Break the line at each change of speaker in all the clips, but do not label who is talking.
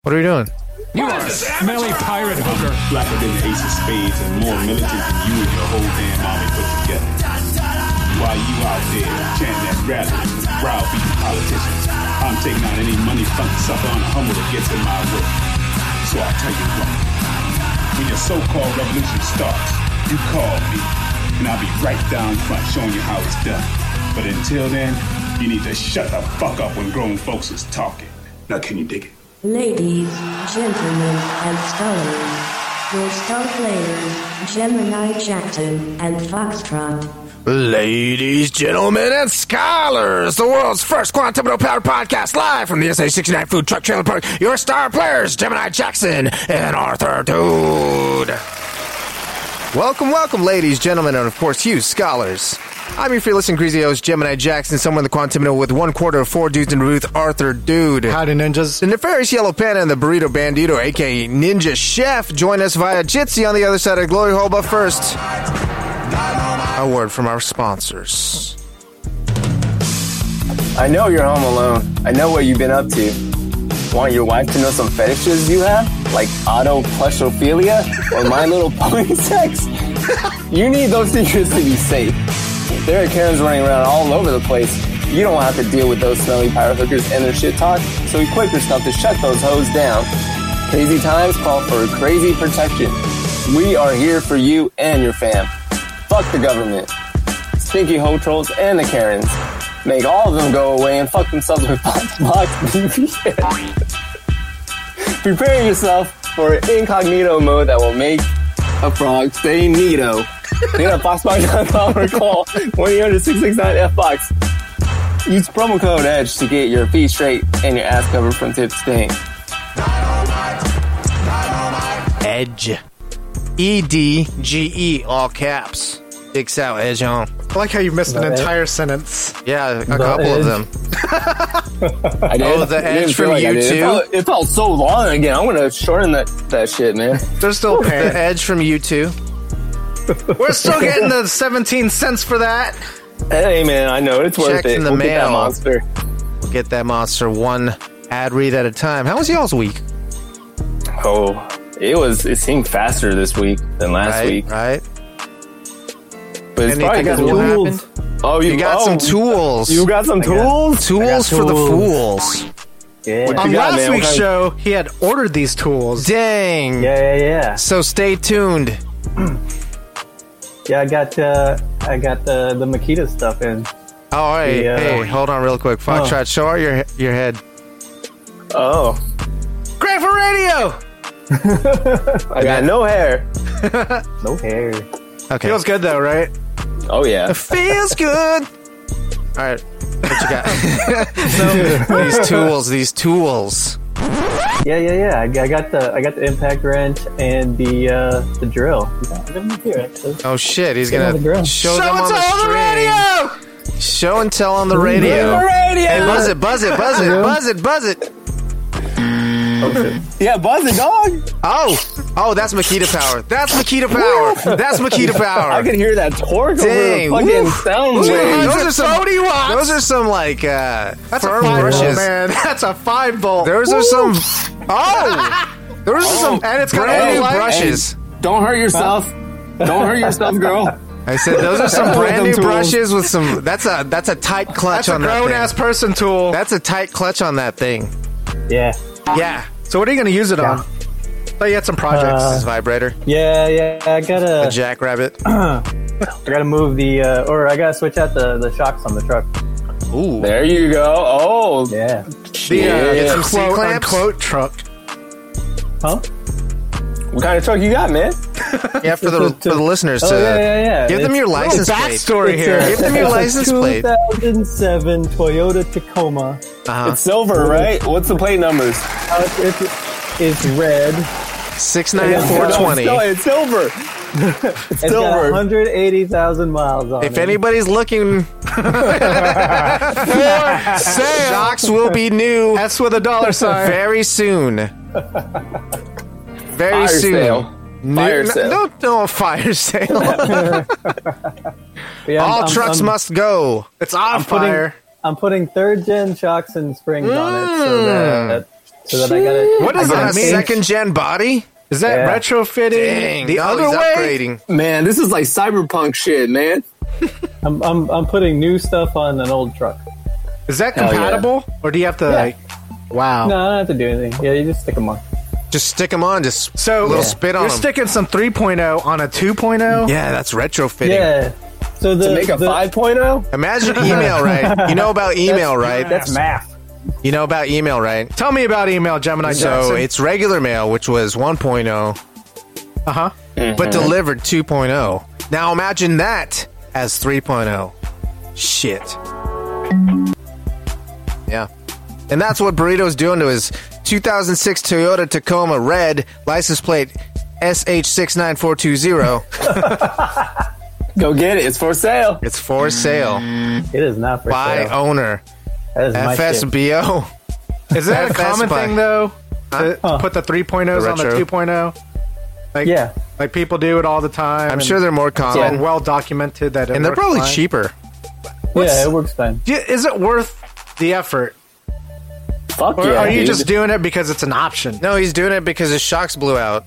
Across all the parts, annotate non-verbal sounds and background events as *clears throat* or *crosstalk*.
What are we doing?
You are a smelly pirate hooker.
blacker than the ace of spades and more militant than you and your whole damn army put together. While you out there chanting that rally, browbeating politicians, I'm taking out any money funk sucker on the humble that gets in my way. So I tell you what, when your so-called revolution starts, you call me, and I'll be right down front showing you how it's done. But until then, you need to shut the fuck up when grown folks is talking. Now can you dig it?
Ladies, gentlemen, and scholars, your star players, Gemini Jackson and Foxtrot.
Ladies, gentlemen, and scholars, the world's first quantum powered podcast live from the SA 69 Food Truck Trailer Park. Your star players, Gemini Jackson and Arthur Dude. Welcome, welcome, ladies, gentlemen, and of course, you scholars. I'm your fearless and greasy host, Gemini Jackson, somewhere in the quantum middle with one quarter of four dudes in the booth, Arthur Dude.
Howdy ninjas.
The nefarious yellow panda and the burrito bandito, aka Ninja Chef, join us via Jitsi on the other side of Glory Hole. But first, a word from our sponsors.
I know you're home alone. I know what you've been up to. Want your wife to know some fetishes you have? Like auto plushophilia or my little pony sex? *laughs* you need those secrets to be safe. There are Karens running around all over the place. You don't have to deal with those smelly pirate hookers and their shit talk, so equip yourself to shut those hoes down. Crazy times call for crazy protection. We are here for you and your fam. Fuck the government stinky ho trolls, and the Karens. Make all of them go away and fuck themselves with *laughs* Fox Box BBS. Prepare yourself for an incognito mode that will make a frog stay neato. *laughs* Hit up foxbox.com or call 1-800-669-FBOX. Use promo code EDGE to get your feet straight and your ass covered from tip to stain.
Edge. E D G E, all caps. Dicks out, Edge on.
I like how you missed an
Not it.
entire sentence.
Yeah, a couple of
Edge. *laughs*
them.
I did.
Oh, the
I didn't
edge
feel
from
I did.
YouTube?
It felt, it felt so long again. I'm gonna shorten that, that shit, man. *laughs*
There's still
The
pain.
Edge from U2.
We're still getting the 17 cents for that.
Hey man, I know it's worth
Checks
it.
in the
We'll get
mail.
that monster.
We'll get that monster one ad read at a time. How was y'all's week?
Oh, it was. It seemed faster this week than last
Right,
week,
right.
but it's probably
Anything
got
cool
tools. Oh,
You got
oh,
some tools.
You got some tools.
tools for the
tools.
fools.
Yeah.
On
You got,
last
man, what
week's
kind-
show, he had ordered these tools.
Dang.
Yeah, yeah, yeah.
So stay tuned.
Yeah, I got uh, I got the the Makita stuff in.
All right.
Yeah.
Hey, hold on real quick. Foxtrot, show her your your head.
Oh,
Great for radio.
I got no hair.
No hair.
Okay.
Feels
Feels,
good though, right?
Oh yeah.
good. All right. What you got? *laughs*
*laughs*
these tools. These tools.
Yeah, yeah, yeah. I got, I got the I got the impact wrench and the uh, the drill. I got them here actually.
Oh shit! He's
Get on the
gonna
grill.
show, them on the, stream. Show and tell on the radio. Hey, buzz it! Buzz it! Buzz it! Buzz it! Buzz it!
Yeah, buzz it, dog.
Oh! Oh! That's Makita power. That's Makita power. That's Makita power.
I can hear that torque
Dang,
over the fucking
woo.
sound
Ooh,
wave.
those are some. Those are some like uh,
That's
firm
a five
brushes.
volt, man. *laughs* That's a five volt.
Those are some. Oh, those are some.
and it's got
brand
a
new
light.
brushes.
Don't hurt yourself. Don't hurt yourself, girl.
I said
*laughs*
those are some brand
Them
new
tools.
brushes with some. That's a that's a tight clutch
That's a
on that
grown
thing.
ass person tool.
that's a tight clutch on that thing.
Yeah,
Yeah,
so what are you going to use it on? Thought you had some projects.
this vibrator,
yeah, yeah. I gotta
*laughs*
a jackrabbit.
I gotta move the uh, or I gotta switch out the the shocks on the truck.
Ooh,
There you go. Oh,
Yeah.
the uh, some
yeah.
quote
C-clamps?
unquote truck.
Huh?
what kind of truck you got, man?
yeah, for the for the listeners to
Oh yeah, yeah, yeah.
give them
It's-
your license plate.
Backstory
it's
here.
a-
Give them your
it's a
license plate.
2007 Toyota Tacoma.
Uh-huh.
It's silver, right? What's the plate numbers?
Uh, it's, it's red.
Six nine four twenty.
No, it's silver.
It's got
Silver.
180,000 miles on it.
If anybody's
*laughs*
looking
*laughs*
for sale, shocks will be new
That's with a dollar sign.
*laughs* very soon. Very
Fire
soon.
sale.
New-
Fire
no,
sale.
No, no, fire sale.
But yeah, I'm-
All
I'm-
trucks
I'm-
must go.
It's on
putting-
fire.
Mm.
I'm putting third gen shocks and springs on it so that, So then I got it.
What does
I
that
gotta
mean?
a
change-
second gen body?
Is that
Yeah.
retrofitting
Dang,
the
no,
other
he's
way?
upgrading.
Man, this is like cyberpunk shit, man.
I'm, I'm, I'm putting new stuff on an old truck.
Is that
yeah.
compatible, or do you have to like? Wow.
No, I don't have to do anything. Yeah, you just stick them on.
Just stick them on. Just
So
a little
yeah.
spit on
you're
them.
sticking some 3.0 on a oh? 2.0.
yeah, that's retrofitting.
Yeah. So the
To make a oh?
the,
*laughs*
5.0?
Imagine email, right? You know about email, right?
that's math.
You know about email, right?
Tell me about email Gemini
So
Jackson.
it's regular mail, which was oh. 1.0,
uh huh.
Uh-huh. but delivered 2.0. Now imagine that as 3.0. Shit. Yeah. And that's what Burrito's doing to his 2006 Toyota Tacoma Red license plate SH69420.
Go get it. It's for sale.
*laughs* It's for sale
It is not for
by
sale.
owner.
That is my shit.
FSBO.
Is that a
Fast
common
buy.
thing though? To Put the 3.0s
The
on the
retro.
2.0. Like,
Yeah.
like people do it all the time.
I'm sure they're more common.
well documented that, it
and they're
works
probably
fine.
cheaper.
yeah, it works fine.
Do- Is it worth the effort,
Fuck
or
yeah.
are you
dude.
just doing it because it's an option?
No, he's doing it because his shocks blew out.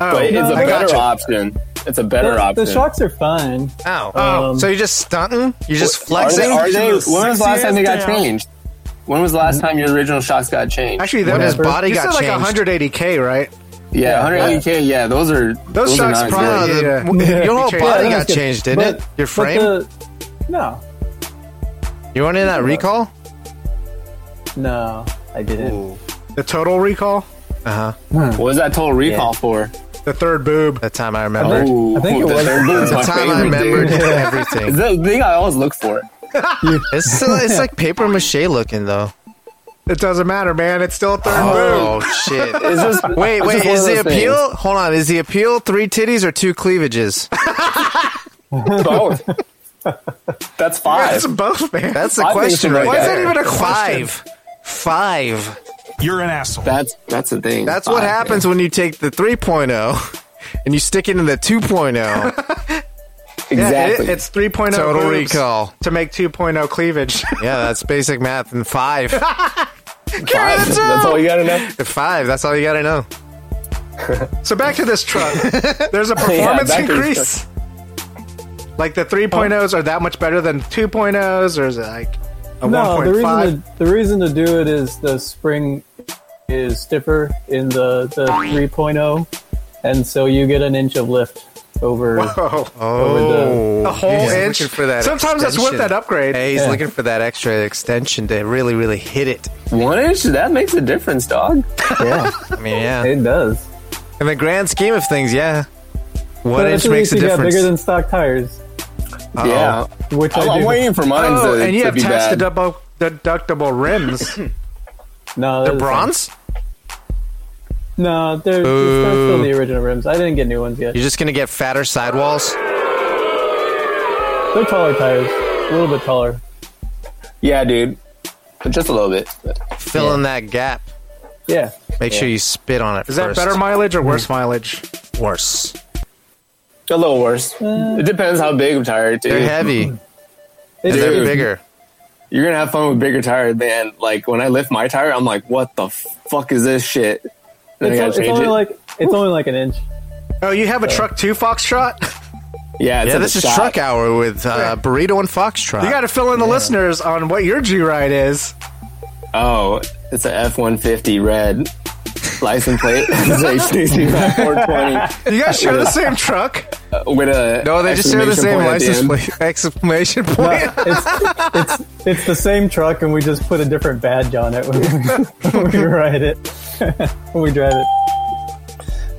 Oh,
But it's
No,
a
I
better
gotcha.
option. It's a better
The,
option.
the shocks are fine.
Ow.
Um,
so you're just stunting? You're just
Are they,
flexing?
are they, when was the last time they got
Sexy ass down.
changed? When was the last time your original shocks got changed?
actually, that
when his
is
body
you
got
said
changed.
like 180k, right?
yeah, 180k. Yeah, those are
Those,
are
shocks
not as
No,
probably
good.
the-
yeah.
w-
Yeah.
your whole
Yeah,
body
that
got
was good.
changed, didn't
But-
it? Your
but
frame?
the- no,
you weren't in that recall?
no, I didn't.
the total recall,
What was that total recall for?
the third boob.
That time I remember.
Ooh,
I think it
the
was-
third boot's
The
my
time I
favorite,
remembered
dude. Is
everything.
that the thing I always look for?
It's, still, it's like paper mache looking, though.
It doesn't matter, man. It's still a third boob.
Oh, shit.
It's just-
Wait,
it's
wait,
just one
is
of
the
those things.
appeal? Hold on, is the appeal three titties or two cleavages?
Both. That's five.
It's both, man.
That's the
I think
question,
so,
right?
Why is that
there.
even a question?
Five. Five.
You're an asshole.
That's that's the thing.
That's what
Five,
happens when you take the 3.0 and you stick it in the
*laughs*
oh. 2.0.
man.
Yeah, it-
Exactly.
it's 3.0
Total
boobs
recall.
to make 2.0 cleavage. *laughs*
yeah, that's basic math. And five.
five.
that's
That's all you gotta know.
five, that's all you gotta know.
So back to this truck.
*laughs*
There's a performance
back to this
increase. Like the 3.0s are that much better than 2.0s, or is it like a
No, the
1.5?
reason to, the reason to do it is the spring is stiffer in the the 3.0, and so you get an inch of lift over.
Whoa.
Over
A whole
Oh, he's
inch.
looking for that
Sometimes that's worth
extension.
that upgrade.
Hey, he's
Yeah.
looking for that extra extension to really, really hit it.
One inch. That makes a difference, dog.
Yeah,
I mean, yeah.
it does.
In the grand scheme of things, yeah. One
But
inch
at
makes
least
a
you got
difference.
bigger than stock tires,
Yeah.
which
I'm,
I,
I'm
do.
waiting for mine
Oh,
to,
and you
to
have
be
tax
bad.
deductible, deductible rims.
No,
They're
that is-
bronze?
No, they're, they're still the original rims. I didn't get new ones yet.
You're just gonna get fatter sidewalls?
They're taller tires, a little bit taller.
Yeah, dude. But just a little bit. But
Fill in that gap.
Yeah,
Make sure you spit on it
Is that better mileage or
Hmm.
worse mileage?
Worse.
a little worse. It depends how big of a tire, dude.
Uh, They're heavy. And
it's,
they're
Dude.
bigger.
You're gonna have fun with bigger tire, man. Like when I lift my tire, I'm like, what the fuck is this shit? Then I
it's,
gotta
it's
change
only
it.
like it's only like an inch.
Oh, you
Uh,
have a truck too, Foxtrot?
yeah, it's
Yeah,
at
this
the
is
shop.
Truck Hour with uh, Burrito and Foxtrot.
You got to fill in the listeners on what your G ride is.
Oh, it's a F one fifty red
*laughs*
license plate. It's a 420
You guys share the same truck.
Uh, with a
No, they just share the
exclamation
same
point at the
license
end.
plate. *laughs* Exclamation
No,
point.
it's, it's, it's the same truck, and we just put a different badge on it when we, *laughs* when we ride it, *laughs* when we drive it.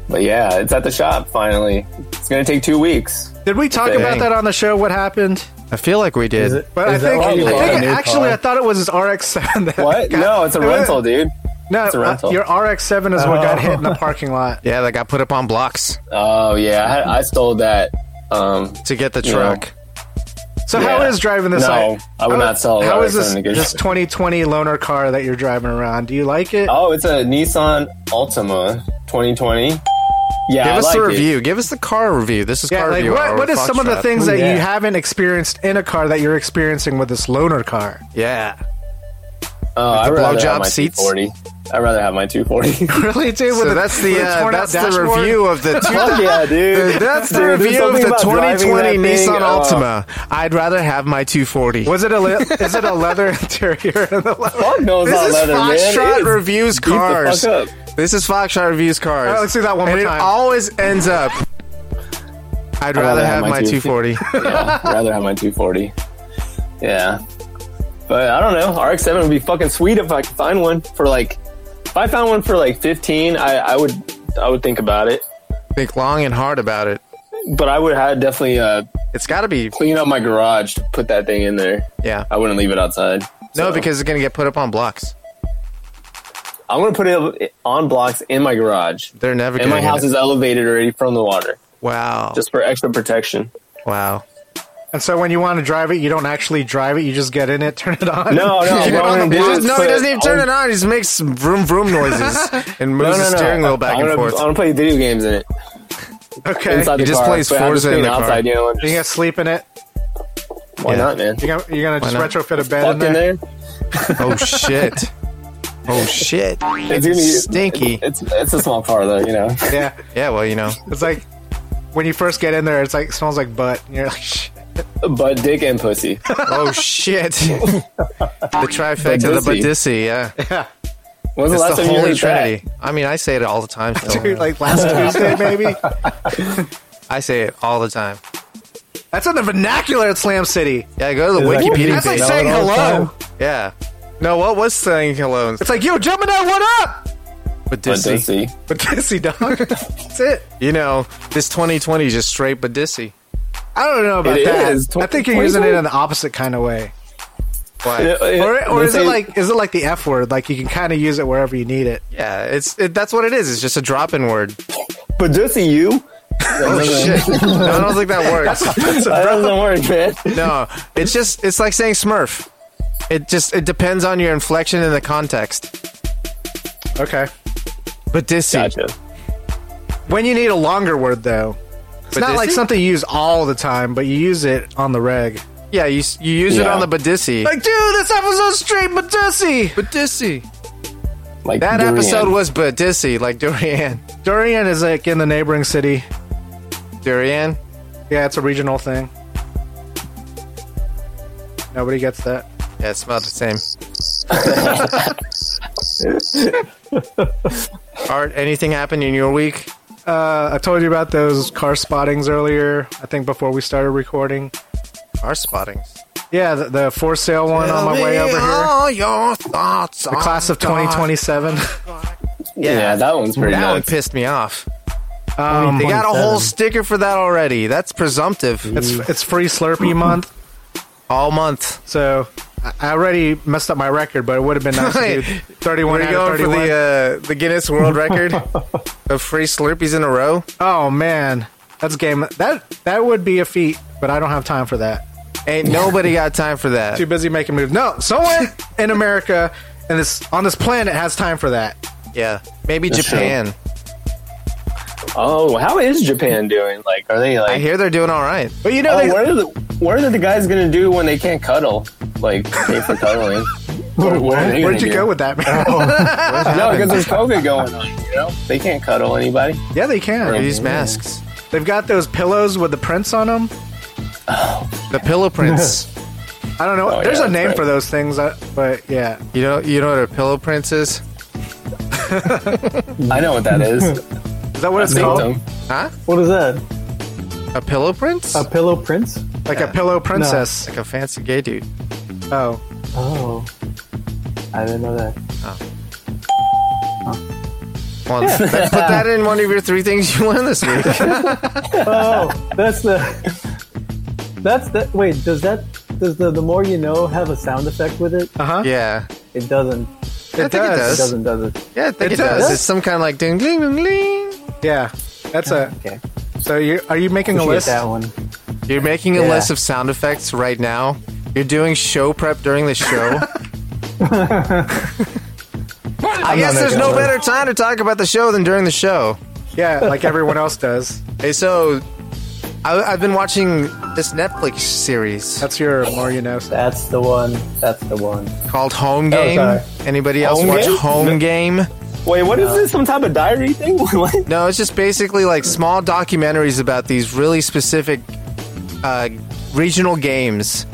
But yeah, it's at the shop finally. It's gonna take two weeks.
Did we talk
Dang.
about that on the show? What happened?
I feel like we did.
Is it-
But I
is that
think,
why
I
you bought a
think
new
actually,
car?
I thought it was his RX-7. *laughs* That
*laughs*
What?
got-
No, it's a
it was-
rental, dude.
No,
It's a
uh,
rental.
your RX-7 is what
Oh.
got hit
*laughs*
*laughs*
in the parking lot.
Yeah, that got put up on blocks
Oh yeah, I, I stole that. Um,
to get the truck.
So how
Yeah.
is driving this?
No,
like-
I
how-
would not sell a
How is
RX-7
this
to get-
this 2020 loaner car that you're driving around? Do you like it?
oh, it's a Nissan Altima 2020. Yeah,
Give
I
us
like
the
it.
review. Give us the car review. This is
yeah,
car
like
review.
what?
Hour
What
with
is some of the
Foxtrot.
things that
Yeah.
you haven't experienced in a car that you're experiencing with this loaner car?
Yeah,
Oh, I
the
really
blowjob
like my
seats?
240. I'd rather have my 240.
Really, dude? With
So
the-
that's the
with
uh,
torn out
that's the
dashboard?
review of the
Fuck *laughs* yeah, dude.
Dude, *laughs* that's the
Dude, Oh, there's
review of
something
the
about driving
2020
that thing,
Nissan
uh,
Altima. I'd rather have my 240.
Was it a
*laughs*
le- is it a leather interior? And the leather-
Fuck no, it's
this
not
is
leather, man. It
Foxtrot
is-
reviews
the
cars.
fuck up.
This is Foxtrot reviews cars.
All right, let's do that one
and
more
it
time.
always ends up. I'd rather have my
*laughs*
240.
yeah, I'd rather have my 240. Yeah. But I don't know. RX-7 would be fucking sweet if I could find one for like. If I found one for like 15, I, I would I would think about it.
*laughs* Think long and hard about it.
But I would have definitely uh,
It's got to be
clean up my garage to put that thing in there.
yeah.
I wouldn't leave it outside.
No,
So,
because it's gonna get put up on blocks.
I'm gonna put it on blocks in my garage.
They're never.
And my
gonna
house
get it.
is elevated already from the water,
wow.
just for extra protection. *laughs*
wow.
And so when you want to drive it, you don't actually drive it. You just get in it, turn it on.
No, no, *laughs*
He
what I'm gonna do
doesn't-
is
no, he
put-
doesn't even turn
I'll-
it on. He just makes vroom vroom
*laughs*
noises and moves the steering wheel back
I'm
and
gonna,
forth.
I'm gonna play video games in it.
*laughs* Okay.
inside
He
the
just
car.
plays
but I'm
Forza
just
in
playing
the car.
outside, you know. and
You're gonna
just-
sleep in it.
why
Yeah.
not, man?
You're gonna, you're gonna just
not?
retrofit a bed in
Fuck in
there.
there.
Oh
*laughs*
shit. Oh shit.
It's gonna be
Stinky.
It's it's a small car though,
*laughs*
you know.
Yeah,
Yeah, well, you know.
it's like when you first get in there, it's like smells like butt. And you're like,
*laughs*
Shh.
But dick and pussy. *laughs*
Oh shit. the trifecta, the Badissi, yeah.
When's the
It's
last
the
time you
Holy
ate
Trinity. I mean, I say it all the time. still.
dude, like
*laughs*
last Tuesday maybe.
I say it all the time.
That's in the vernacular at Slam City.
Yeah, go to the
Is that-
Wikipedia
That's like
page.
Smell
saying
it all the
hello.
yeah. No, what was saying hello?
It's like, yo, Gemini, what up?
that? But
Badissi.
pussy.
But *laughs* pissy
*laughs*
dog. That's it.
You know, this 2020 is just straight Badissi.
I don't know about
It
that.
is.
I think you're using it in the opposite kind of way.
Why?
Or, or is it like is it like the F word? Like you can kind of use it wherever you need it.
Yeah, it's it, that's what it is. It's just a drop in word.
But pussy you? *laughs*
Oh shit! No, I don't think that works.
That doesn't work, man.
No, it's just it's like saying Smurf. It just it depends on your inflection and the context.
Okay.
But this
Gotcha.
When you need a longer word though, it's not like
Badissi?
something you use all the time, but you use it on the reg.
yeah, you s- you use it
Yeah.
on the Badissi.
Like, dude, this episode's straight Badissi.
Badissi.
Like
That
durian.
episode was Badissi, like Durian. *laughs*
Durian is like in the neighboring city.
Durian.
Yeah, it's a regional thing. Nobody gets that.
Yeah, it smelled the same.
*laughs*
Art, anything happened in your week?
Uh, I told you about those car spottings earlier. I think before we started recording.
Our spottings.
Yeah, the, the for sale one on my way over here.
your thoughts.
The class of *laughs* 2027.
Yeah, that one's pretty
That one
nuts.
pissed me off.
Um,
They got a whole sticker for that already. That's presumptive.
Mm.
it's it's free Slurpee month,
all month.
so I- I already messed up my record, but it would have been nice to *laughs* do 31
We're
out of
going for
31.
the uh, the Guinness World
*laughs*
Record of free Slurpees in a row.
oh man, that's game. That that would be a feat, but I don't have time for that.
Ain't
Oh.
nobody got time for that.
Too busy making moves. No, *laughs* someone in America and this on this planet has time for that.
Yeah, maybe
That's
Japan.
Oh, how is Japan doing? Like, are they
I
like?
hear they're doing all right.
But you know,
Oh,
they,
what are the what are the guys gonna do when they can't cuddle? Like, pay
*laughs*
for cuddling. What- what are they
where'd
gonna
you
do?
go with that, man?
No, because there's COVID going on. You know, they can't cuddle anybody.
*laughs* yeah, they can.
Right.
These masks,
They've got those pillows with the prints on them.
the pillow
*laughs*
prints.
I don't know.
Oh,
There's
yeah,
a
that's
name
right.
for those things, uh, but yeah.
you know, you know what a pillow prints is,
I know what *laughs* that is.
Is that what it's called?
Symptom.
huh?
What is that?
A pillow prints?
A pillow prince?
Like a pillow princess.
like a fancy gay dude.
Oh.
Oh, I didn't know that.
Well, that- put that in one of your three things you won this week.
Oh, that's the. That's the. Wait, does that? Does the the more you know have a sound effect with it?
yeah,
It doesn't.
Uh-huh. I think it
It
does.
doesn't. Does it?
Yeah, I
It
think it, does.
does.
It's some kind of like ding, ding, ding, ding.
Yeah. That's a.
Okay.
So you are you making a
Appreciate
list?
that one.
You're making a
Yeah.
list of sound effects right now. You're doing show prep during the show. I guess there's no better time *laughs* to talk about the show than during the show.
Yeah, like everyone else does.
Hey, so I, I've been watching this Netflix series
That's your more you know.
That's the one. That's the one.
called Home
Oh,
Game.
sorry.
Anybody else
Home
watch
Game?
Home Game?
Wait, what is this? Some type of diary thing? *laughs* What?
No, it's just basically like small documentaries about these really specific uh, regional games.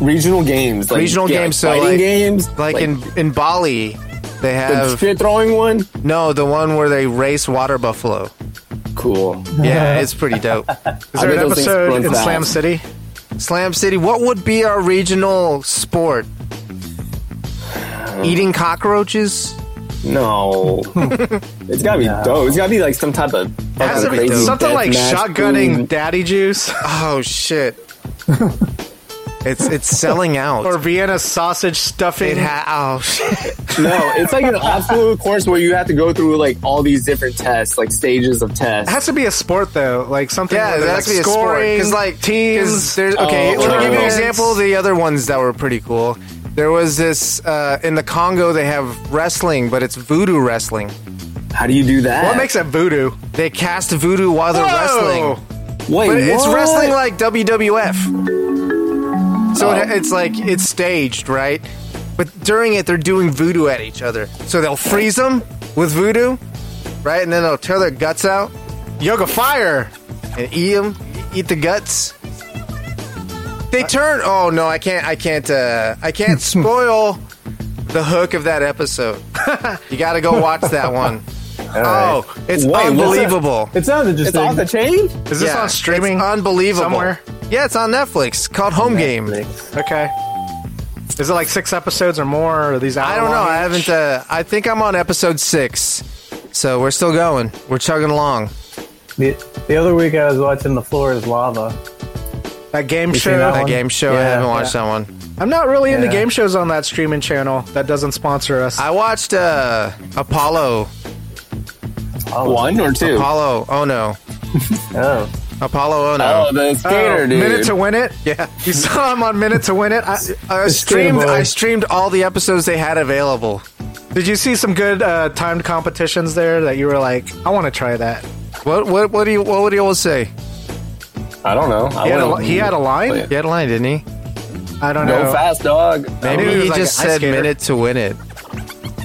Regional games. Like,
Regional
yeah,
games, so,
fighting
like-
games.
Like, in in Bali, they
the
have
spear throwing one.
no the one where they race water buffalo.
Cool.
Yeah, it's pretty dope.
*laughs* Is there
bet
an
those things
episode
run
in
fast.
Slam City?
Slam City. What would be our regional sport? Eating cockroaches?
*laughs*
No. it's gotta be dope. It's gotta be like some type of
Has
fucking
to be
crazy
dope.
Something like
deathmatch
shotgunning
food.
daddy
*laughs*
juice
Oh shit! it's it's selling out.
or Vienna sausage stuffing.
it ha- oh *laughs* shit.
No,
*laughs*
it's like an absolute course where you have to go through like all these different tests, like stages of tests.
It has to be a sport though, like something.
Yeah,
where they're,
that's
like,
be a
scoring
sport. Cause like
teams.
teams, there's okay. let me give
Oh,
you an
tournaments.
example. of The other ones that were pretty cool. There was this uh, in the Congo. They have wrestling, but it's voodoo wrestling.
How do you do that?
what makes it voodoo?
They cast voodoo while they're
Whoa!
wrestling,
Wait,
but it's
what?
wrestling like WWF. So it,
Oh.
it's like it's staged, right? But during it, they're doing voodoo at each other. So they'll freeze them with voodoo, right? And then they'll tear their guts out
Yoga fire.
and eat them, eat the guts.
Uh,
They turn. Oh no, I can't. I can't. Uh, I
*laughs*
can't spoil the hook of that episode. *laughs* you got to go watch that
*laughs*
one. Oh, it's
Wait, what's that?
unbelievable.
It sounds
It's
interesting.
off the chain?
Is this
Yeah,
on streaming?
it's unbelievable.
somewhere?
Yeah, it's on Netflix. Called Home Game.
okay. Is it like six episodes or more? Or are these
I don't know. I haven't. Uh, I think I'm on episode six. So we're still going. We're chugging along.
The, the other week I was watching The Floor is Lava.
that game show.
seen that
That
one?
game show. I
Yeah,
haven't watched
yeah.
that one.
I'm not really into
Yeah.
game shows on that streaming channel that doesn't sponsor us.
I watched uh, Apollo.
Oh.
One or two?
Apollo. Oh no.
Oh.
Apollo. Oh no.
Oh, the
Oh,
skater, dude.
Minute to win it.
*laughs* Yeah.
*laughs* You saw him on Minute to Win It. I, *laughs*
I
It's
streamed.
streamable.
I streamed all the episodes they had available.
did you see some good uh, timed competitions there that you were like, I want to try that?
What? What? What do you? What would he always say?
I don't know. I
He had, a,
wouldn't-
he had a line.
Wait.
He had a line, didn't he?
I don't
Go
know.
fast, dog.
Maybe
he
he,
was like
just
an ice
said
skater.
minute to win it.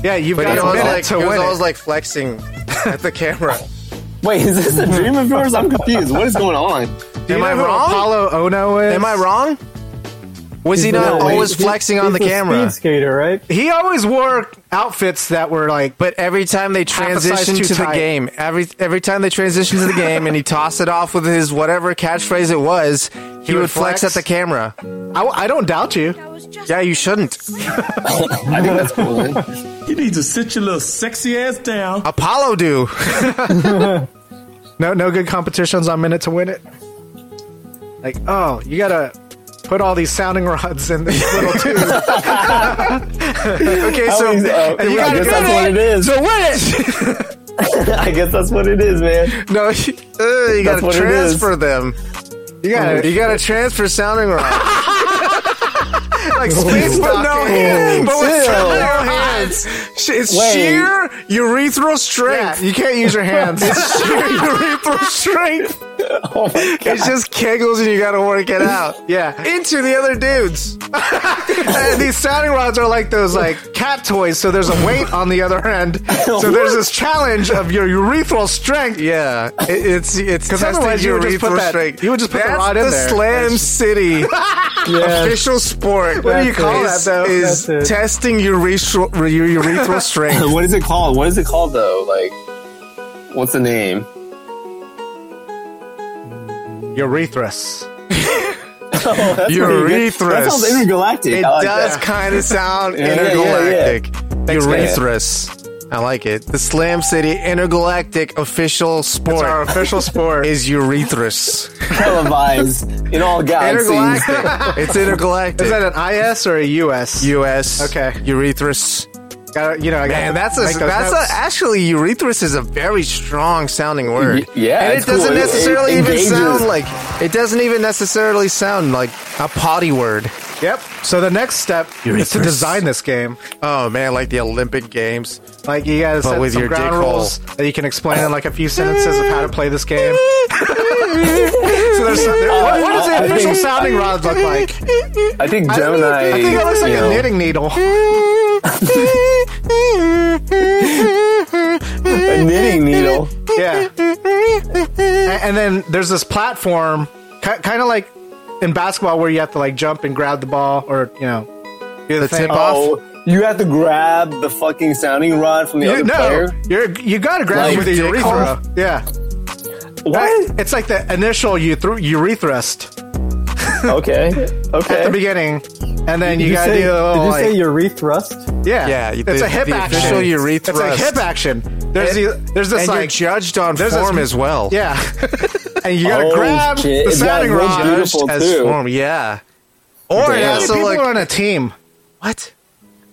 Yeah, you've
But
got
he
a
was
minute
like,
to
he was
win.
always
it.
like flexing at the *laughs* camera.
Wait, is
*laughs*
this a dream of yours? I'm confused. What is going on?
Do you
Am
know
I
who
wrong?
Apollo Ono is?
Am I wrong? Was he
He's
not
the-
always
he's-
flexing on
he's
the camera?
Speed skater, right?
He always wore outfits that were like, but
But every time they
a size
transition
too
to the
tight.
game, every every time they transition to the game, and he tossed it off with his whatever catchphrase it was, he,
would
would flex,
flex?
at the camera.
I, I don't doubt you.
Yeah, you shouldn't.
I think that's cool. man.
You need to sit your little sexy ass down.
Apollo do. *laughs*
No, no good competitions on minute to win it. Like, oh, you gotta put all these sounding rods in this little
*laughs*
tube.
Okay, so
Oh, I
you gotta
guess
do
that's what it is.
So win it.
*laughs* I guess that's what it is, man.
*laughs* No, *laughs* you, uh, you gotta
what it is.
transfer them. You gotta, you gotta transfer
*laughs*
sounding rods. like space, but no hands. But with
Chill.
no hands. Sh- It's
Wait.
sheer urethral strength.
you can't use your hands.
*laughs* It's sheer urethral
*laughs*
strength.
*laughs* Oh my god.
It's just kegels, and you gotta work it out.
yeah.
Into the other dudes. *laughs*
And these sounding rods are like those like cat toys, so there's a weight on the other end.
*laughs*
So there's this challenge of your urethral strength.
Yeah, it, it's it's because
testing
otherwise you would just put
urethral
that.
strength.
You would just put
That's
the rod in
the
there.
Slam
*laughs* City.
Yeah.
official sport.
What do you
That's
call
it.
that though?
Is
That's it.
testing urethral, *laughs* urethral strength.
what is it called? What is it called though? Like, what's the name?
Urethras.
That's pretty good. That
Urethras.
sounds intergalactic.
It
I like
does
that.
kind *laughs* of sound
Yeah, yeah, yeah,
intergalactic.
Thanks, man.
Urethras. I like it. The Slam City intergalactic official
It's our
sport
official sport.
*laughs* is urethras.
televised in
*laughs*
all
*laughs*
galaxies.
intergalactic. it's intergalactic.
Is that an IS or a US?
U.S.
Okay.
Urethras.
Gotta- you know, I gotta
Man, that's a
make those
that's
notes.
a, actually urethras is a very strong sounding word.
Y- yeah,
and it
it's cool.
doesn't
It- it
necessarily even
engages.
sound like it doesn't even necessarily sound like a potty word.
Yep. So the next step
You're
is to
first.
design this game.
Oh man, like the
*laughs*
Olympic Games.
Like you gotta set
with
some
your
ground
dick
rules that you can explain in like a few sentences of how to play this game. so there's some, what, what does
I-
the
I
official
think-
sounding rod look like?
I think Gemini.
I think it looks like
you
a
know,
knitting needle.
*laughs*
*laughs*
*laughs* A
*laughs*
knitting needle.
Yeah. *laughs* A- And then there's this platform, kind of like in basketball, where you have to like jump and grab the ball, or you know, do the,
tip
off.
Oh, you have to grab the fucking sounding rod from the
You,
other
no,
player.
you're you gotta grab
Like
it with the
dick
urethra. Yeah,
*laughs* What?
it's like the initial urethra urethrust
Okay.
at the
Okay.
beginning, and then you,
Did you,
gotta
say,
do a
Oh,
little,
did you
like,
say urethrust?
yeah,
Yeah,
It's
the-
a hip
the
action.
official urethra
It's a hip
thrust.
action. There's the, there's this
and
like
you're judged on
there's this-
form as well.
yeah, and you gotta
Oh,
grab
shit.
the
It got
sounding
real
rod.
beautiful.
as
too.
form. Yeah. Or it
Damn.
has to
people
look
are on a team
what?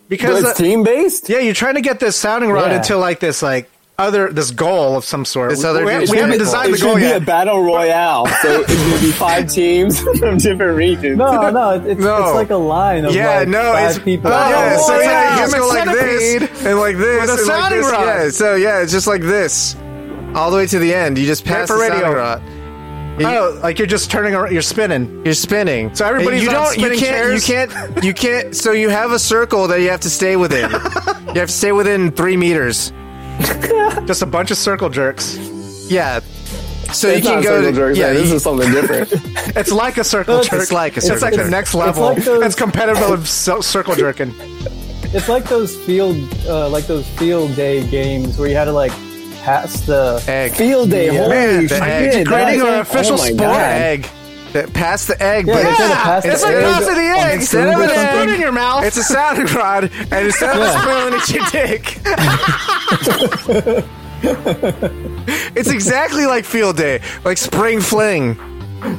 because
But it's
the-
team based.
yeah, you're trying to get this sounding rod
Yeah.
into like this like other this goal of some sort.
This
We-
other
we,
dude's
we haven't
goal.
designed
It
the
should
goal
be a
yet.
battle royale. So it's gonna
*laughs*
be five teams *laughs* from different regions.
No, no, it, it's,
No.
it's like a line of
Yeah,
like
no,
five
it's
people.
Oh, yeah,
Oh,
so
it's
yeah,
like a
you just go like
human
this
centipede
and like this
with a
and like
sounding
this.
rod.
Yeah, so yeah, it's just like this, all the way to the end. You just pass
for
the
radio.
sounding rod.
Oh, like you're just turning around, you're spinning.
You're spinning.
So everybody's
And you
on
don't.
spinning
you can't.
chairs?
You can't. You can't. So you have a circle that you have to
*laughs*
stay within. you have to stay within three meters.
Just a bunch of circle jerks.
Yeah. So you
It's
can
not
go
single
to
jerks,
yeah.
man. this
you-
is something different.
It's like a circle
It's
jerk.
like a circle
It's like
jerk.
the next level.
like
It's,
those-
competitive with so- circle jerking.
It's like those field, uh, like those field day games where you had to like pass the.
egg.
Field day. Holy
Man, the
shit!
egg.
Creating
that's-
an official
oh my
sport
God.
Egg. That- Pass the egg.
Yeah,
but
they said
it's-
to pass
it's
the
like
egg
passing the
on
egg.
Instead
food
of
or
an
something.
egg,
Put it in your mouth.
It's a sounding *laughs* rod, and instead of a spoon, it's your dick. *laughs* it's exactly like field day, like spring fling.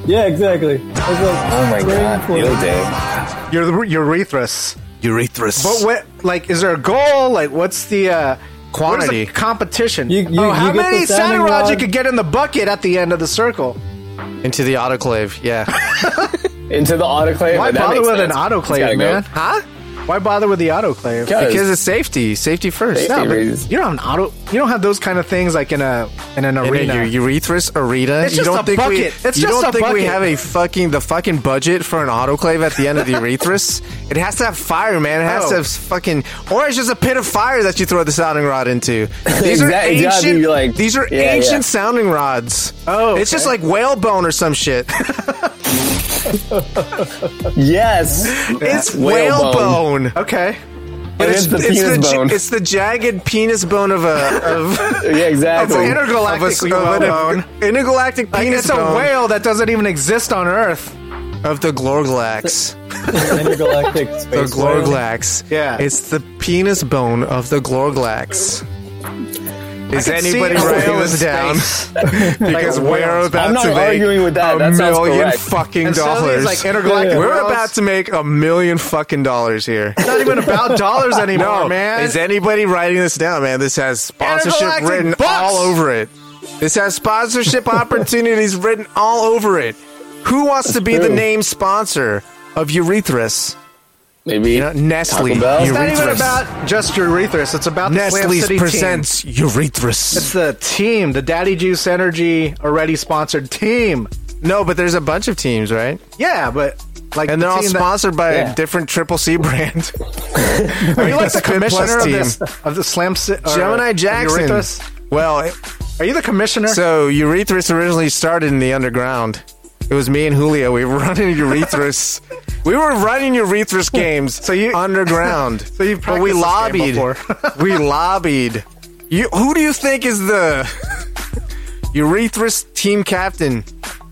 Yeah, exactly. It's like,
Oh my
spring
god.
for-
Field day.
Your urethras.
Urethras.
But what? Like, is there a goal? Like, what's the uh, what is the
Quantity.
competition?
You- you-
oh,
you
how
get the
many
sounding
sounding rods you
rod.
could get in the bucket at the end of the circle?
Into the autoclave, *laughs* yeah.
Into the autoclave.
Why
but that
bother
makes
with an
sense. It's gotta
autoclave,
go.
man?
huh?
Why bother with the autoclave?
Yeah,
Because it's safety, safety first.
Safety.
No, but
reasons.
you don't have an auto. You don't have those kind of things like in a in an
In
arena.
a u- urethras arena.
It's
you
just
don't
a
think we?
bucket. It's
you
just
don't
a
think we
bucket.
have a fucking the fucking budget for an autoclave at the end of
*laughs*
the urethras? It has to have fire, man. It has
Oh.
to have s- fucking, or it's just a pit of fire that you throw the sounding
*laughs*
rod into. These are
Exactly, exactly,
ancient.
you're like-
these are
yeah,
ancient
yeah.
sounding rods.
Oh,
it's just like whalebone or some shit.
Yes.
*laughs* *laughs* It's
Whalebone.
whalebone.
okay.
But it's, the penis
the, ja-
bone.
It's the jagged penis bone
*laughs*
of a of,
*laughs* yeah, exactly.
Oh,
It's an intergalactic
of a- of an
bone.
intergalactic
Like,
penis
it's a
bone
whale that doesn't even exist on Earth.
of the Glorglax.
intergalactic
*laughs* The
space whale.
Glorglax.
Yeah.
It's the penis bone of the Glorglax. Is
I can see
anybody
a
writing
whale in
this down?
space.
*laughs*
*laughs*
because
a whale.
we're about
I'm not
to make
arguing with that.
a
That sounds
million
correct.
fucking
And so
dollars.
these, like, intergalactic
we're
whales-
about to make a million fucking dollars here.
It's not even
*laughs*
about dollars anymore,
No,
man.
Is anybody writing this down, man? This has sponsorship
Intergalactic
written
bucks!
all over it. This
*laughs*
has sponsorship opportunities written all over it. Who wants to be the
True.
name sponsor of Urethras?
Maybe
You know, Nestle.
Taco Bell?
It's not even
Urethras.
about just urethras. It's about the Slam
Nestle's
City team.
presents
It's
Urethras.
the team, the Daddy Juice Energy already sponsored team.
No, but there's a bunch of teams, right?
Yeah, but like,
And
the
they're all
team that-
sponsored by
Yeah.
a different Triple C brand.
Are
*laughs*
you like the
Spin Plus
commissioner of
team.
this of the Slam City?
Gemini Jackson. Well,
Are you the commissioner?
So Urethras originally started in the underground. It was me and Julio. We were *laughs* running Urethras. we were running Urethras games.
So you-
underground.
*laughs* So you've
but we
practiced
lobbied.
this game
*laughs* we lobbied. You, who do you think is the *laughs* Urethras team captain?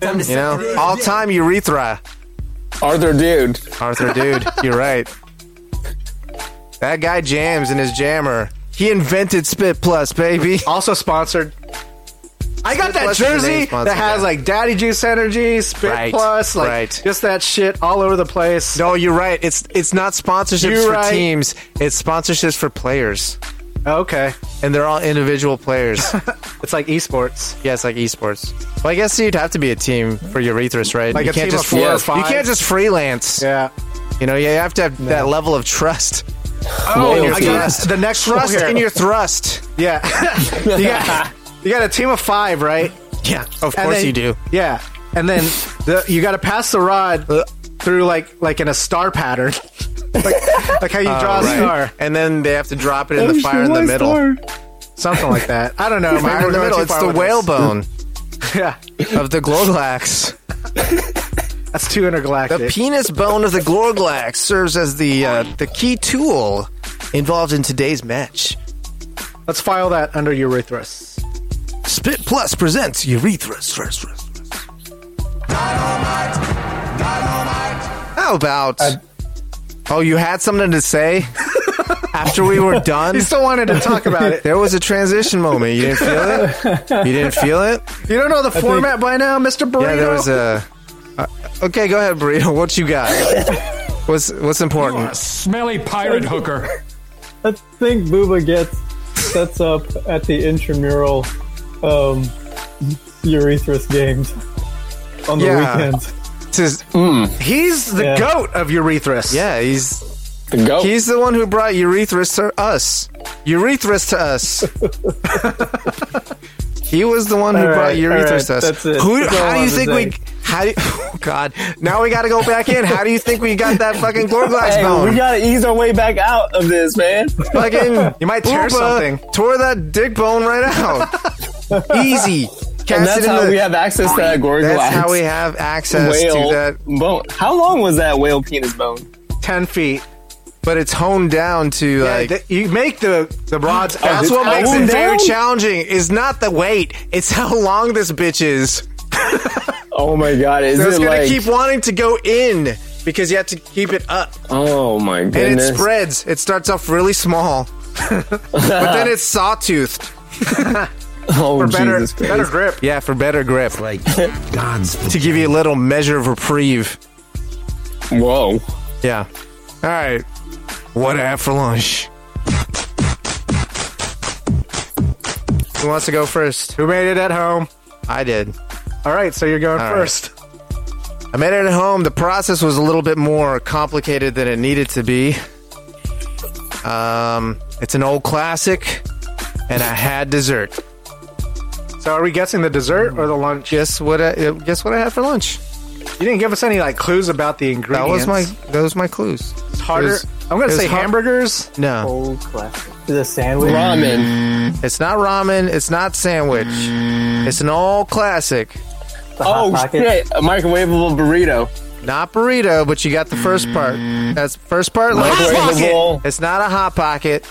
You know, all time Urethra.
Arthur, dude.
Arthur, dude, you're right. That guy jams in his jammer. He invented Spit Plus, baby. *laughs*
*laughs* also sponsored. I got
Spit
that
Plus is the
jersey
name sponsor,
that has
yeah.
like Daddy Juice Energy, Spit
Right,
Plus, like
right.
just that shit all over the place.
No, you're right. It's it's not sponsorships
You're
for
right.
teams. It's sponsorships for players,
Okay,
and they're all individual players.
*laughs* it's like esports.
yeah, it's like esports. Well, I guess you'd have to be a team for Urethras, right?
Like
you
a team of four
Yeah.
or five.
You can't just freelance.
Yeah,
You know, you have to have that level of trust.
Oh, I
Loyalty.
got the next
Trust
one here.
in your thrust. *laughs*
yeah. you got you got a team of five, right?
Yeah,
And
of course
then-
you do.
Yeah, and then the, you got to pass the rod
Uh.
through like like in a star pattern, *laughs* like, like how you draw a star,
And then they have to drop it in the fire in the middle.
something like that. I don't know. man.
Fire
We're
in the
going
middle.
too
It's
far
the
with
whalebone
this. Yeah,
of the Glorglax.
that's too
The
intergalactic.
penis bone of the Glorglax serves as the uh, the key tool involved in today's match.
Let's file that under urethras.
Spit Plus presents Urethras. First, first, first. How about? oh, you had something to say after we
*laughs*
were done.
You still wanted to talk about it.
There was a transition moment. You didn't feel it. You didn't feel it.
You don't know the format by now, Mister Burrito.
Yeah, there was a. uh, okay, go ahead, burrito. What you got? What's what's important?
Smelly pirate hooker.
I think Booba gets sets up at the intramural um, urethras games on the
Yeah.
weekends.
This is-
He's the
Yeah.
goat of urethras.
mm. yeah, he's
The goat.
he's the one who brought urethras to us. Urethras to
*laughs*
us. he was the one who
All
brought
right, all
urethras
right,
to us.
that's it.
Who?
That's all
how
I
do you
wanted
think
to
we?
say.
*laughs* How do? Oh God! Now we got to go back in. How do you think we got that fucking Glorglax
Hey,
bone?
we gotta ease our way back out of this, man.
fucking
You might tear
Booba
something.
Tore that dick bone right out. Easy. Cast
And
it
that's
in
how
the-
we have access to that gorgulax.
That's how we have access
whale
to that,
bone. How long was that whale penis bone?
ten feet.
but it's honed down to
Yeah,
like.
th- you make the the rods.
that's what makes it
honed
very
down?
challenging. Is not the weight; it's how long this bitch is.
Oh my god, is
It's
it
gonna
like?
keep wanting to go in because you have to keep it up,
oh my
and
goodness!
it spreads. It starts off really small, but
Ah.
then it's sawtoothed.
*laughs* oh
better-
Jesus Christ!
better grip.
Yeah, for better grip, like God's to give you a little measure of reprieve.
Whoa!
Yeah. All right. What to have for lunch? Who wants to go first?
Who made it at home?
I did.
All right, so you're going
All right.
first.
I made it at home. The process was a little bit more complicated than it needed to be. Um, it's an old classic, and I had dessert.
So are we guessing the dessert or the lunch?
Guess what? I, guess what I had for lunch?
You didn't give us any like clues about the
That
ingredients.
was my. That was my clues.
It's harder.
was-
I'm gonna
it was
say
hard-
hamburgers.
No,
Old classic. The sandwich.
Ramen.
it's not ramen. It's not sandwich.
Mm.
It's an old classic.
the Hot
Oh
Pockets.
shit! A microwavable burrito.
Not burrito, but you got the first part.
Mm.
That's first part. last part.
Microwavable.
It's not a hot pocket.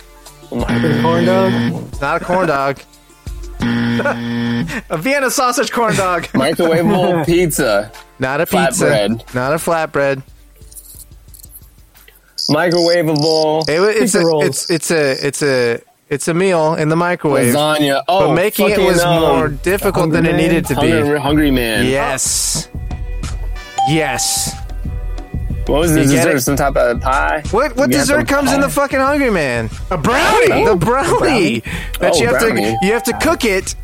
Corn dog.
It's not a corn dog.
A Vienna sausage corn dog.
*laughs*
Microwavable pizza.
Not a pizza.
Flatbread.
Not a flatbread.
Microwavable
It, wa- it's
Pizza
a
rolls.
it's it's a it's a it's a meal in the microwave.
lasagna. Oh,
But making it
fucking,
was
um,
more difficult than it
Hungry Man?
needed to be.
hungry, hungry man.
Yes. Yes.
What was the
You get
dessert?
it?
Some type of pie.
What what
You got
dessert
the
comes in
pie.
the fucking Hungry Man?
A brownie.
The brownie. That
Oh,
you have
brownie.
to you have to cook it.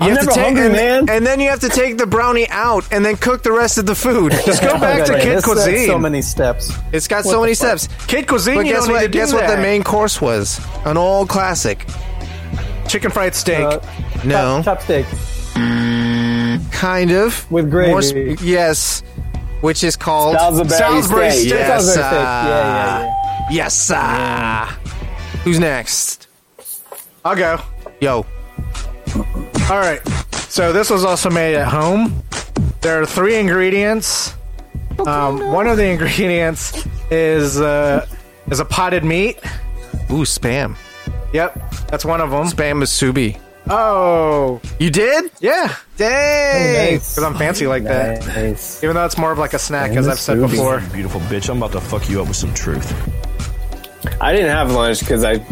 I'm
have to
never
take-
hungry,
and,
man.
and then you have to take the brownie out and then cook the rest of the *laughs* food. Just go
Oh my
back
God,
to
man,
Kid
this has
Cuisine.
So many steps.
it's got so many steps.
Kid cuisine.
But
you
guess
don't need to
what?
do
Guess
that.
what the main course was? An old classic.
chicken fried steak.
Uh,
No,
Chopsticks.
kind of
With gravy.
More sp- yes, which is called
Salisbury
Salisbury
steak.
steak.
Yes,
Sounds very
uh,
thick. Yeah, yeah, yeah.
Yes, sir. Who's next?
I'll go.
Yo,
All right. So this was also made at home. There are three ingredients. Um, one of the ingredients is uh, is a potted meat.
ooh, spam,
Yep, that's one of them.
spam masubi.
Oh,
You did?
yeah,
Dang.
because I'm fancy like that.
Nice.
Even though it's more of like a snack, as I've said before.
Beautiful bitch, I'm about to fuck you up with some truth.
I didn't have lunch because I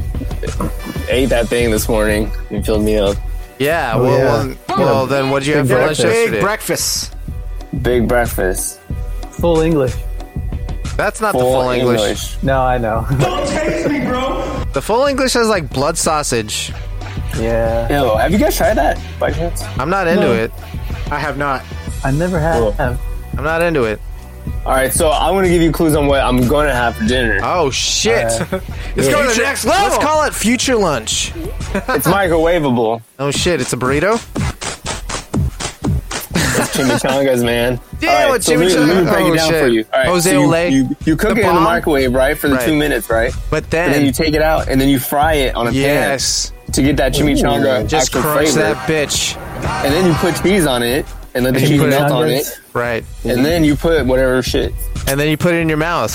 ate that thing this morning and filled me up.
Oh, Yeah. well,
yeah.
Well, well, then what did you have for
Big
lunch yesterday?
breakfast.
Big breakfast.
Full English.
That's not
Full,
the full English.
English.
No, I know. *laughs*
The full English has like blood sausage.
yeah.
Yo, have you guys tried that by chance?
I'm not into
No.
it.
I have not.
I never
Cool.
had. them.
I'm not into it.
All right, so I'm gonna give you clues on what I'm gonna have for dinner.
Oh shit!
Uh,
*laughs*
Let's go to the
Future-
next level.
Let's call it future lunch. Uh-huh.
It's microwavable.
Oh shit! It's a burrito.
Chimichangas, man.
*laughs* Yeah,
All
what
so let me- Let me break
chimichanga-
it down
oh,
for
shit.
you. All right,
Jose
so you,
Olay.
You, you cook
The
it in the
bomb?
microwave, right, for the
Right.
two minutes, right?
But
And
then,
then you take it out, and then you fry it on a
yes,
pan to get that chimichanga
just
uh, actual
crunch
flavor.
that bitch.
And then you put cheese on it, and let the
And you
cheese
put it
melt
on
on
this?
it,
Right,
and then you put whatever shit,
and then you put it in your mouth.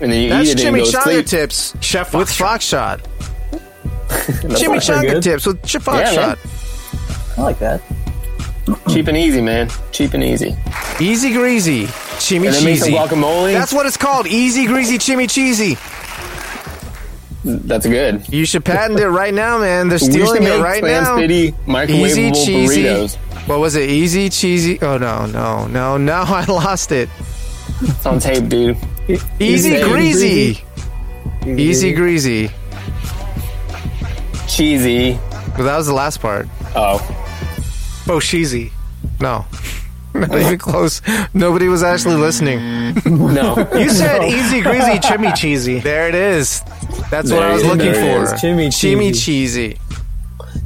and then you
That's
eat it and you go to
chimichanga
sleep.
tips, chef, with foxshot.
*laughs* That's all.
Chimichanga
good.
tips with chef
Yeah, man.
foxshot.
I like that.
Cheap and easy, man. Cheap and easy.
Easy greasy, chimichanga.
And then make some guacamole.
That's what it's called. Easy greasy chimichanga.
That's good.
You should patent it right now, man. They're
*laughs* We should
stealing it
make
right
Slam
now.
City
Easy
microwavable
cheesy.
burritos.
What was it? Easy cheesy. Oh no, no, no, no! *laughs* I lost it.
It's on tape, dude.
Easy
Easy
greasy. Easy greasy.
Cheesy.
Well, that was the last part.
Oh,
Boshizi.
No. *laughs* Not even close. Nobody was actually listening. *laughs*
no.
You said easy greasy chimmy cheesy.
There it is. That's what
There
I was
it-
looking
there it
for.
is. Chimichurri.
Chimichurri. cheesy.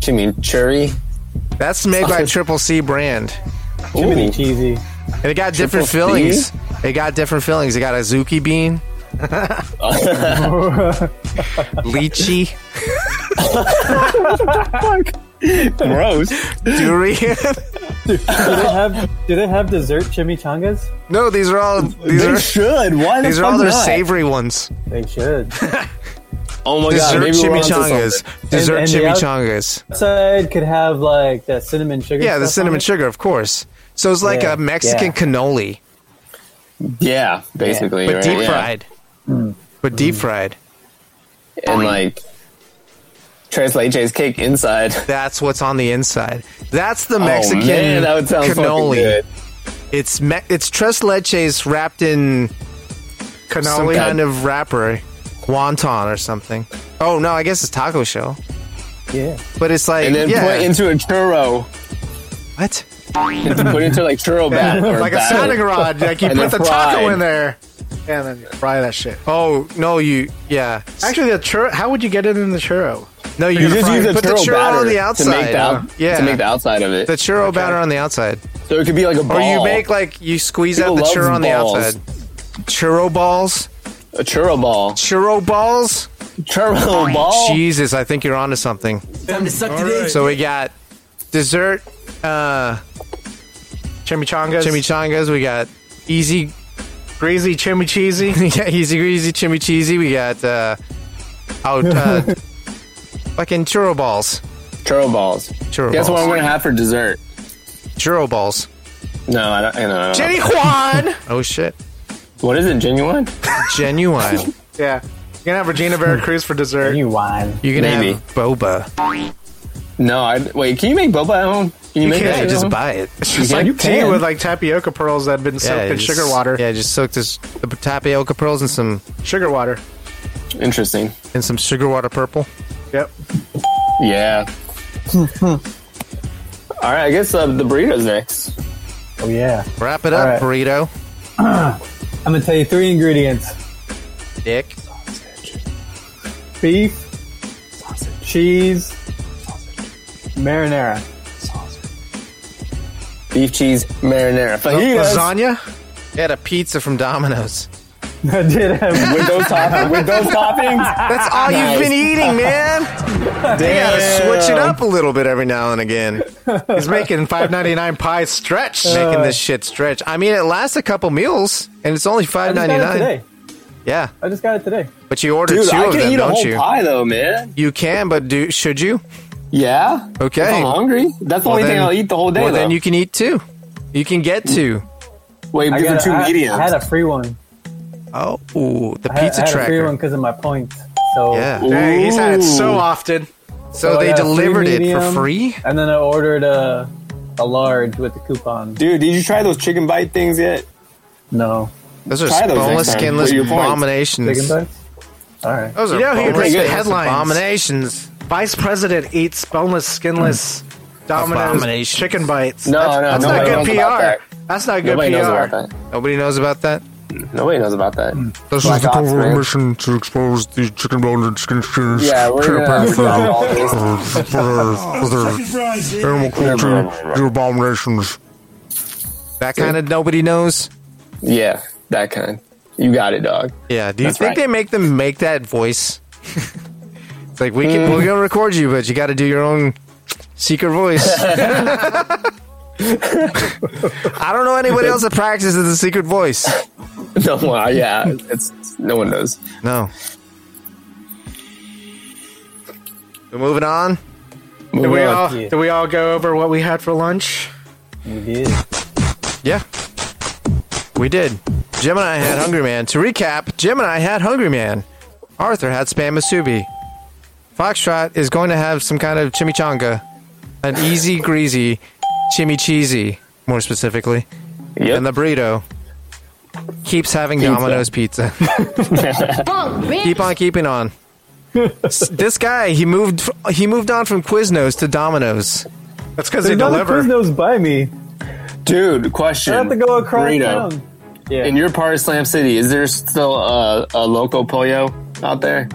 chimichurri.
That's made by Triple C brand.
Pretty
Ooh,
cheesy.
And it got different
Triple
fillings.
C?
It got different fillings. It got a zuki
*laughs*
bean. Lychee.
*laughs* gross.
Durian. *laughs*
Did it have? Did it have dessert chimichangas?
No, these are all these
They
are
should. Why the
these are
fuck
all their
not?
savory ones.
They should.
Oh my
Dessert
god, maybe we're onto
chimichangas.
something.
Dessert
And- and the out-
chimichangas.
Outside could have like that cinnamon sugar.
Yeah, the
stuff on
cinnamon
it.
sugar, of course. So it's like
Yeah,
a Mexican
yeah.
cannoli,
Yeah, basically,
but
right?
deep
yeah.
fried. But deep
Mm.
fried.
and like tres leches cake *laughs* inside.
That's what's on the inside. That's the Mexican
oh, man, that would sound fucking
cannoli.
good.
It's me- it's tres leches wrapped in some
Cannoli.
kind of wrapper, wonton or something. Oh no, I guess it's taco shell.
Yeah.
But it's like
And then
yeah,
put into a churro.
what?
put into *laughs*
*laughs*
like churro batter. or
Like a
batter.
sounding rod. Like you
And
put the
then
taco
fried.
in there. And then you fry that shit.
Oh no, you yeah.
Actually, the churro. How would you get it in the churro?
No, you,
You just use a
put the
churro
churro
batter
on the
to
outside. uh,
make the, out-
yeah,
to make the outside of it.
the churro batter on the outside,
so it could be like a ball.
or you make like you squeeze out
Oh. People
the
love
churro on the
balls.
outside. Churro balls,
a churro ball.
churro balls. Oh,
Churro ball.
Jesus, I think you're onto something. So we got dessert
Chimichangas.
chimichangas. We got easy, *laughs*
greasy chimicheesy.
yeah, easy greasy chimicheesy. We got uh, out uh, fucking churro balls,
Churro balls.
Churro
Guess what
balls.
I'm gonna have for dessert?
churro balls.
No, I don't. I don't know.
Jenny Juan.
Oh shit,
What is it? Genuine?
genuine.
*laughs* yeah. You're gonna have Regina Veracruz for dessert.
You wine.
You're gonna
Maybe.
have boba.
No. I wait. Can you make boba at home? Can you, make
Yeah,
that? at
just
home?
buy it.
It's just
Yeah, you
like tea
can.
with like tapioca pearls that have been soaked in
just-
sugar water.
Yeah, just soak this the tapioca pearls in some
Sugar water.
Interesting.
in some sugar water purple.
Yep.
Yeah. All right. I guess uh, the burritos next.
Oh yeah.
Wrap it up,
All right.
burrito.
I'm gonna tell you three ingredients:
Dick.
beef, cheese, marinara. *laughs*
Beef cheese marinara. Fajitas.
Lasagna. They had a pizza from Domino's.
I did
*laughs*
have
With those, top- with those toppings.
That's all
Nice.
you've been eating, *laughs* man.
They
Gotta switch it up a little bit every now and again.
He's making five ninety nine pie stretch.
Making this shit stretch. I mean, it lasts a couple meals, and it's only
I
five
just
ninety
got it
nine.
today.
Yeah,
I just got it today.
but you order
Dude,
two
I
of
can
them,
eat a
don't
whole
you?
pie though, man.
You can, but do should you?
Yeah.
Okay.
If I'm hungry. That's the only thing
then-
I'll eat the whole day.
well, then
though.
you can eat two. You can get two.
wait.
I
These are
got a-
two
I- I had
mediums.
a free one.
Oh, ooh, the
I had,
pizza
I had a free
tracker.
one because of my points. So
Yeah.
Dang, he's had it so
Ooh.
often.
So,
So I
they
got a Oh, free
delivered it for
medium,
free?
And then I ordered a, a large with the coupon.
Dude, did you try those chicken bite things yet?
No.
Those are
Try those
boneless,
next time.
skinless
What are your points?
Chicken
abominations.
bites? All right.
Those are
You know who
boneless,
gets the
skinless
headlines?
abominations.
Vice president eats boneless, skinless, Domino's
Abomination.
chicken bites.
No,
that's,
no,
that's
nobody
not
knows
good
about
PR.
that.
That's not good
Nobody knows about
PR.
that.
Nobody knows about that.
Nobody knows about that.
Hmm.
This
Black
is the
Ops,
cover
man.
mission to expose the chicken bone and skin skins
Yeah, we're gonna-
campaign
we're gonna
for,
all this.
*laughs* for, for their animal cruelty, their abominations.
That kind of nobody knows.
Yeah, that kind. You got it, dog.
Yeah. Do you
That's
think
right.
they make them make that
*laughs*
voice? it's like we can, we're gonna record you, but you got to do your own secret
*laughs*
voice. I don't know anybody else that practices the secret voice.
*laughs* No one, yeah, it's no one knows.
No. We're moving on.
Did
Moving
we
on.
all
Yeah.
did we all go over what we had for lunch?
You did.
Yeah. We did. Jim and I had Hungry Man. To recap, Jim and I had Hungry Man. Arthur had Spam Masubi. Foxtrot is going to have some kind of chimichanga. An easy greasy chimicheesy, more specifically.
Yep.
And the burrito keeps having
Pizza.
Domino's pizza. *laughs* Keep on keeping
*laughs*
on. S- this guy, he moved he moved on from Quiznos to Domino's.
That's because they
There's another
deliver.
Quiznos by me.
Dude, question.
I have to go across
Burrito.
town. Yeah.
In your part of Slam City, is there still a, a local pollo out there?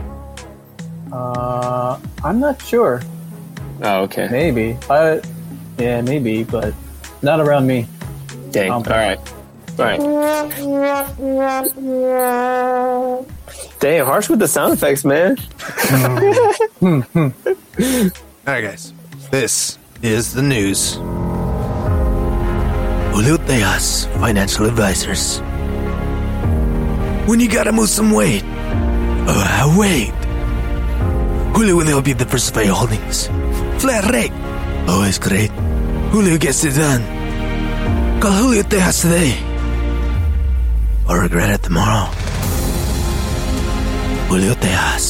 uh, I'm not sure.
Oh, okay.
Maybe. I, yeah, maybe, but not around me.
Dang. All
Okay.
right. All right. Dang, harsh with the sound effects, man.
All right, guys. This is the news. Uluteas Financial Advisors. When you gotta lose some weight, uh, wait. Hulu will be the first of your holdings. Flat rate. Always great. Hulu gets it done. Call Julio Tejas today. Or regret it tomorrow. Julio Tejas.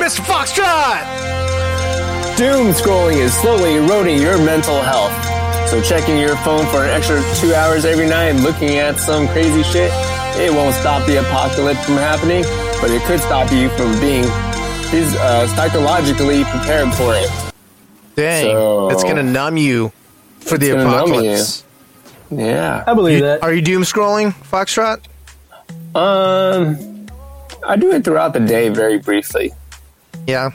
Mr. Foxtrot!
Doom scrolling is slowly eroding your mental health. So checking your phone for an extra two hours every night and looking at some crazy shit, it won't stop the apocalypse from happening, but it could stop you from being phys- uh, psychologically prepared for it.
Dang,
So-
that's gonna numb you for the
gonna numb
apocalypse.
Yeah.
I believe that.
Are you doom scrolling, Foxtrot?
Um, I do it throughout the day very briefly.
Yeah,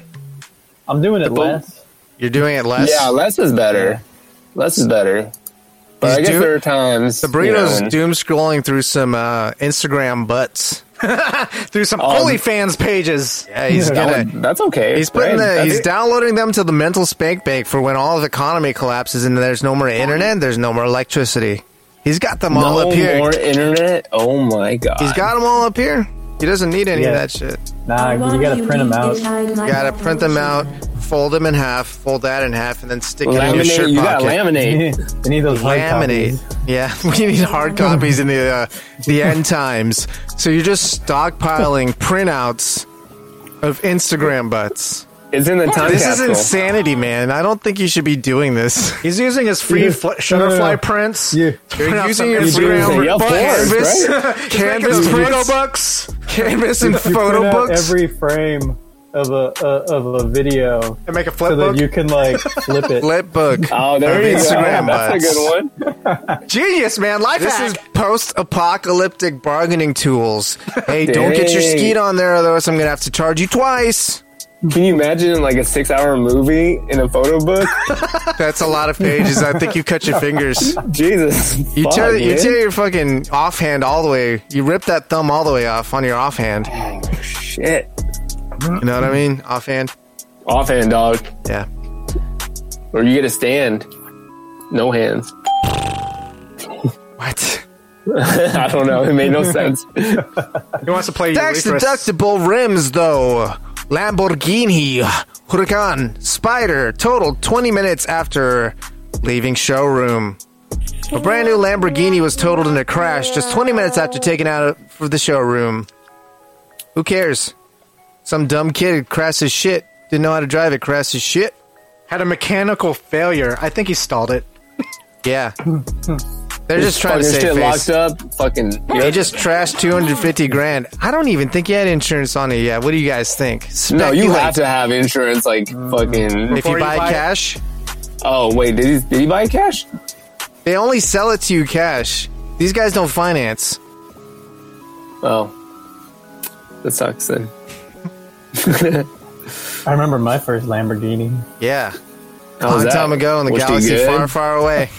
I'm doing it
boom.
less.
you're doing it less.
Yeah, less is better. Less is better. But
Is
I guess
Doom-
there are times
the burrito's doom scrolling through some uh, Instagram butts. *laughs*
Through some
Um,
OnlyFans pages.
Yeah,
*laughs*
he's
That
gonna.
would- that's okay.
He's putting
right?
the, he's
That's-
downloading them to the mental spank bank for when all of the economy collapses and there's no more internet, there's no more electricity. He's got them all
no
up here.
more internet. Oh my god.
He's got them all up here. He doesn't need any of
Yeah.
that shit.
Nah, you gotta print them out. *laughs*
Got to print them out, fold them in half, fold that in half, and then stick it in your
laminate.
shirt
You got
pocket.
You
laminate.
need, you need those hard
laminate.
copies.
Yeah, *laughs* we need hard copies in the uh, the end times. So you're just stockpiling printouts of Instagram butts.
It's in the time
This is
capsule.
insanity, man. I don't think you should be doing this.
He's using his free
Yeah.
fl-
No,
shutterfly
no, no.
prints.
Yeah.
You're using your
You're
free
doing
it. Yeah, of
canvas,
course,
*laughs* canvas,
photo
prints,
books.
canvas, and
You
photo
print out
books.
every frame of a, uh, of a video
And make a flip
so
book.
that you can like
*laughs*
flip it.
Flip book.
Oh, there
of
you go.
Instagram
*laughs* That's
butts.
a good one.
Genius, man. Life
This
hack.
is post-apocalyptic bargaining tools. Hey, don't get your
Dang.
skeet on there, otherwise I'm gonna have to charge you twice.
Can you imagine like a six-hour movie in a photo
*laughs*
book?
That's a lot of pages. I think you cut your
*laughs*
fingers.
Jesus,
You
fuck,
tear, you
man.
tear your fucking offhand all the way. You rip that thumb all the way off on your offhand.
Dang, shit.
You know what I mean? Offhand.
Offhand, dog,
Yeah.
or you get a stand. No hands. *laughs*
What?
I don't know. It
*laughs*
made no sense.
He wants to play
Tax
Eurythmus.
deductible rims though. Lamborghini Huracan Spider totaled 20 minutes after leaving showroom. A brand new Lamborghini was totaled in a crash just 20 minutes after taken out of for the showroom. Who cares? Some dumb kid crashed his shit. Didn't know how to drive it. Crashed his shit.
*laughs*
Had a mechanical failure. I think he stalled it.
Yeah. They're just trying to
fucking
save
shit
face.
locked up.
*laughs*
Fucking.
They just trashed 250 grand. I don't even think he had insurance on it yet. What do you guys think?
No, you
Speculate.
have to have insurance. Like fucking.
Mm-hmm. If you buy, cash,
Oh wait, did he did he buy cash?
they only sell it to you cash. These guys don't finance.
Oh, that sucks then.
I remember my first Lamborghini.
Yeah. A
How's
long
that?
time ago in the
Was she
galaxy
good?
far, far away.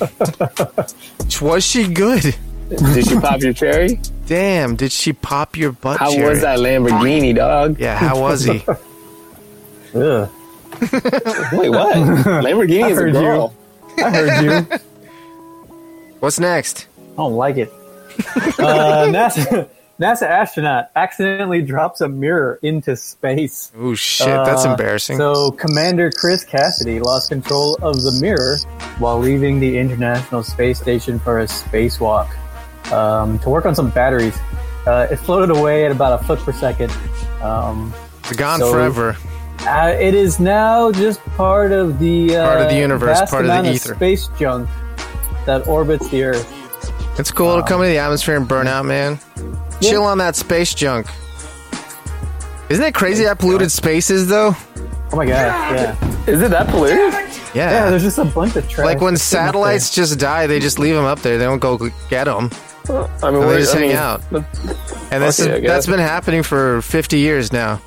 was she good?
Did she pop your cherry?
Damn, did she pop your butt?
How
cherry?
was that Lamborghini, dog?
Yeah, how was he?
Ugh.
Wait,
*laughs*
what? Lamborghini is a
heard you.
girl.
I heard you.
What's next?
I don't
*laughs*
like it. Uh, NASA, NASA astronaut accidentally drops a mirror into space.
Oh shit, that's
Uh,
embarrassing.
So, Commander Chris Cassidy lost control of the mirror while leaving the International Space Station for a spacewalk um, to work on some batteries. Uh, it floated away at about a foot per second. Um,
It's gone
so-
forever.
uh, it is now just part of the uh,
Part of the universe,
vast
part of the
amount
ether.
space junk that orbits the Earth.
It's cool to come into the atmosphere and burn out, man. Chill on that space junk. Isn't it crazy how polluted space is, though?
Oh my god! Yeah,
Is it that polluted?
yeah.
Yeah.
There's just a bunch of trash.
like when
just sitting up there.
satellites just die, they just leave them up there. They don't go get them.
I mean,
They
where-
just
I
hang
mean,
out. And this
Okay, I
is,
guess.
that's been happening for 50 years now.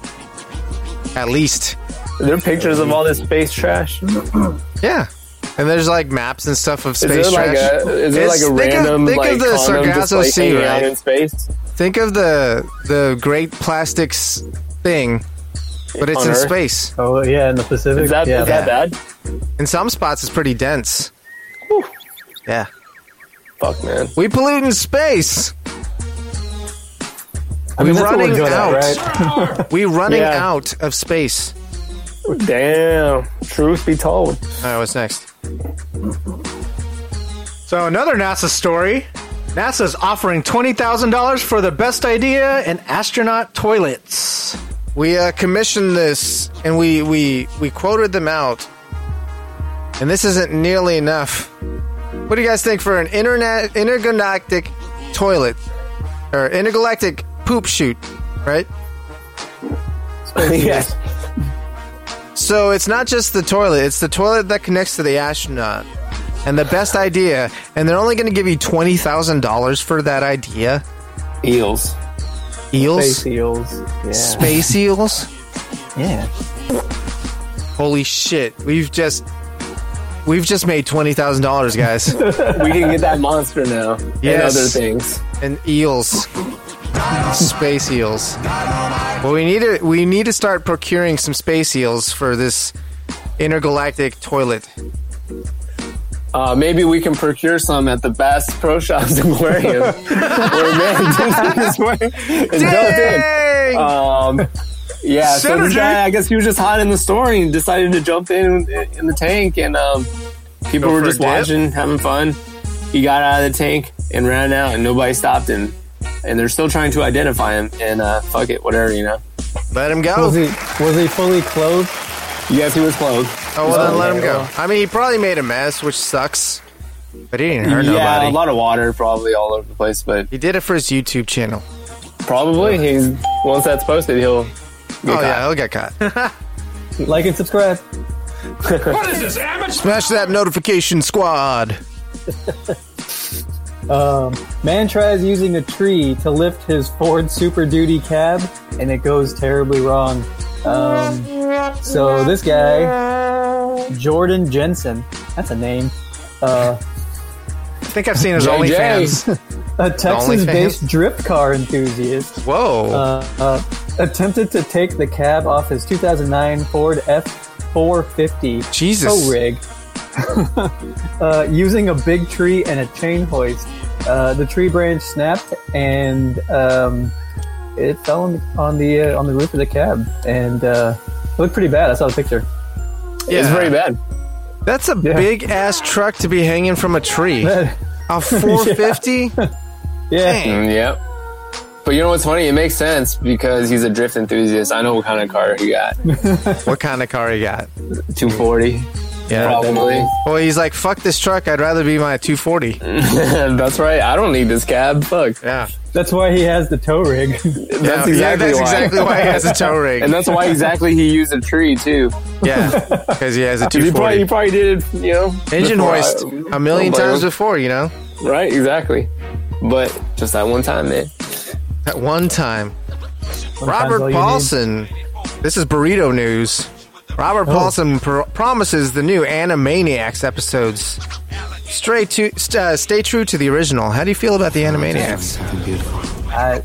At least.
There are pictures of all this space trash.
Yeah. And there's like maps and stuff of
Is there
space
like
trash.
a is there like
It's-
a
think of-
random
think
like
of the
condom just
Sargasso
like
Sea,
hanging out
right?
in space?
Think of the the great plastics thing, but it's
On
in
Earth?
space.
Oh yeah, in the Pacific.
Is that
yeah,
is that bad?
In some spots, it's pretty dense. Yeah.
Fuck man.
We pollute in space.
I mean,
we're
that's what
running
good at,
out. *laughs*
right?
We running
Yeah.
out of space.
Damn. Truth
*laughs*
be told.
All right, what's next?
So another NASA story. NASA's offering twenty thousand dollars for the best idea in astronaut toilets.
We uh, commissioned this, and we we we quoted them out, and this isn't nearly enough. What do you guys think for an internet intergalactic toilet or intergalactic poop shoot? Right.
yes.
So it's not just the toilet; it's the toilet that connects to the astronaut. And the best idea, and they're only going to give you twenty thousand dollars for that idea.
*laughs*
Eels.
Eels,
Space eels. Yeah.
space eels.
yeah.
Holy shit! We've just we've just made twenty thousand dollars,
*laughs*
guys,
We can get that monster now.
Yes.
And other things.
and eels, space eels. Well, we need to we need to start procuring some space eels for this intergalactic toilet.
Uh, maybe we can procure some at the Bass Pro Shops Aquarium. Where man just this way is built in.
Dang!
Um, yeah, so this
Synergy.
guy, I guess he was just hot in the story and decided to jump in in the tank, and um, people
Go
were
for a
just
dip?
watching, having fun. He got out of the tank and ran out, and nobody stopped him. And they're still trying to identify him. And uh, fuck it, whatever, you know.
let him
Was
go.
he was he fully clothed?
Yes, he was clothed.
Oh well, then let him
Okay,
go.
well.
I mean, he probably made a mess, which sucks, but he didn't hurt
yeah, a
nobody.
lot of water probably all over the place, but
He did it for his YouTube channel.
probably he's once that's posted, he'll.
oh
caught.
yeah, he'll get caught.
Like and subscribe.
What is this, amateur?
Smash that notification squad.
Um, man tries using a tree to lift his Ford Super Duty cab, and it goes terribly wrong. Um, so this guy, Jordan Jensen, that's a name. Uh,
I think I've seen his
JJ.
OnlyFans.
a Texas-based drift car enthusiast
Whoa.
uh, uh, attempted to take the cab off his 2009 Ford F450
Jesus.
tow rig *laughs* uh, using a big tree and a chain hoist. Uh, the tree branch snapped and um, it fell on, on the uh, on the roof of the cab and uh, it looked pretty bad. I saw the picture. *laughs*
It's
Yeah.
pretty bad.
That's a
Yeah.
big ass truck to be hanging from a tree.
yeah,
A 450? Dang.
Mm, yep. But you know what's funny? It makes sense because he's a drift enthusiast. I know what kind of car he got.
What kind of car you got?
240.
Yeah.
Probably.
Well, he's like, fuck this truck. I'd rather be my 240.
*laughs*
Mm.
That's right. I don't need this cab. Fuck.
Yeah.
That's why he has the tow rig. *laughs*
That's exactly,
yeah, that's
why.
exactly why he
*laughs*
has a tow rig.
and that's why exactly he used a tree too.
Yeah. Because
*laughs*
he has a
'Cause He probably,
240.
he probably did it, you know,
Engine
before I-
hoist a million
Nobody
times
was-
before, you know?
Right, exactly. But just that one time, man.
At one time.
Sometimes all
Robert
you
Paulson. This is burrito news.
Oh.
Robert Paulson pr- promises the new Animaniacs episodes. Stray to, st- uh, stay true to the original. How do you feel about the Animaniacs?
need- I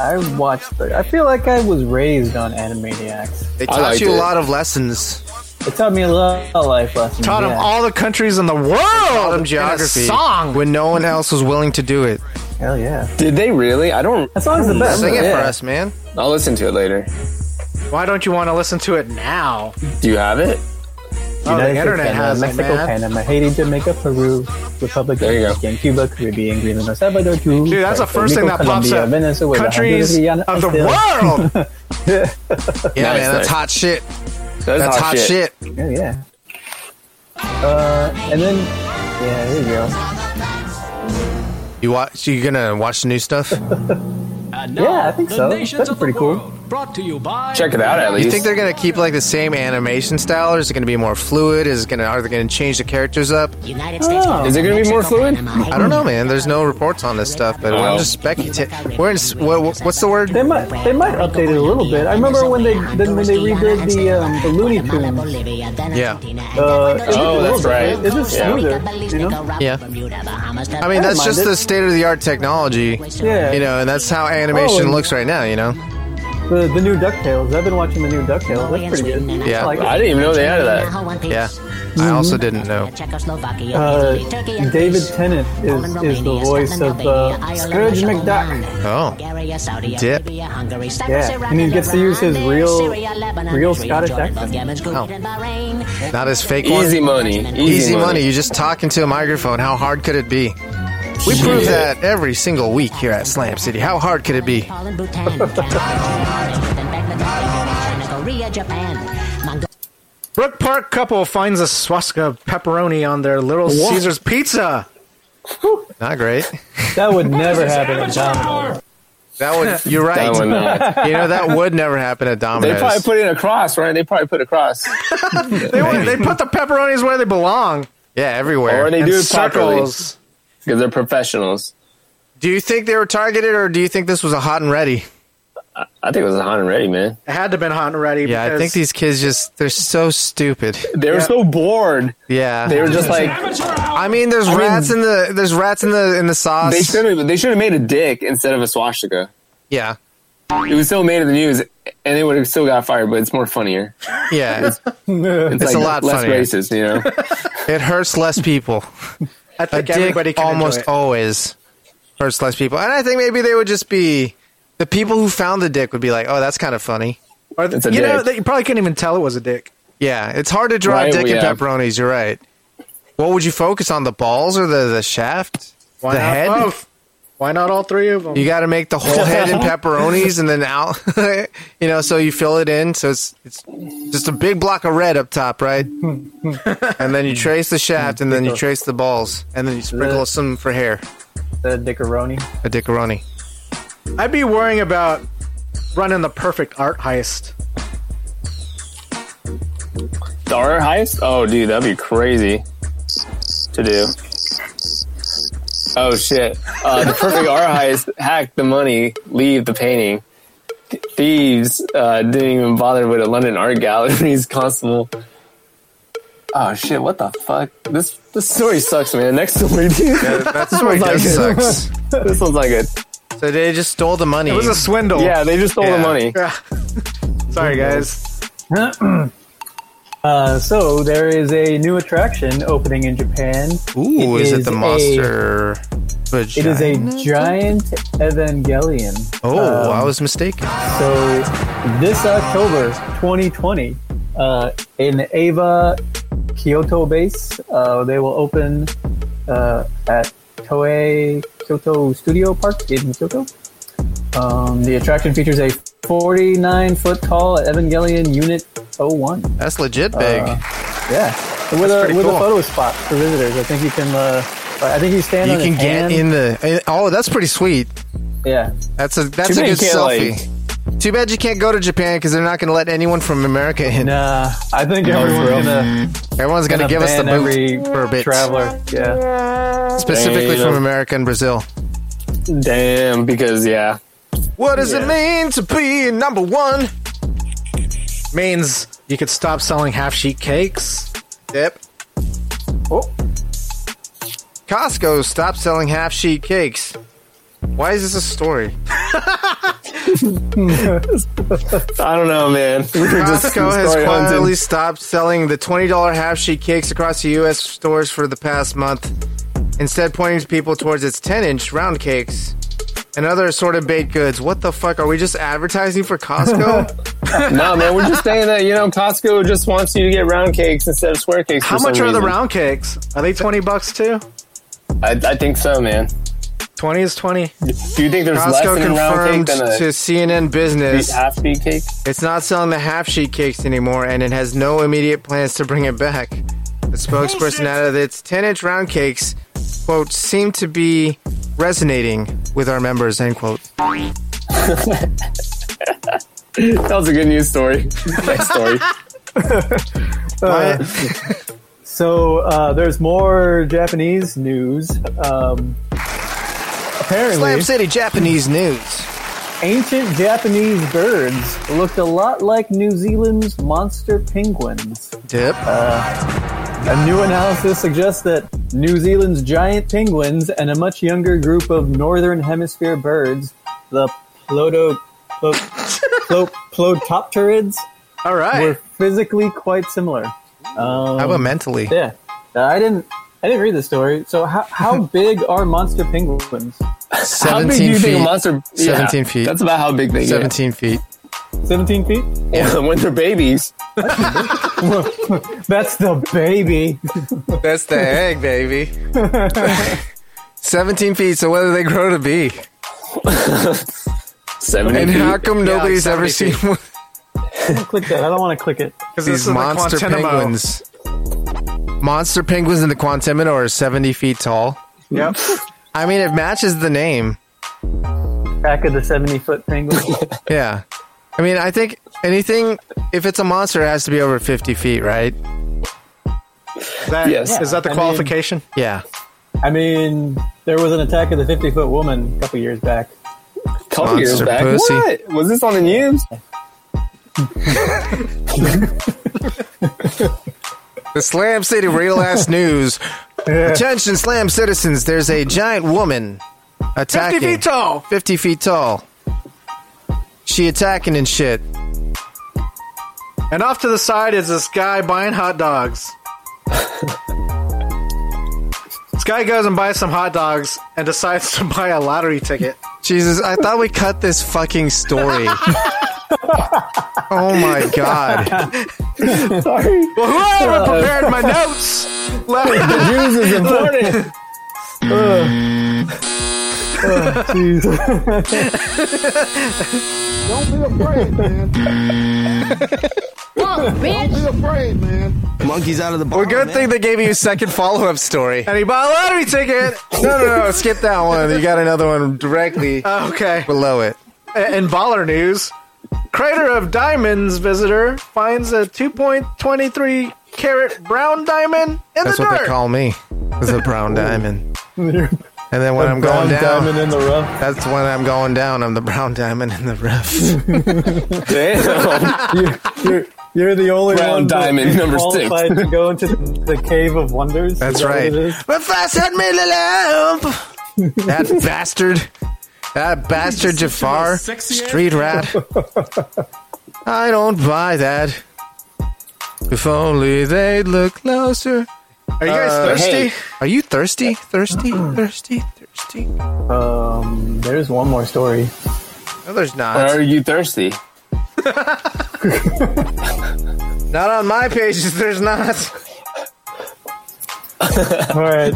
I watched. The, I feel like I was raised on Animaniacs.
They
I
taught
liked
you a
it.
lot of lessons.
It taught me a lot of life lessons.
Taught him
yeah.
all the countries in the
Taught
world.
them geography
In a song.
when no one else was willing to do it.
Hell yeah!
Did they really? I don't.
That song's the best.
Sing it
Yeah.
for us, man.
I'll listen to it later.
Why don't you want to listen to it now?
Do you have it?
Oh, the
United States,
internet
Canada,
has it,
Mexico,
man.
Panama, Haiti, Jamaica, Peru, Republic of
There you go.
Dominican, Cuba, Caribbean, Greenland, El Salvador, Peru,
Dude, that's the
Puerto
first thing
Rico,
that pops
Colombia,
up.
Venezuela,
Countries
Honduras,
of the
Guyana,
world. yeah,
Yeah, man, that's
nice.
hot shit.
That's,
That's hot shit.
Yeah, yeah. Uh, and then yeah, there you go.
You watch? You gonna watch the new stuff?
Yeah, I think so. That's pretty cool.
Check it out at least.
You think they're gonna keep like the same animation style, or is it gonna be more fluid? Is it gonna are they gonna change the characters up?
United States.
Is it gonna be more fluid?
I don't know, man. There's no reports on this stuff, but I'm
Wow.
just speculating. We're in. s- What, what- what's the word?
They might they might update it a little bit. I remember when they then when they redid the um, the Looney Tunes.
Yeah.
Uh, it was a
Oh, that's
little
right.
bit- It's just
Yeah.
smoother, you know.
Yeah. I mean, that's just the state of the art technology,
Yeah.
you know, and that's how animation
Oh.
looks right now, you know.
The, the new Ducktales. I've been watching the new Ducktales. That's pretty good.
Yeah.
I like
I
it.
didn't even know they had that.
Yeah, I also didn't know.
Uh, David Tennant is, is the voice of uh, Scourge McDuck.
Oh, dip.
Yeah, and he gets to use his real, real Scottish accent.
Oh. Not as fake one.
Easy money. Easy,
Easy
money.
money. You're just talking to a microphone. How hard could it be? We prove that every single week here at Slam City. How hard could it *laughs* be?
Brook Park couple finds a swastika pepperoni on their Little Caesars pizza.
Not great.
That *laughs* would never happen in Domino's.
That would. You're
That one,
right.
uh,
You know that would never happen at
*laughs* they
Domino's.
probably put in a cross, right? They probably put a cross,
They, want- they put the pepperonis where they belong.
yeah, everywhere.
or they
in
do it properly because
circles.
they're professionals.
do you think they were targeted, or do you think this was a hot and ready?
I think it was hot and ready, man.
It had to have been hot and ready.
Yeah, I
because
think these kids just—they're so stupid.
They were so bored.
Yeah,
They were just like
I mean, there's
mean-
rats in the there's rats in the in the sauce.
they should have. They should have made a dick instead of a swastika.
yeah,
It was still made in the news, and they would have still got fired. But it's more *laughs* funnier.
yeah. It's,
It's,
a lot
less
funnier.
racist, you *laughs* know.
it hurts less people.
I
a
think
dick
everybody can
almost
enjoy it.
always hurts less people. And I think maybe they would just be the people who found the dick would be like, "Oh, that's kind of funny."
Or the-
It's a
you know,
dick.
that you probably couldn't even tell it was a dick.
Yeah, it's hard to draw
Right,
dick
yeah.
and pepperonis. You're right. What would you focus on, the balls or the the shaft,
Why
the
not
head?
both? Why not all three of them?
You got to make the whole head
*laughs*
in pepperonis and then out, *laughs* you know, so you fill it in. So it's it's just a big block of red up
*laughs*
top, right? and then you trace the shaft and then you trace the balls and then you sprinkle some for hair,
The Dickaroni.
a dickaroni.
I'd be worrying about running the perfect art heist.
The art heist? Oh, dude, that'd be crazy to do. Oh shit! Uh, the perfect art heist: hack the money, leave the painting. Thieves uh, didn't even bother with a London art gallery's *laughs* constable. Oh shit! What the fuck? This this story sucks, man. Next story, dude.
That's why it
*laughs*
does sucks.
*laughs* this one's like a
So they just stole the money.
It was a swindle.
yeah. They just stole
Yeah.
the money.
Sorry, guys.
Uh, so there is a new attraction opening in Japan.
Ooh,
It
is, it
is
the
a-
monster?
It is a
vagina?
giant Evangelion.
Oh,
um,
I was mistaken.
So this October 2020, uh, in Ava Kyoto base, uh, they will open uh, at Toei Kyoto Studio Park in Kyoto. Um, the attraction features a 49 foot tall Evangelion Unit 01. uh,
That's legit big.
Yeah. with a
pretty
with
cool.
a photo spot for visitors. I think you can. Uh, I think you stand.
You
on
can
his
get
hand.
in the. Oh, that's pretty sweet.
Yeah,
That's a that's
Too
a
bad you
good
can't,
selfie. Too bad you can't go to Japan because they're not going to let anyone from America in.
Nah, uh, I think
No,
everyone's
bro.
gonna
Everyone's going to
gonna
give us the
ban
boot
every
for a bit,
traveler. Yeah,
specifically
Damn.
from America and Brazil.
Damn, because yeah,
What does
Yeah.
it mean to be number one?
Means you could stop selling half sheet cakes.
Yep.
Oh.
Costco stopped selling half sheet cakes. Why is this
*laughs*
a story?
I don't know, man. *laughs* We were just
Costco has
story hunting.
quietly stopped selling the $20 half sheet cakes across the U.S. stores for the past month, instead, pointing people towards its 10 inch round cakes and other assorted baked goods. What the fuck? Are we just advertising
*laughs*
for Costco?
No, man, we're just saying that you know Costco just wants you to get round cakes instead of square cakes.
How
for
much
some
are the
reason.
round cakes? Are they twenty bucks too?
I, I think so, man.
Twenty is twenty.
Do you think there's
Costco
less in a round cake
confirmed
than
to
a
CNN Business
half speed cake?
It's not selling the half sheet cakes anymore, and it has no immediate plans to bring it back. The spokesperson added that its 10 inch round cakes, quote, seem to be resonating with our members, end quote.
That was a good news story. *laughs* Nice story.
Uh, *laughs* So uh, there's more Japanese news. Um,
Slam
apparently,
City Japanese news.
ancient Japanese birds looked a lot like New Zealand's monster penguins.
Dip.
A new analysis suggests that New Zealand's giant penguins and a much younger group of northern hemisphere birds, the Plodo, plo, plo, Plotopterids,
All
were
right.
physically quite similar.
How about mentally?
Yeah, Uh, I didn't. I didn't read the story. So, how, *laughs* how big are monster penguins?
How big do
17
you think a
feet.
monster? yeah,
17 feet.
That's about how big they get.
17 feet.
Seventeen feet.
*laughs* Yeah, when they're babies.
That's the baby.
That's the egg, *laughs* baby. 17 feet, so what do they grow to be?
Seventy.
And
feet.
how come
Yeah,
nobody's
like 70
ever seen one of
*laughs* click that. I don't want to click it.
Because
these monster penguins? Monster penguins in the Quantimino are 70 feet tall.
*laughs*
Yep.
I mean, it matches the name.
Back of the seventy-foot penguin.
Yeah. I mean, I think anything, if it's a monster, it has to be over 50 feet, right?
Is that,
Yes.
is that the
I mean-
qualification?
Yeah.
*laughs* I mean, there was an attack of the fifty-foot woman a couple years back.
couple years
Monster
back.
pussy.
What was this on the news?
The Slam City Real *laughs* Ass News. Attention, Slam citizens. There's a giant woman attacking. 50 feet tall. 50 feet tall. She attacking and shit.
And off to the side is this guy buying hot dogs. this guy goes and buys some hot dogs and decides to buy a lottery ticket.
Jesus, I thought we cut this fucking *laughs* story. oh my god.
Sorry,
Well, whoever prepared
*laughs*
my notes.
the news
*laughs*
is important.
Monkey's out of the bar.
Oh,
Well, good thing they gave you a second follow up
*laughs*
story.
And he bought a lottery ticket.
No, no, no. Skip that one. You got another one directly
Uh,
Okay.
below it.
In baller news, Crater of Diamonds visitor finds a 2.23 carat brown diamond in
That's
the
what
dirt.
they call me. Is a
*laughs*
brown diamond. And then when I'm going
Brown
down,
diamond in the rough.
that's when I'm going down. I'm the brown diamond in the
*laughs*
rough. *laughs*
Damn.
You're, you're the only
Brown
one that
diamond,
is
number six.
qualified to go into the cave of wonders.
That's
Is that what
right.
it is?
But first, hand me the lamp.
*laughs*
That bastard. That bastard Jafar. Street rat. I don't buy that. If only they'd look closer.
Are you guys
Uh,
thirsty?
hey.
Are you thirsty? Thirsty? Thirsty? Thirsty?
Um, there's one more story.
No, there's not.
Are you thirsty?
Not on my pages, *laughs* there's not.
All right.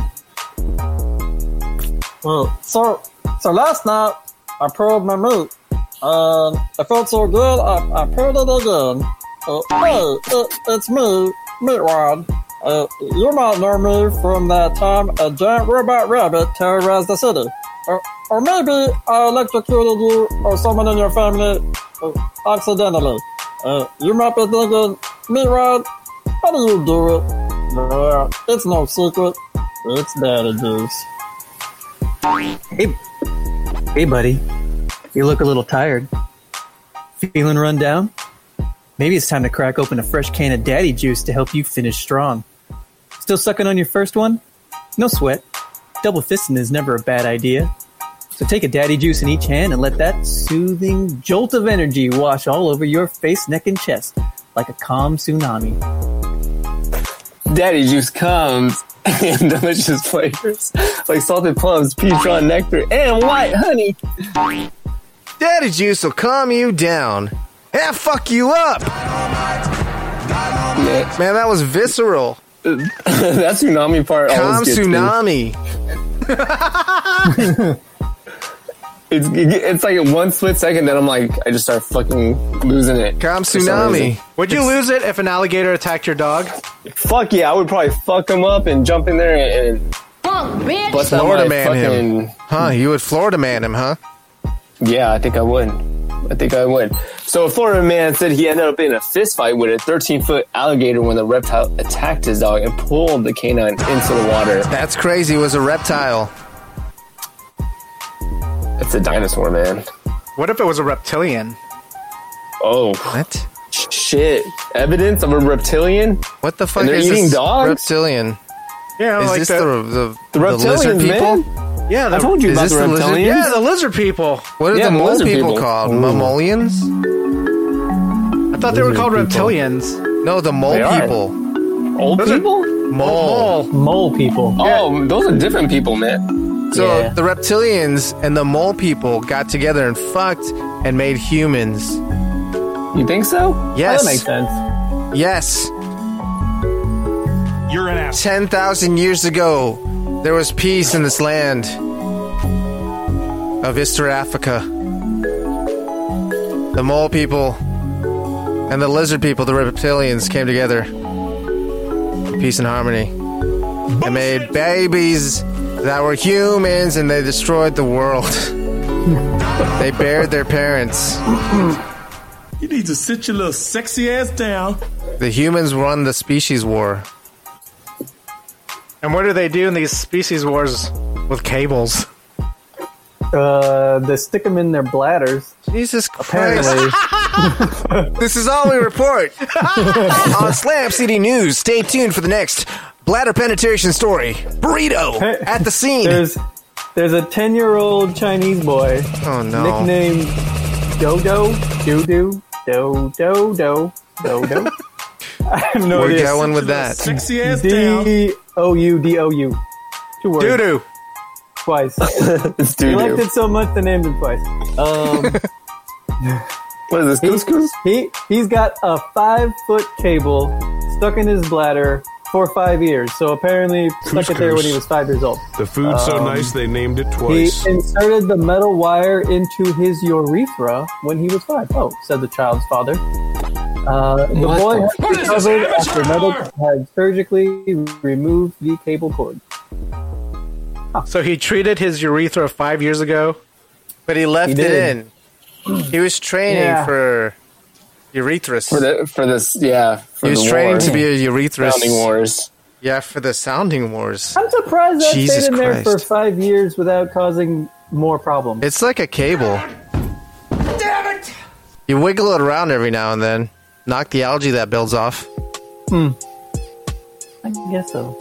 Well, so so last night I pulled my moot. Um, I felt so good I, I pulled it again. Uh, hey, it, it's me, uh, Meat Rod. Uh, you might know me from that time a giant robot rabbit terrorized the city. Or, or maybe I electrocuted you or someone in your family uh, accidentally. Uh, you might be thinking, me Rod, how do you do it? Well, it's no secret. It's daddy juice.
Hey, hey, buddy. You look a little tired. Feeling run down? Maybe it's time to crack open a fresh can of daddy juice to help you finish strong. Still sucking on your first one? No sweat. Double fisting is never a bad idea. So take a daddy juice in each hand and let that soothing jolt of energy wash all over your face, neck, and chest like a calm tsunami.
Daddy juice comes in *laughs* delicious flavors like salted plums, pecan nectar, and white honey. *laughs*
Daddy juice will calm you down and fuck you up. Man, that was visceral.
that tsunami part
Calm
always gets me.
tsunami.
It's, it's like in one split second that I'm like, I just start fucking losing it.
Calm
Tsunami. Would you lose it if an alligator attacked your dog?
Fuck yeah, I would probably fuck him up and jump in there and, and bust out
Florida
my
man
fucking.
him. Huh? You would Florida man him, huh?
Yeah, I think I would. I think I would. So a Florida man said he ended up in a fist fight with a 13 foot alligator when the reptile attacked his dog and pulled the canine into the water.
That's crazy. It was a reptile.
That's a dinosaur, man.
What if it was a reptilian?
Oh,
what?
Shit! Evidence of a reptilian?
What the fuck
And they're
is
eating
this
dogs?
reptilian?
Yeah,
is
like
this
the-
the the,
The
the lizard
reptilians,
people?
man.
Yeah,
I told you
Is
about
this
the
the lizard-
reptilians.
Yeah, the lizard people.
What are
Yeah,
the
the
mole
lizard
people,
people.
called?
Ooh.
Mammalians?
I thought they were
Lizard
called
people.
reptilians.
No, the mole
They are.
people.
Old
Those are-
people?
Mole.
Mole people. Oh,
Oh, those are different people, man.
So
Yeah.
the reptilians and the mole people got together and fucked and made humans.
You think so?
Yes.
That makes sense.
Yes.
You're an ass.
10,000 years ago, there was peace in this land of Easter Africa. The mole people and the lizard people, the reptilians, came together. Peace and harmony. They made babies that were humans and they destroyed
*laughs*
the world. they buried their parents.
You need to sit your little sexy ass down.
The humans won the species war.
And what do they do in these species wars with cables?
Uh, they stick them in their bladders.
Jesus Christ. *laughs*
Apparently,
This is all we report *laughs* on Slam City News. Stay tuned for the next bladder penetration story. Burrito at the scene.
there's there's a ten year old Chinese boy
Oh no!
nicknamed Dodo Doodoo Do Do Do Do Do. *laughs* I have no
We're
idea.
going with that.
Sexy ass down.
D O U D O U. Two words.
Doo doo.
*laughs*
Twice.
It's
He
doo
liked
doo.
it so much they named him twice. Um,
What is this? Couscous?
he he's got a five foot cable stuck in his bladder for five years. So apparently stuck it there when he was five years old.
The food's so nice they named it
He
twice.
inserted the metal wire into his urethra when he was five. Oh, said the child's father. Uh, the
What
boy
the-
has
What is this
recovered after
amateur?
medics had surgically removed the cable cord.
So he treated his urethra five years ago.
But he left
He
it
did.
in. He was training
Yeah.
for urethras.
For the for this, yeah. For
he was
the
training
war.
to be a urethras.
Founding wars.
Yeah, for the sounding wars.
I'm surprised that
Jesus
stayed in there for
Christ.
five years without causing more problems.
It's like a cable.
Damn it!
You wiggle it around every now and then. Knock the algae that builds off.
I guess so.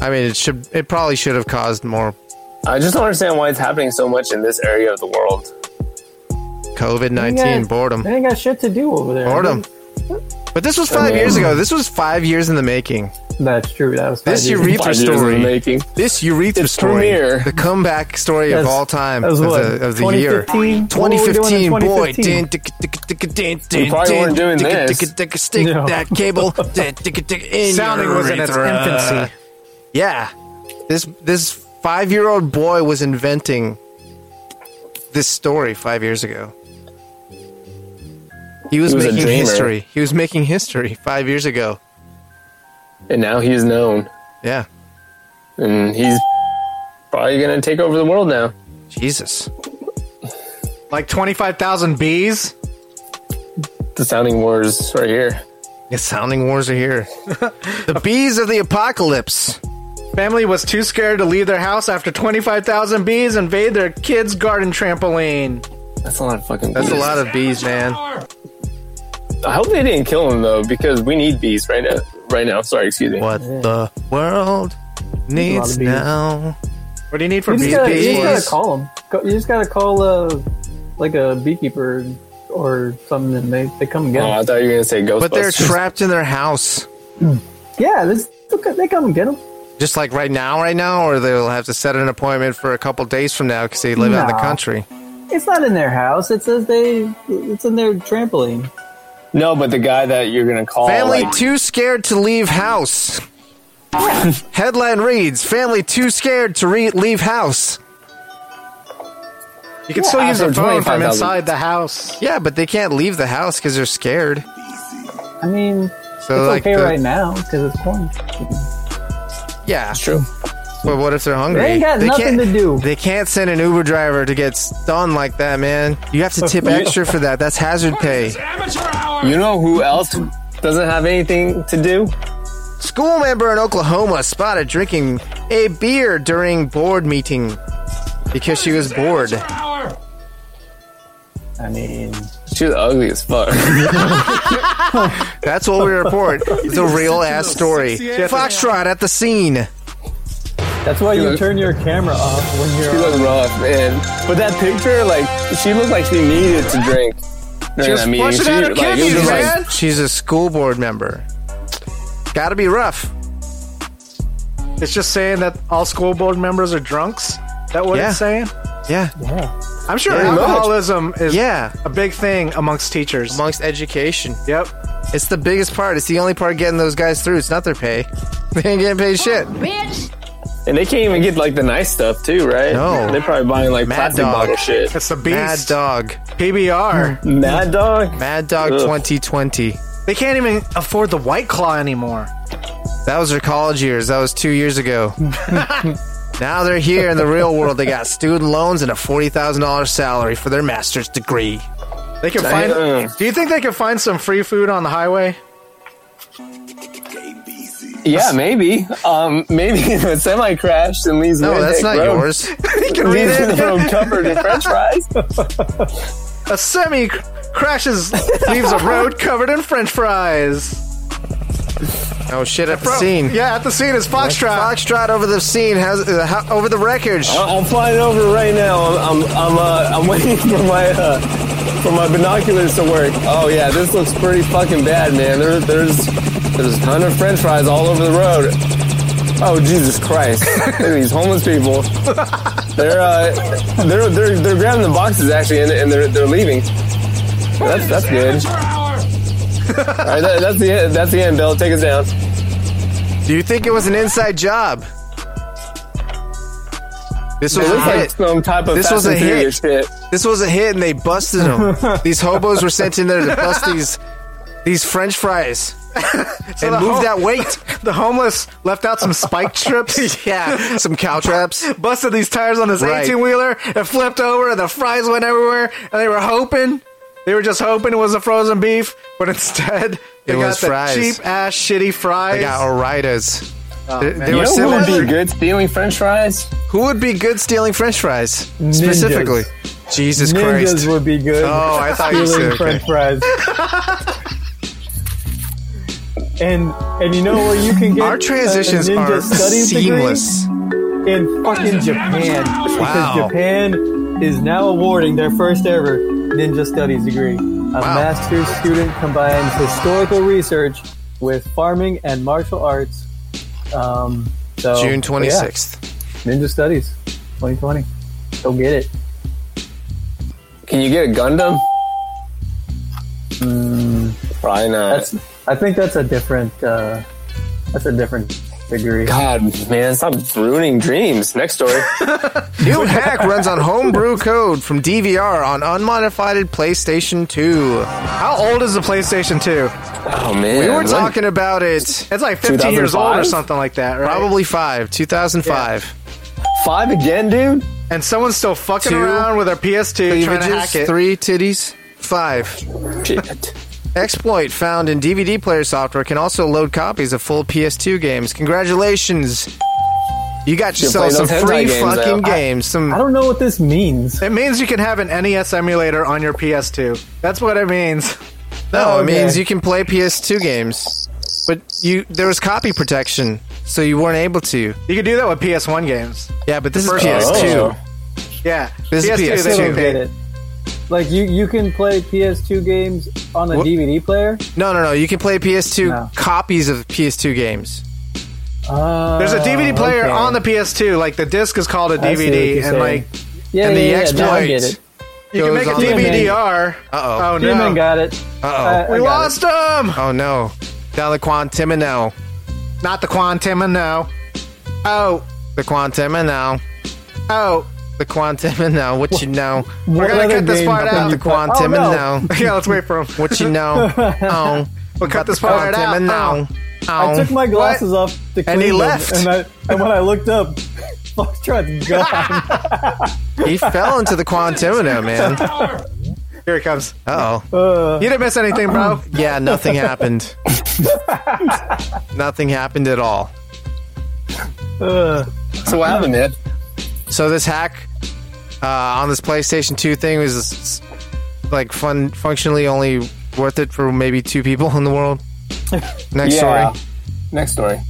I mean, it should. It probably should have caused more
I just don't understand why it's happening so much in this area of the world.
COVID
They ain't
nineteen
got-
boredom.
They ain't got shit to do over there.
Boredom. But this was five years ago. This was five years in the making.
That's true. That was five
This
years.
urethra
Five years in the
story.
making.
This urethra
Its
story.
premiere.
The comeback story of
That's-
all time
that
of
was what,
the, of the year.
2015? What were we doing
2015,
in
boy.
2015?
Din, tick, tick, tick, din,
We
din,
probably
din,
weren't doing
tick,
this.
tick, tick, Stick
No.
that cable. din, tick, tick, in
Sounding
your
was in its
urethra.
infancy.
Yeah. This this five year old boy was inventing this story five years ago. He was,
He was a
making
dreamer.
history. He was making history five years ago.
and now he's known.
Yeah.
And he's probably gonna take over the world now.
Jesus.
Like 25,000 bees?
The sounding wars are here.
The sounding wars
*laughs*
are here. the bees of the apocalypse.
Family was too scared to leave their house after 25,000 bees invade their kids' garden trampoline.
That's a lot of fucking.
That's a
bees.
lot of bees, man.
I hope they didn't kill him though, because we need bees right now. Right now, sorry, excuse me.
What the world needs
bees.
now?
What do you need
You
from
just,
bees?
gotta, you just
Bees.
gotta call them. You just gotta call uh, like a beekeeper or something, and they, they come and get
Oh, I
them.
thought you were gonna say Ghostbusters.
But they're trapped in their house.
yeah, this, they come and get them.
Just like right now, right now, or they'll have to set an appointment for a couple days from now because they live out in the
No.
country.
It's not in their house. It says they. It's in their trampoline.
No, but the guy that you're gonna call
Family
like,
too scared to
*laughs*
leave house. Headline reads: Family too scared to re- leave house.
You can
Yeah,
still use
after
a phone from
25,000.
inside the house.
Yeah, but they can't leave the house because they're scared.
I mean,
So
it's
like
okay
the-
right now because it's quarantine.
Yeah,
true.
But what if they're hungry?
They ain't got nothing
can't,
to do.
They can't send an Uber driver to get stung like that, man. You have to
*laughs*
tip extra for that. That's hazard pay.
You know who else doesn't have anything to do?
School member in Oklahoma spotted drinking a beer during board meeting because she was bored.
I mean,
She's ugly
*laughs*
as fuck.
That's what we report. It's a real ass story. Foxtrot at the scene.
that's why you turn your camera off when
she
you're.
looked rough, man. But that picture, like, she looked like she needed to drink. during
Just
that meeting.
flushing out her
like, it was
kidneys,
just like-
man. She's a school board member. Gotta be rough.
It's just saying that all school board members are drunks. Is that what
Yeah.
it's saying?
Yeah.
I'm sure
Very much.
alcoholism is
Yeah.
a big thing amongst teachers.
Amongst education.
yep.
It's the biggest part. It's the only part getting those guys through. It's not their pay. *laughs* They ain't getting paid shit.
And they can't even get like the nice stuff too, right?
No.
they're probably buying like
Mad
plastic
Dog.
bottle shit.
It's the
Mad
beast.
Dog. Hmm.
PBR.
Mad Dog.
Mad Dog
Ugh.
2020.
They can't even afford the White Claw anymore.
That was their college years. That was two years
*laughs*
ago. now they're here in the real world. They got student loans and a $40,000 salary for their master's degree.
They can
Damn.
find. Do you think they could find some free food on the highway?
Yeah, maybe. Um, maybe *laughs* if a semi crashed and leaves.
No,
Redneck
Oh, that's not
road,
yours. *laughs*
You can read
Leaves
it.
the road covered in French fries.
A semi cr-
*laughs*
crashes, leaves a road covered in French fries.
Oh shit! At the scene.
Yeah, at the scene is Foxtrot.
Foxtrot over the scene has uh, ho- over the wreckage.
I- I'm flying over right now. I'm I'm I'm, uh, I'm *laughs* waiting for my uh, for my binoculars to work. Oh yeah, this looks pretty fucking bad, man. There, there's there's a ton of French fries all over the road. Oh Jesus Christ! *laughs* Look at these homeless people. They're uh, they're they're they're grabbing the boxes actually, and, and they're they're leaving. That's that's good. All right, that, that's the end. That's the end, Bill. Take us down.
Do you think it was an inside job? This was
It
a
looks like
hit.
some type of
This
Fast
was a
and Furious shit.
This was a hit, and they busted them. these hobos were sent in there to bust these these French fries and
the
move
ho-
that weight.
The homeless left out some
*laughs*
spike strips.
yeah, *laughs* some cow traps.
Busted these tires on his
Right.
18 wheeler and flipped over, and the fries went everywhere. And they were hoping, they were just hoping it was a frozen beef, but *laughs* instead they
It
got
was
the
fries.
cheap ass shitty fries.
They got Oritas. they they
You
were
You know
similar.
what would be good? Stealing French fries.
Who would be good stealing French fries specifically? Jesus
Ninjas
Christ!
would be good.
Oh, I thought you
Stealing
said okay.
French fries. and and you know where you can get
Our transitions
a ninja
are
studies degree?
seamless.
in fucking Japan because
Wow.
Japan is now awarding their first ever ninja studies degree. A master's student combines historical research with farming and martial arts. Um, so
June
so yeah,
twenty sixth.
ninja studies, 2020. Go get it.
Can you get a Gundam? Probably not. Hmm,
That's. I think that's a different. Uh, that's a different Agree.
God, man, stop ruining dreams. Next story.
New hack runs on homebrew code from DVR on unmodified PlayStation 2.
How old is the PlayStation 2?
*laughs* Oh man,
we were
when-
talking about it.
It's like 15 years old or something like that, right?
Probably five, 2005.
Five again, dude.
And someone's still fucking
Two
around with our PS2 trying to hack
Cleavages,
it.
three titties, five.
Shit.
Exploit found in DVD player software can also load copies of full PS2 games. Congratulations. You got
Should play
yourself some
those hentai
free
games, though.
fucking
I-
games. Some
I don't know what this means.
It means you can have an
E
NES emulator on your PS2. That's what it means.
No,
Oh,
it means
okay.
you can play PS2 games, but you there was copy protection, so you weren't able to.
You can do that with PS1 games.
Yeah, but this is
First-
PS2.
Oh.
Yeah.
This is
PS2,
PS2.
they
I
don't
don't
pay.
get it. Like you, you can play PS2 games on a
What?
DVD player.
No, no, no. You can play PS2
No.
copies of PS2 games.
Uh,
There's a
Oh,
DVD player
okay.
on the PS2. Like the disc is called a
I see what
DVD,
you're
and
saying.
like
yeah,
and
yeah,
the
yeah,
exploit.
Now I get it.
you can
goes
make a
on-
DVDR.
Uh-oh.
Oh
Demon
no,
got it.
Uh
we
I got
lost them.
oh. Oh no. Deliquantimino.
Not the Quantimino.
Oh, the Quantimino.
Oh,
The Quantimino. What you know?
we're gonna
other
cut this
game
part
can
out.
The
you play? Oh, no.
*laughs*
Quantimino.
yeah, let's wait for him.
What you know? Oh,
*laughs* We'll cut this part out.
Quantimino.
I
Oh.
took my glasses off to clean
he
them,
left.
and, I, and when I looked up, *laughs* Foxtrot's
*laughs*
gone.
He fell into the Quantimino, man.
*laughs* Here he comes.
Uh oh.
You didn't miss anything, bro.
Yeah, nothing happened. nothing happened at all.
Uh,
So what happened, man?
So this hack uh, on this PlayStation 2 thing was s- like fun, functionally only worth it for maybe two people in the
*laughs*
world. Next
Yeah.
story.
Next story.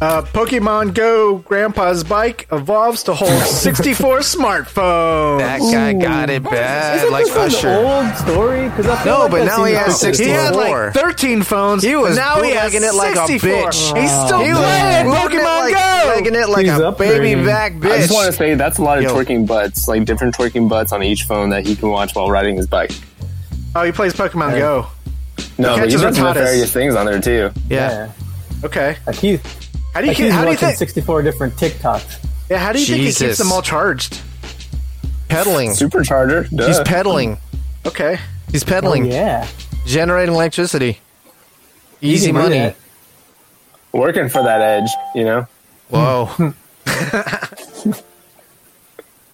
Uh, Pokemon Go Grandpa's bike evolves to
*laughs*
hold 64 smartphones.
That guy got it bad,
isn't
like
this an
Usher.
old story? Because I feel
No,
like
but
that
now he
seems
has
old.
60.
He had
Four.
like 13 phones.
He was
now he has
bootlegging it like a
64.
bitch.
He's still
He was
playing
bootlegging it
Pokemon
like-
Go.
bootlegging it like
He's
a baby
upgrading.
back
I just want to
bitch.
say that's a lot of
Yo.
twerking butts, like different twerking butts on each phone that he can watch while riding his bike.
Oh, he plays Pokemon Go.
No, but
catches
he's
are
got some
tatas.
nefarious things on there too.
Yeah.
Okay.
Like he,
How do you
like
keep,
he's
how do you
watching
think?
64 different TikToks.
Yeah, how do you think he keeps
Jesus.
them all charged?
Pedaling.
Supercharger. Duh.
He's pedaling.
*laughs* Okay.
He's
Oh,
pedaling.
yeah.
Generating electricity. Easy
can do
money.
that.
working for that edge, you know.
Whoa.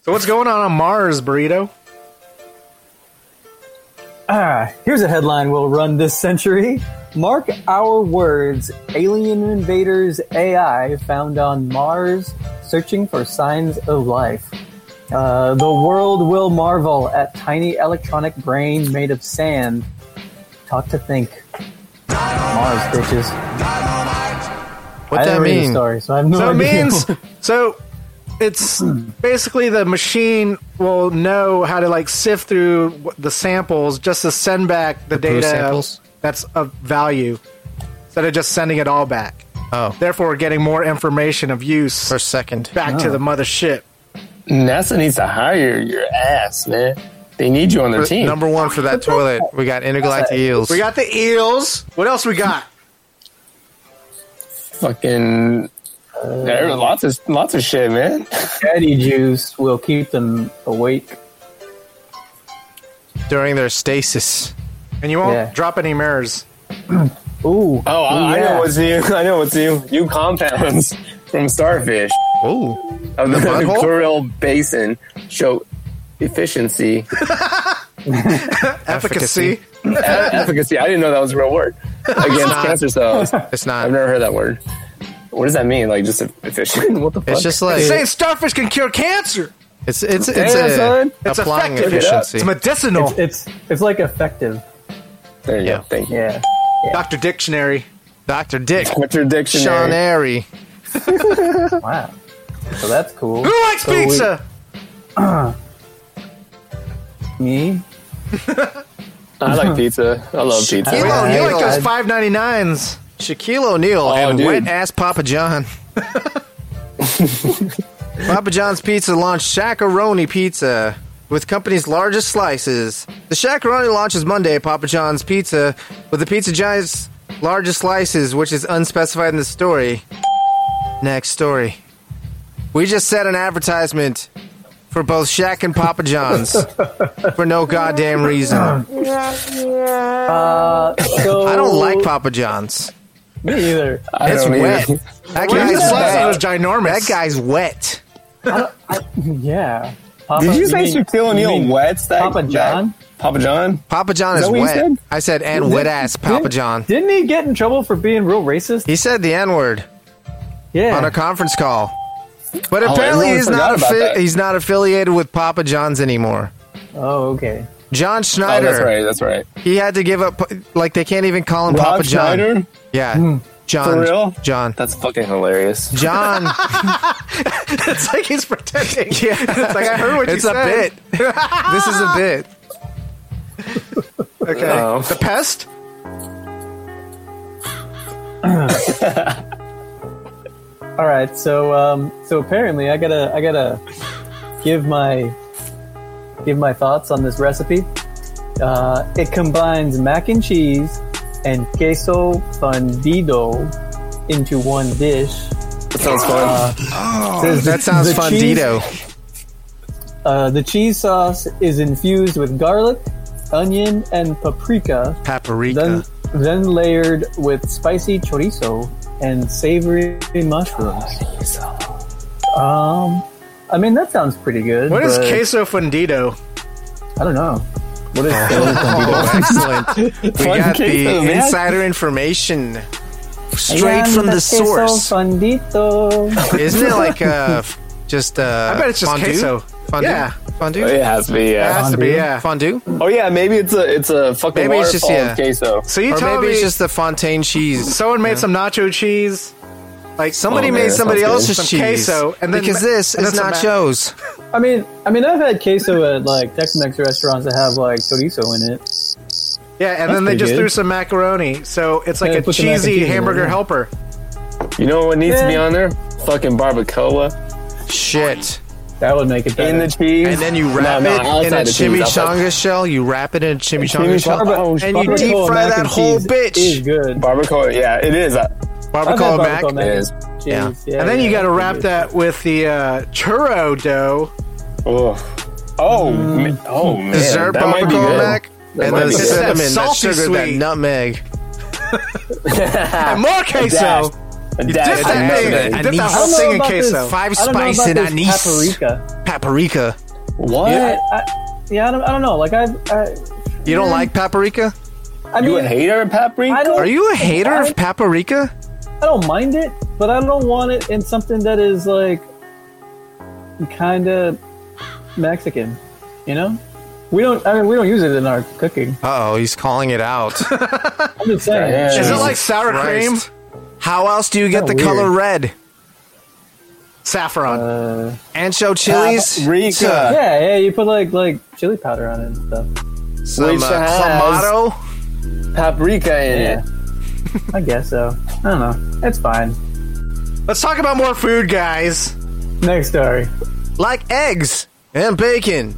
So what's going on on Mars, burrito?
Ah, here's a headline we'll run this century. Mark our words, alien invaders AI found on Mars searching for signs of life. Uh, the world will marvel at tiny electronic brain made of sand. Talk to think. Mars, bitches.
What that
I didn't read the
mean?
story, so I have no
So it
idea. *laughs*
means *laughs* so it's basically the machine will know how to like sift through wh- the samples just to send back the,
poo
data
samples?
that's of value instead of just sending it all back.
Oh,
Therefore, we're getting more information of use
for a second.
back to the mothership.
NASA needs to hire your ass, man. They need you on their team.
Number one for that toilet. We got intergalactic eels.
We got the eels. What else we got?
Fucking uh, there are lots of lots of shit, man.
Daddy juice will keep them awake.
during their stasis.
And you won't
Yeah.
drop any mirrors.
Ooh.
Oh, I, I
yeah.
know what's new. *laughs* I know what's new. New compounds from starfish
Oh,
of the,
butthole?
Coral Basin show efficiency, *laughs*
Efficacy.
e- efficacy. I didn't know that was a real word against
*laughs*
cancer cells. I've
It's not.
never heard that word. What does that mean? Like just e-, efficient? What the fuck?
It's just like
Saying starfish can cure cancer.
it's it's it's,
Damn, son.
a,
It's
applying
effective.
efficiency.
It's medicinal.
It's it's like effective.
there you
Yeah.
go. Thank you.
Yeah.
Doctor Dictionary.
Doctor Dick
What's your dictionary?
Sean eh? Airy.
Wow. So that's cool.
Who likes
So we-
pizza?
me?
I like pizza. I love pizza.
You
You
Yeah,
like
I-
those five ninety nines?
Shaquille O'Neal and
dude.
wet ass Papa John. Papa John's Pizza launched Shakaroni Pizza with company's largest slices. The Shakaroni launches Monday at Papa John's Pizza with the pizza giant's largest slices, which is unspecified in the story. Next story. We just set an advertisement for both Shaq and Papa John's for no goddamn reason. I don't like Papa John's.
Me either. Um,
I
it's
don't either.
wet. That
What
guy's
is that?
wet.
That was ginormous.
That guy's wet.
yeah.
Did you say Shaquille O'Neal wets that?
Papa John?
that- Papa John?
Papa John
Is
is
that what you
wet.
said?
I said and
Didn't-
wet ass Papa
didn't-
John.
Didn't he get in trouble for being real racist?
He said the N word
Yeah.
on a conference call. But
Oh,
apparently
everyone
he's
forgot
not
about
affi-
that.
he's not affiliated with Papa John's anymore.
oh, okay.
John
Oh,
Schneider.
that's right. That's right.
He had to give up. Like they can't even call him
Rob
Papa John.
Schneider? Hmm.
Yeah, John.
For real?
John.
That's fucking hilarious.
John.
*laughs* it's like he's pretending.
*laughs* yeah,
It's like I heard what
it's
you
a
said.
bit. this is a bit.
Okay.
*laughs*
*laughs*
Oh.
The pest.
All right, so um, so apparently I gotta I gotta give my give my thoughts on this recipe. Uh, it combines mac and cheese and queso fundido into one dish.
That sounds fun.
There's the-
Oh, That sounds
the cheese-
fundido.
uh, the cheese sauce is infused with garlic, onion, and paprika.
Paprika.
Then, then layered with spicy chorizo and savory mushrooms. Um, I mean that sounds pretty good.
What is
but
queso fundido?
I don't know. What is
*laughs* Oh,
*laughs*
excellent. We
Fun
got
queso,
the
man.
insider information straight from the source. *laughs*
Fundito.
Isn't it like
*laughs*
uh, f- just? Uh,
I bet it's just
fondue?
queso.
Fondue.
Yeah.
Fondue.
Oh, it has to be.
It
Yeah.
has to be,
Fondue?
yeah.
Fondue.
Oh yeah. Maybe it's a it's a fucking
Maybe it's just,
waterfall
yeah.
of queso.
So you
Or
told
maybe
me
it's just the Fontaine cheese.
someone made some nacho cheese. Like
Somebody
Oh, man,
made
that
somebody
sounds
else's
good.
Some
cheese.
queso, and then
because
ma-
this
and
is
then some
nachos.
I mean, I mean, I've had queso at like Tex-Mex restaurants that have like chorizo in it.
Yeah, and then they
pretty
just
good.
threw some macaroni. So it's like
Yeah,
a
put some mac and
cheesy
cheese in
hamburger
there, yeah.
helper.
You know what needs to be
Yeah.
on there? Fucking barbacoa
Shit.
That would make it better.
in the cheese,
And then you wrap
No, no,
it in a
outside the cheese, outside.
chimichanga shell. You wrap it in a chimichanga
Chimichanga.
shell.
Oh,
and you
Barbacoa
deep fry
mac
that
and
whole
cheese
bitch.
Is good.
Barbacoa. Yeah, it is. Uh,
I've had
Barbacoa mac.
barbacoa mac
It
and
is.
cheese.
Yeah.
And then
yeah,
you got to
yeah.
wrap that with the uh, churro dough.
oh. Oh, man. oh man.
Dessert
that might be
Mm. barbacoa
good.
mac.
That
and
might
the
be good.
Instead
cinnamon,
of
that
salty
sugar, that
sweet.
nutmeg.
And more queso.
A
You dip
dash of
that
nutmeg.
thing. You dip
Anise.
that
I
whole
don't know
thing in
about this.
queso.
Five
I don't know
spice
about
and
this
anise.
Paprika.
Paprika.
What?
I, yeah, I don't, I don't know. Like I, I,
You
Mm.
don't like paprika?
I mean,
You a hater of paprika?
I don't.
Are you a hater of paprika?
I don't mind it, but I don't want it in something that is like kind of Mexican. You know, we don't. I mean, we don't use it in our cooking.
Uh oh, he's calling it out.
I'm just saying.
Yeah.
*laughs* Is it like
Jesus
sour cream?
Christ. How else do you get the
Kinda
color
weird.
red?
Saffron.
Uh,
Ancho chilies?
Paprika.
uh,
Some,
Yeah, yeah. You put like like chili powder on it and stuff.
some
Which
uh,
has-
clamato?
paprika in
Yeah.
it.
I guess so. I don't know. It's fine.
Let's talk about more food, guys.
Next story.
like eggs and bacon.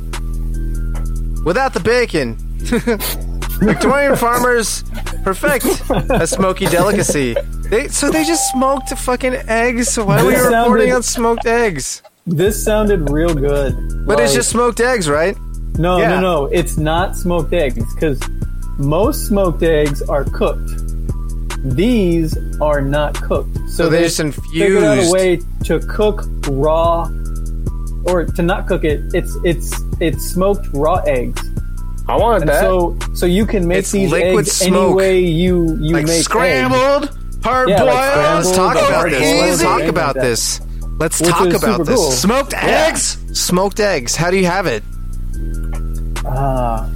Without the bacon, *laughs* Victorian farmers perfect a smoky delicacy. They, so they just smoked fucking eggs. So why are we
This
reporting
sounded-
on smoked eggs?
This sounded real good.
But it's just smoked eggs, right?
No,
Yeah.
no, no. It's not smoked eggs because most smoked eggs are cooked. These are not cooked. So,
So they're
they
just
Figured out a
infused.
way to cook raw or to not cook it. It's it's it's smoked raw eggs.
I want
And
that.
so so you can make
It's
these
liquid
eggs any
smoke.
way you you
Like
make eggs,
scrambled, hard
Yeah,
boiled.
like scrambled,
Let's talk
like
about this. Let's
easy.
talk about
Like that.
this. Let's
Which
talk
is
about
super
this.
cool.
Smoked eggs. Smoked eggs. How do you have it?
Ah,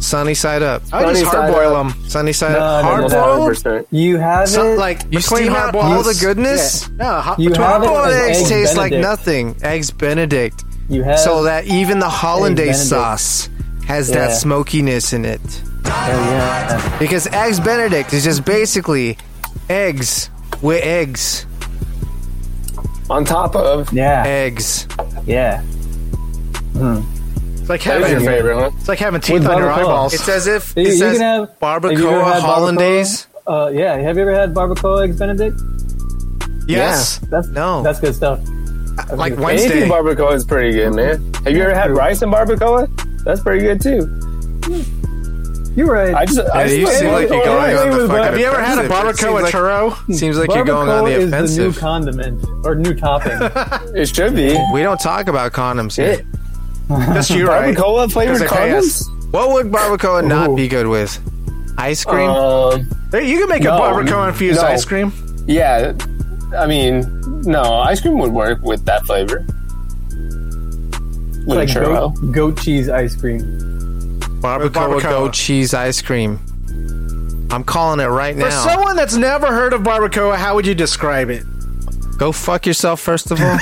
Sunny side up.
I would just
Sunny side
hard boil them.
Sunny side
No,
up.
no,
Hard
no, no.
boiled.
100%.
you have
So,
it
like you
Between
steam
hard
out all the
boils.
goodness.
Yeah. No, hot,
You
between
have it
Boiled
as an
eggs
egg
taste like
Benedict.
nothing. Eggs Benedict.
You have
so that even the hollandaise
Benedict.
sauce has that
Yeah.
smokiness in it.
hell Oh, yeah.
Because eggs Benedict is just basically eggs with eggs,
On top of.
Yeah,
eggs.
yeah.
It's like
That was your
having
favorite, huh?
it's like having teeth on your
barbacoa.
eyeballs.
It's as if
You-
it
you
says
can have- have you
barbacoa
ever had
hollandaise.
Uh, yeah. Have you ever had barbacoa eggs Benedict?
Yes.
that's no. That's good stuff.
Like
Anything barbacoa is pretty good, man. Have you ever had rice and barbacoa? That's pretty good too.
You're right.
I just, I
Yeah,
just
you seem like you're going on the fucking
Have you ever had a barbacoa
Seems like-
churro?
Seems like you're going on
hmm. Barbacoa
the
is new
offensive.
condiment or new topping.
*laughs*
It should be.
We don't talk about condoms
Shit.
here. That's you, right?
Barbacoa flavored
'Cause they pay us. What would barbacoa not be good with? Ice cream?
Uh,
Um,
Hey, you can make
No,
a barbacoa infused
no.
ice cream.
yeah, I mean, no, ice cream would work with that flavor. With
like
a churro.
goat, goat cheese ice cream.
barbacoa,
barbacoa.
goat cheese ice cream. I'm calling it right
For
now.
someone that's never heard of barbacoa, how would you describe it?
Go fuck yourself, first of
*laughs*
all.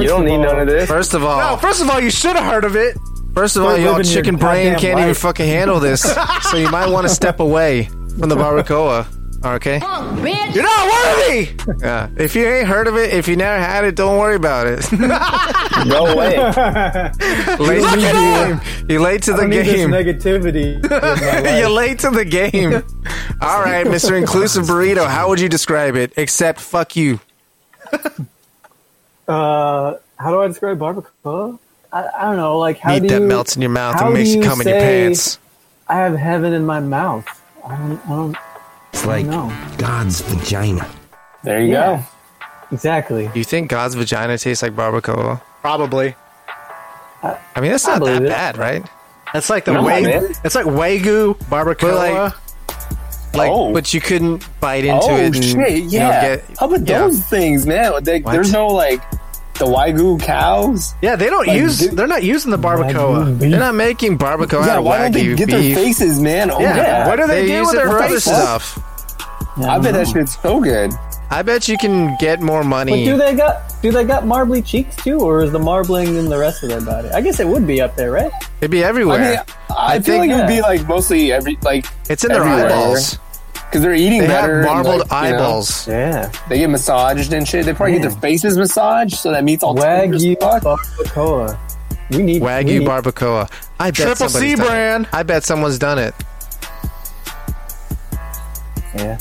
you don't need none of this.
first of
No,
all,
Oh, first of all, you should have heard of it.
first of all,
Quit
y'all
living your
chicken brain
goddamn
can't even
life.
fucking handle
*laughs*
this. so you might want to step away from the barbacoa. Okay.
You're not worthy.
Yeah. If you ain't heard of it, if you never had it, don't worry about
*laughs*
it.
Go away.
late to the game. You're late to the
I need this
game.
negativity.
*laughs*
in my life.
You're late to the game. All right,
*laughs*
Mr. Inclusive Burrito, how would you describe it? Except fuck you.
Uh, how do I describe barbacoa? I, I don't know. Like how
Meat
do
that
you,
melts in your mouth
how
and
do
makes you
you
come in your
say-
pants.
I have heaven in my mouth. I don't. I don't
It's like
know.
God's vagina.
*laughs*
There you
Yeah. Exactly.
Do you think God's vagina tastes like barbacoa?
Probably.
I mean, that's
I
not that
believe it.
bad, right?
That's like the
No,
way.
man.
It's like wagyu barbacoa.
like- Like,
Oh.
but you couldn't bite
go.
into
Oh
it. and,
shit!
you know,
Yeah. Oh.
get-
How about
yeah.
those things, man? They,
What?
there's no like the wagyu cows.
yeah, they don't
Like,
use.
dude-
they're not using the barbacoa.
They're not making barbacoa
Yeah,
out of
why don't they
wagyu
get
beef.
their faces, man? Oh
Yeah,
yeah,
what do they,
They
do
use
with
it
their
for other
faces?
stuff.
I bet that shit's so good.
I bet you can get more
But
money.
do they got do they got marbly cheeks too, or is the marbling in the rest of their body? I guess it would be up there, right?
It'd be
I
everywhere.
mean, I,
I think-
feel like it would be
yeah.
like mostly every like
it's in their
everywhere.
eyeballs.
because they're eating
They
better.
have
and,
marbled
like, you know,
eyeballs.
Yeah.
they get massaged and shit. They probably get their faces massaged, so that meat's all tender as
Wagyu
fuck.
barbacoa. We need we
Wagyu
need-
barbacoa. I bet
Triple C
somebody's done it.
brand.
I bet someone's done it.
Yeah.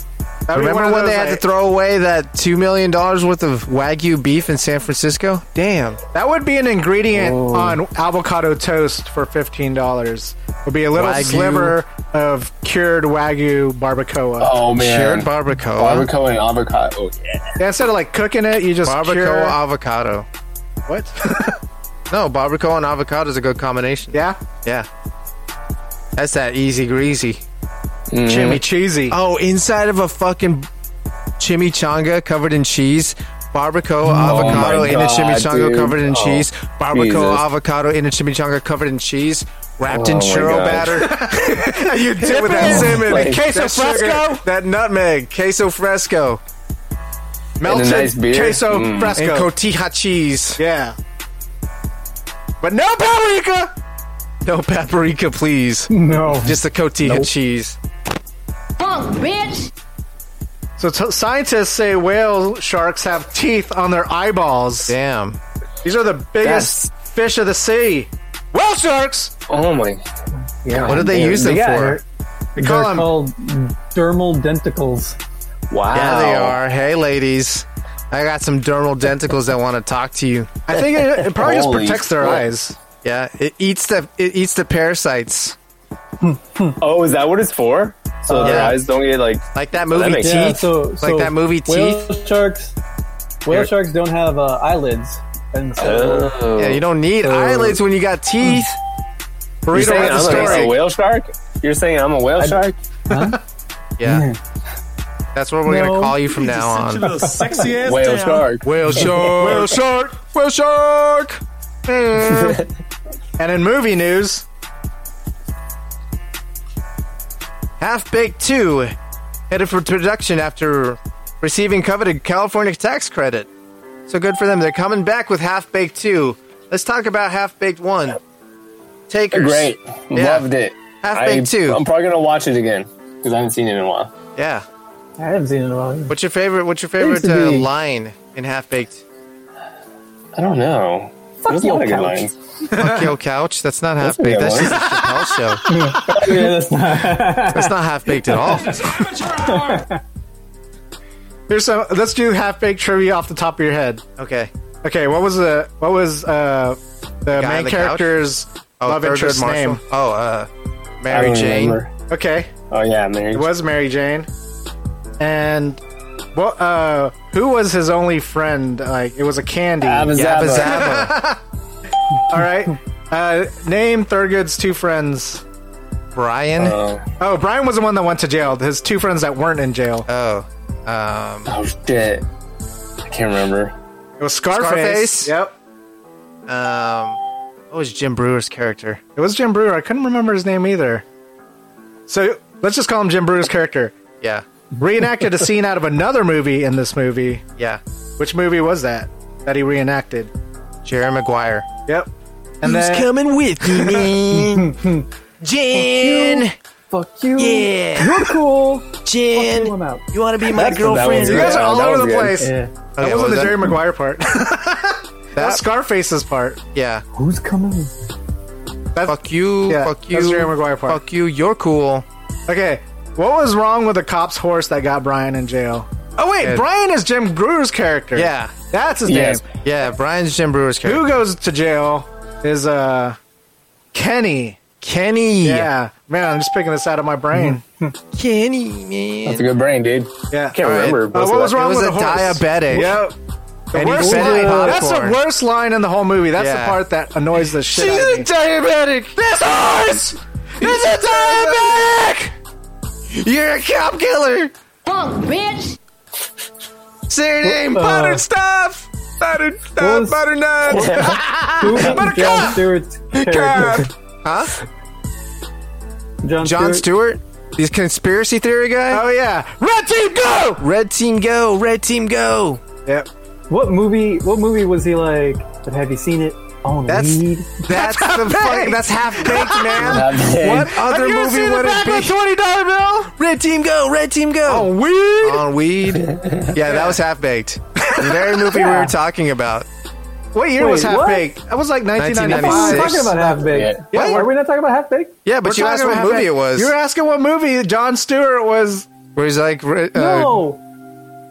That'd be one
Remember
of
when they
those,
had
like-
to throw away that two million dollars worth of wagyu beef in San Francisco? Damn.
That would be an ingredient
Oh.
on avocado toast for fifteen dollars. Would be a little
Wagyu.
sliver of cured wagyu barbacoa.
Oh
Cured
man,
barbacoa.
barbacoa and avocado. Oh, yeah.
Yeah, Instead of like cooking it, you just
Barbacoa
cure-
avocado.
what?
No, barbacoa and avocado is a good combination.
*laughs* yeah,
Yeah. That's that easy greasy.
Jimmy cheesy.
Oh, inside of a fucking chimichanga covered in cheese. Barbacoa, avocado
my
in a
God,
chimichanga
dude.
covered in
Oh,
cheese. Barbacoa,
Jesus.
avocado in a chimichanga covered in cheese. Wrapped in
Oh, my
churro
God.
batter. *laughs* you dip
With
it
that
in
cinnamon,
Like,
queso
that sugar,
fresco,
that nutmeg, queso fresco,
melted
nice beer.
queso
Mm.
fresco.
and cotija cheese.
yeah, but no paprika.
No paprika, please.
No.
Just the cotija cheese.
So t- scientists say whale sharks have teeth on their eyeballs.
Damn.
These are the biggest fish of the sea. Whale sharks.
Oh my,
Yeah.
What do they use them
yeah,
for?
They
They're,
call
they're
them
called dermal denticles.
wow.
Yeah, they are. Hey, ladies. I got some dermal denticles that want to talk to you.
I think it, it probably just
Holy
protects their
fuck.
eyes.
Yeah, it eats the it eats the parasites.
Oh, is that what it's for? So their
yeah.
eyes don't get like.
Like that movie
makes
Teeth.
sense.
Yeah, so, so
like that movie
whale
Teeth.
sharks. Whale
Here. Uh.
sharks don't have uh, eyelids, and so
Yeah, you don't need eyelids when you got teeth.
You're
Burrito
saying
read the
I'm a,
story.
a whale shark? You're saying I'm a whale shark?
Yeah. That's what we're gonna
No.
call you
*laughs*
from
He's
now
such a
on.
little sexy ass
Whale
down.
shark.
Whale shark. Whale shark. Whale shark. *laughs*
And in movie news,
Half Baked Two, headed for production after receiving coveted California tax credit. So good for them. They're coming back with Half Baked Two. Let's talk about Half Baked One. Takers.
Great.
Yeah.
Loved it.
Half Baked
I-
Two.
I'm probably gonna watch it again because I haven't seen it in a while.
Yeah.
I haven't seen it in a while. *laughs*
What's your favorite? What's your
Seems
favorite
to
uh,
be-
line in Half *laughs* Baked?
I don't know. There's a lot of good lines.
Fuck your couch. That's not half
a
baked.
good
That's just a Chappelle
*laughs*
show.
yeah, that's not.
That's not half baked at all.
Here's some. Let's do half baked trivia off the top of your head.
Okay.
Okay. What was the what was uh the,
guy on
main
the
character's
couch? Oh,
love
Thurgood
interest
Marshall.
name?
Oh, uh, Mary
I don't
Jane.
remember. Okay.
Oh yeah, Mary.
It was Mary Jane. And what? Uh, who was his only friend? Like it was a candy.
*laughs*
Abba
Yabba
Zabba.
*laughs*
Zabba.
All right. Uh, name Thurgood's two friends.
Brian.
Oh.
Oh, Brian was the one that went to jail. His two friends that weren't in jail.
Oh. Um,
Oh shit. I can't remember.
It was Scarface.
Scarface?
Yep.
um, what was Jim Brewer's character?
It was Jim Brewer. I couldn't remember his name either. So let's just call him Jim Brewer's character.
Yeah.
Reenacted a scene out of another movie in this movie.
Yeah.
Which movie was that that he reenacted? *laughs*
Jerry Maguire.
Yep. And then
coming with you, man? Jen.
Fuck you.
Yeah.
You're cool.
Jen.
Fuck you, I'm out.
You want to be my
That's- that one's
girlfriend?
you
good.
guys are
Yeah,
all
that
over
was
the
good.
place.
Yeah.
Okay,
that
what
wasn't
was
the
that?
Jerry Maguire part. *laughs* That's Scarface's part.
Yeah.
Who's coming?
Fuck you.
yeah,
fuck you.
that's Jerry Maguire part.
Fuck you. You're cool.
Okay. What was wrong with the cop's horse that got Brian in jail? Oh wait,
Ed.
Brian is Jim Brewer's character.
Yeah.
That's his
Yes.
name.
Yeah. Brian's Jim Brewer's character.
Who goes to jail is uh Kenny.
Kenny.
Yeah. Man, I'm just picking this out of my brain.
Mm-hmm. Kenny, man.
That's a good brain, dude.
Yeah.
Can't
All right.
remember.
Uh,
most
what
of
was
that.
wrong
was
with
a
the horse?
diabetic.
Yep. The
And he
worst
fed
line.
it
That's the
popcorn.
worst line in the whole movie. That's
Yeah.
the part that annoys the shit out of me.
diabetic. This horse is a diabetic. You're a cop killer. Punk bitch. Say your name, buttered stuff. Buttered stuff.
was-
Butter nuts. Ah,
Who was John
God.
Stewart's character?
God. Huh?
John,
John
Stewart.
Stewart. These conspiracy theory guy.
Oh yeah.
Red team go. Red team go. Red team go.
Yep.
What movie? What movie was he like? But have you seen it? On
That's-
weed.
That's, the fuck. That's *laughs* half baked, man.
Half baked.
what other
you
movie
seen the
would it
Batman
be? Twenty dollar bill. Red team go. Red team go.
Oh weird.
on *laughs* weed. Yeah, that was half baked. The very movie we were talking about.
what year was
Wait,
half
what?
baked? That was like 1995.
We're
Six.
talking about half baked.
Yeah.
Yeah,
What?
are we not talking about half baked?
Yeah, but you
We're
asked
talking
what
about
movie
half-baked.
it was.
You were asking what movie John Stewart was.
where he's like, re- uh,
no.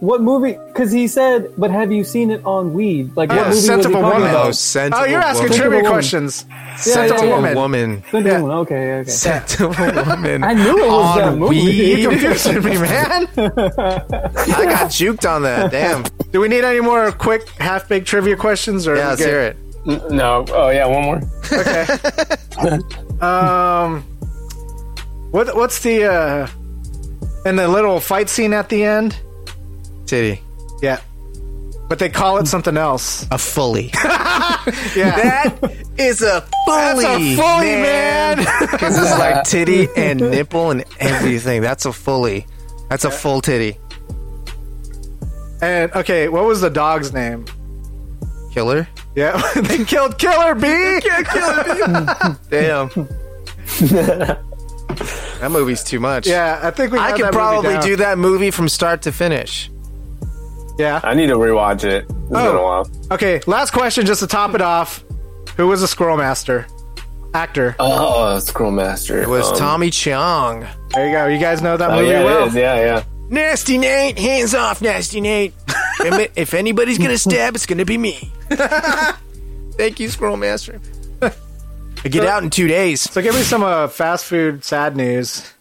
What movie? Because he said, "But have you seen it on weed?" Like what
Yeah,
movie was he
Scent of a
talking
Woman.
about?
Oh, Scent
Oh,
of a
you're asking trivia
Woman.
Scent of a
*laughs*
Woman.
questions.
Scent
yeah,
of
yeah.
a woman.
Scent of a
Yeah.
Woman, Okay, okay.
Scent of a woman.
I knew it was
on
that movie.
weed.
You
*laughs*
confusing me, man.
I got juked on that. Damn.
*laughs* Do we need any more quick half-baked trivia questions? Or
Yeah,
we
let's
good?
hear it.
N- No. Oh yeah, one more.
What, what's the uh, in the little fight scene at the end?
Titty.
Yeah, but they call it something else.
A *laughs* fully.
Yeah,
That is a fully. That's
a fully, man. *laughs*
Because it's like titty and nipple and everything. That's a fully. That's a full titty.
and okay, what was the dog's name?
Killer.
Yeah, *laughs* they killed Killer
*laughs*
Bee.
Damn. that movie's too much.
Yeah, I think we.
I
had
could
that movie
probably
down.
do that movie from start to finish.
Yeah.
I need to rewatch it. It's been
Oh.
a while.
Okay, last question, just to top it off. Who was the Squirrel Master? Actor.
Oh, Scroll Master.
It was Tommy Chong.
There you go. You guys know that
Oh
movie
yeah,
well.
it is. Yeah, yeah.
Nasty Nate, hands off, Nasty Nate. if if
*laughs*
anybody's gonna stab, it's gonna be me. Thank you, Squirrel Master. I get out in two days.
So give me some uh, fast food sad news.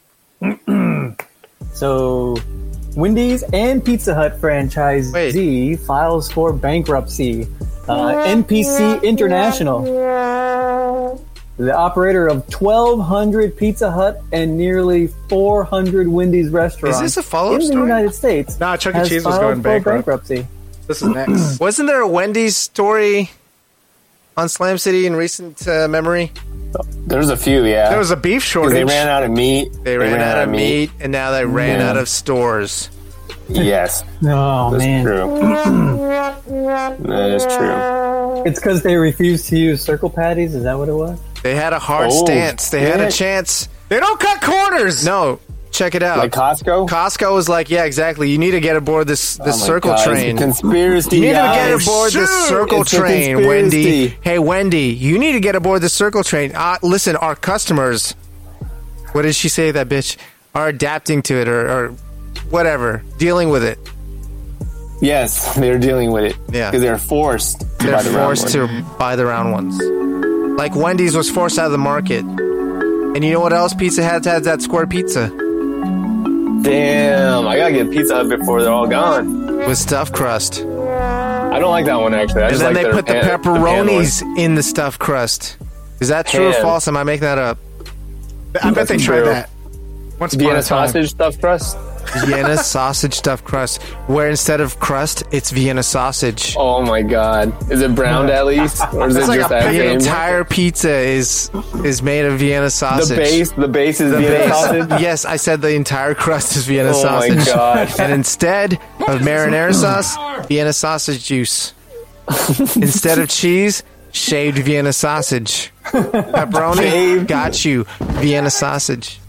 So, Wendy's and Pizza Hut franchisee files for bankruptcy. Uh, NPC International, the operator of 1,200 Pizza Hut and nearly 400 Wendy's restaurants
Is this a follow-up
in the
story?
United States,
Nah, Chuck E.
has
Cheese was going
filed for
bankrupt.
bankruptcy.
This is next.
Wasn't there a Wendy's story on Slam City in recent uh, memory?
There's a few. Yeah.
there was a beef shortage.
they ran out of meat.
They ran, out, of meat, and now they *clears throat* ran out of stores.
Yes,
Oh
that's
man,
true. that is true.
it's because they refused to use circle patties. Is that what it was?
They had a hard
Oh,
stance. They had a
shit.
chance. They don't cut corners. No, check it out.
Like Costco.
Costco was like, yeah, exactly. You need to get aboard this
Oh
this
my
circle
God, it's a
train.
Conspiracy.
You need to
guys.
get aboard this
Shoot,
circle
it's a
train,
conspiracy.
Wendy. Hey, Wendy, you need to get aboard the circle train. Uh, listen, our customers. What did she say? That bitch are adapting to it or, or whatever, dealing with it.
Yes, they're dealing with it. Yeah, because they're forced. To
They're
buy the round
forced
one.
to buy the round ones. Like Wendy's was forced out of the market. And you know what else Pizza Hut has that square pizza?
Damn, I gotta get Pizza Hut before they're all gone.
With stuffed crust.
I don't like that one actually. I
and
just
then they
like their
put the
pan- pan one.
pepperonis in the stuffed crust. Is that true or
Pan.
false? Am I making that up? I bet
That's
they tried
true.
that. Once upon
Vienna
a time.
sausage stuffed crust.
Vienna sausage stuffed crust, where instead of crust, it's Vienna sausage.
Oh my god, is it browned at least, or is
It's
it
like
just
a-
that
the
same?
entire pizza is is made of Vienna sausage.
base- the base is Vienna sausage?
Yes, I said the entire crust is Vienna
Oh my
sausage.
God.
And instead of marinara sauce, Vienna sausage juice. instead of cheese, shaved Vienna sausage. Pepperoni, got you. Vienna sausage.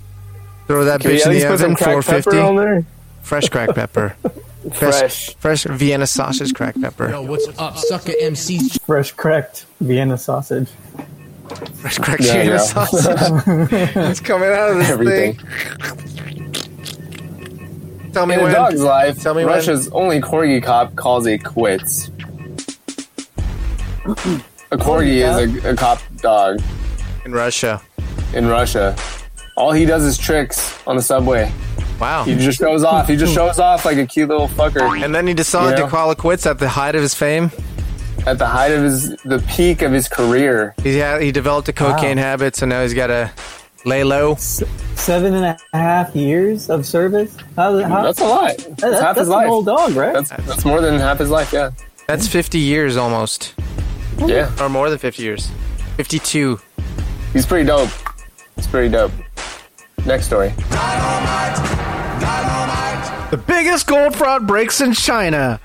Throw that
Can you
bitch
at
in the
least put
oven.
some
Four
cracked pepper
fifty.
on there?
Fresh cracked pepper.
Fresh.
fresh Vienna sausage cracked pepper.
what's up, sucker MC?
Fresh cracked Vienna sausage.
Fresh cracked
Yeah,
Vienna
yeah.
sausage. it's coming out of this
*laughs* Everything.
thing.
*laughs*
Tell me
In
when.
a dog's life,
Tell me when.
Russia's only corgi cop calls it
*clears throat*
quits. A corgi is a, a cop dog.
In Russia.
In Russia. All he does is tricks on the subway.
Wow.
He just shows off. He just shows off like a cute little fucker.
And then he decided to call it quits at the height of his fame.
At the height of his, the peak of his career.
He had, he developed a cocaine habit, so now he's got to lay low.
Seven and a half years of service. How, how,
That's a lot.
That-
That's,
That's,
half
that's
his life.
an old dog, right?
That's, that's more than half his life, yeah.
That's 50 years almost.
Yeah.
Or more than 50 years. 52.
He's pretty dope. He's pretty dope. Next story.
The biggest gold fraud breaks in China.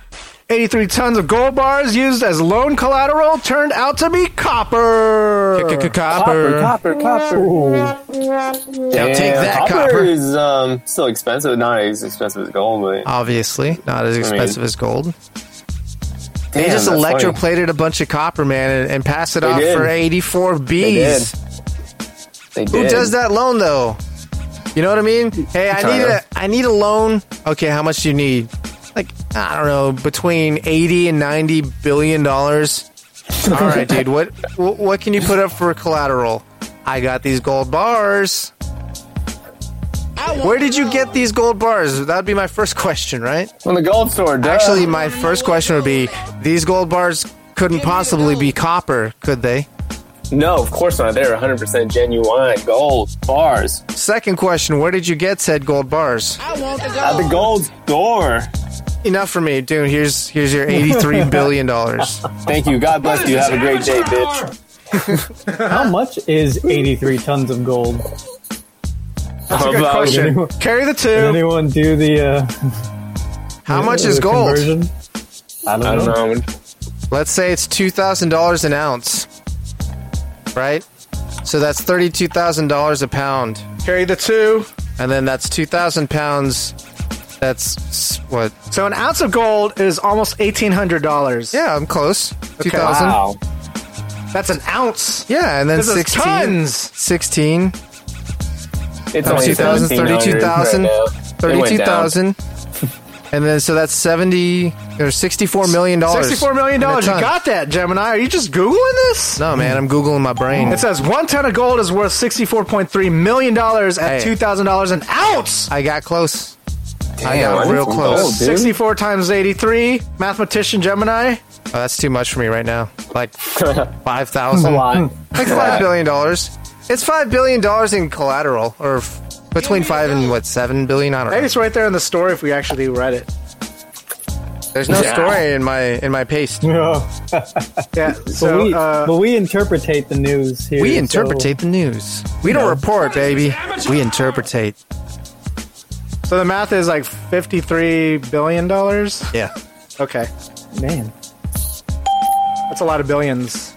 83 tons of gold bars used as loan collateral turned out to be copper.
Copper,
copper, copper.
Now take that, copper.
is um, still expensive. Not as expensive as gold,
Uh,
but
Obviously, not as
I mean-
expensive as gold. they
Damn,
just
that's
electroplated a bunch of copper, man, and, and passed it
They
off
did.
for 84 Bs.
They
Who
did.
does that loan though? You know what I mean? Hey, I need
China.
a I need a loan. Okay, how much do you need? Like I don't know, between eighty and ninety billion dollars. All right, dude. What wh- what can you put up for collateral? I got these gold bars. Where did you get these gold bars? That'd be my first question, right?
From the gold store. duh.
Actually, my first question would be: These gold bars couldn't possibly be copper, could they?
No, of course not. They're 100 percent genuine gold bars
Second question: Where did you get said gold bars?
at the gold store.
Enough for me, dude. Here's here's your eighty-three billion dollars.
Thank you. God bless you. Have a great day, bitch.
How much is 83 tons of gold?
That's a good question. Carry the
Did
two.
anyone do the? Uh,
How
the-
much
the
is gold?
conversion? I don't,
I don't
know.
know.
Let's say it's two thousand dollars an ounce, right? So that's thirty-two thousand dollars a pound,
Carry the two.
and then that's two thousand pounds. That's s- what?
So an ounce of gold is almost eighteen hundred dollars.
Yeah, I'm close. Two thousand.
Wow.
That's an ounce.
Yeah, and then
This is
sixteen.
tons.
Sixteen.
It's
times
only
2,000,
17,900
32,000,
right now. It went
*laughs*
down.
32,000. And then, so that's 70 or 64 million dollars.
Sixty-four million
in a
dollars. You
ton.
got that, Gemini? Are you just googling this?
No, man, I'm Googling my brain.
It says one ton of gold is worth sixty-four point three million dollars at
Hey.
two thousand dollars an ounce.
I got close. I
Damn,
got
I
real
didn't
close.
know, dude.
Sixty-four times eighty-three. Mathematician Gemini.
Oh, that's too much for me right now. Like 5,000.
lot.
Like $5 billion. dollars. It's $5 billion dollars in collateral, or f- between 5 and what, 7 billion? I don't
I think
know.
it's right there in the story if we actually read it.
There's no
Yeah.
story in my in my paste.
Yeah.
Oh, but,
So
we,
uh,
but we interpretate the news here.
We
so-
interpretate the news. We don't report, baby. We interpretate.
so the math is like fifty-three billion dollars.
Yeah.
Okay,
man.
that's a lot of billions.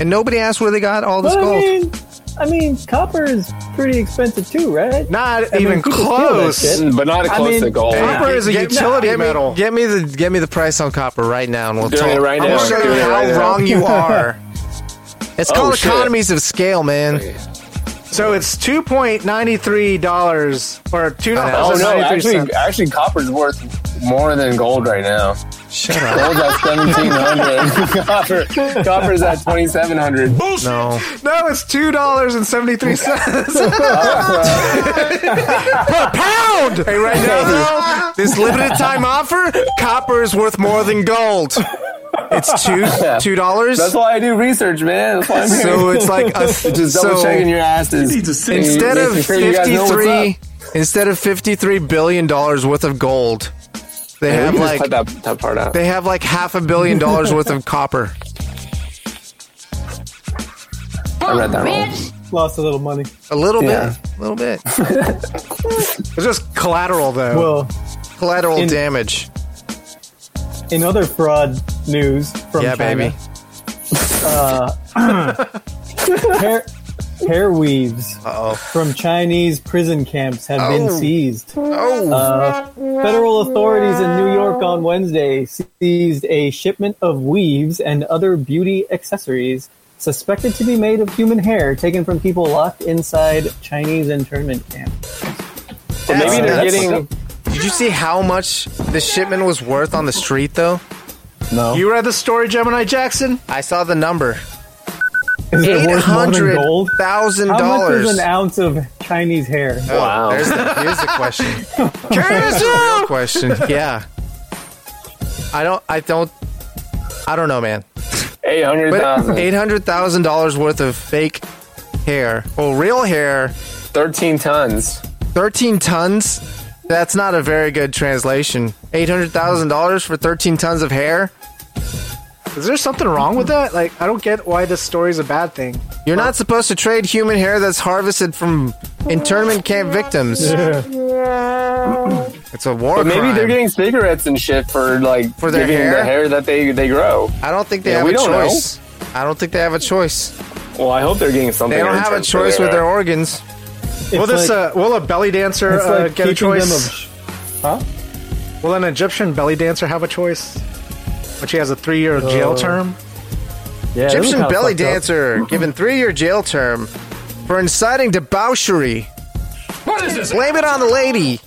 And nobody asked where they got all this
But I
gold.
mean, I mean, copper is pretty expensive too, right?
Not
I mean,
even
people steal that
close.
shit.
*laughs* But not close
mean,
to gold.
Copper
Hey,
is a
get-
utility
get me-
metal.
Get me the get me the price on copper right now, and we'll
Doing
talk.
it right
I'm
now.
gonna show
Doing
you
it
how
right now.
wrong you are. It's
Oh,
called
shit.
economies of scale, man.
So it's two point ninety-three dollars or two
Oh
dollars
no!
ninety-three
Actually,
cents.
actually, copper's worth more than gold right now.
Shut
up.
Gold's at seventeen hundred.
*laughs*
Copper, copper's at twenty seven hundred.
No.
No, it's two dollars and seventy three
*laughs*
cents *laughs* per pound.
Hey, right now,
*laughs*
though, this limited time offer, copper is worth more than gold. It's two
*laughs* Yeah.
two dollars.
That's why I do research, man. That's why I'm here.
So it's like a,
*laughs* just double
so
checking your asses.
Instead
Making
of
sure you guys know what's up.
fifty-three, instead of fifty-three billion dollars worth of gold, they
Yeah,
have
we can just
like
cut that, that part out.
they have like half a billion dollars worth of copper.
I read that wrong.
Lost a little money.
A little
Yeah.
bit, a little
*laughs*
bit. it's just collateral, though.
Well,
collateral
in-
damage.
In other fraud news from
Yeah,
China,
baby.
uh, hair, hair weaves
Uh,
Uh,
from Chinese prison camps have been
Oh.
seized.
Oh.
Uh, federal authorities in New York on Wednesday seized a shipment of weaves and other beauty accessories suspected to be made of human hair taken from people locked inside Chinese internment camps. So
That's-
maybe they're
that's-
getting.
Did you see how much the shipment was worth on the street, though?
No.
You read the story, Gemini Jackson.
I saw the number.
*laughs* Is it
Eight
worth more than
hundred
gold?
thousand
How much is
dollars.
an ounce of Chinese hair?
Uh,
Oh, There's the, here's the
*laughs*
question. Here's the real question. Yeah. I don't. I don't. I don't know, man.
Eight hundred
But
thousand.
eight hundred thousand dollars worth of fake hair. Well, real hair.
Thirteen tons.
Thirteen tons. That's not a very good translation. Eight hundred thousand dollars for thirteen tons of hair.
Is there something wrong with that? Like, I don't get why this story's a bad thing.
You're not supposed to trade human hair that's harvested from internment camp victims. It's a war
But maybe
crime.
they're getting cigarettes and shit for like
For their
giving
hair?
the hair that they they grow.
I don't think they
Yeah,
have
we
a
don't know.
choice. I don't think they have a choice.
Well, I hope they're getting something.
They don't
in
have a
return for
choice with their organs.
will this
like-
uh, will a belly dancer
It's
uh,
like
get a
keeping
choice?
them of huh?
Will an Egyptian belly dancer have a choice? But she has a three-year jail
Uh,
term.
Yeah, this is
Egyptian
kinda
belly
fucked up.
dancer given three-year jail term for inciting debauchery.
What is this?
Blame it on the lady.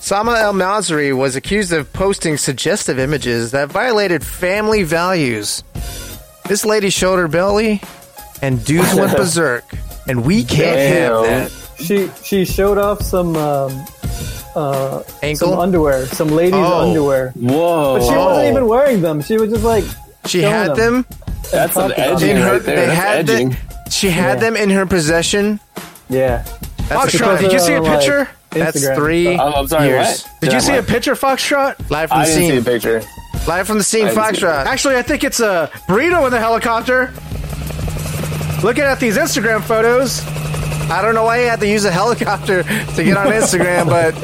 Sama El Masri was accused of posting suggestive images that violated family values. This lady showed her belly, and dudes went
*laughs*
berserk. And we can't have
Damn.
that.
She she showed off some um, uh,
Ankle?
some underwear, some ladies'
Oh.
underwear,
Whoa,
but she wasn't even wearing them. She was just like
She
showing
had them.
that's an
fucking
edging
in her,
right there.
they
that's
had
edging.
them. She had
Yeah.
them in her possession.
Yeah,
That's a
Foxtrot,
crime.
did you
uh,
see a
like,
picture?
That's
Instagram.
three
Oh, I'm sorry,
years.
what?
Did
Yeah,
you see
what?
a picture, Foxtrot?
Live from
I
the
didn't see a
scene.
picture.
Live from the scene.
I didn't see it.
Foxtrot.
Actually, I think it's a burrito in the helicopter. Looking at these Instagram photos,
I don't know why he had to use a helicopter to get on Instagram, but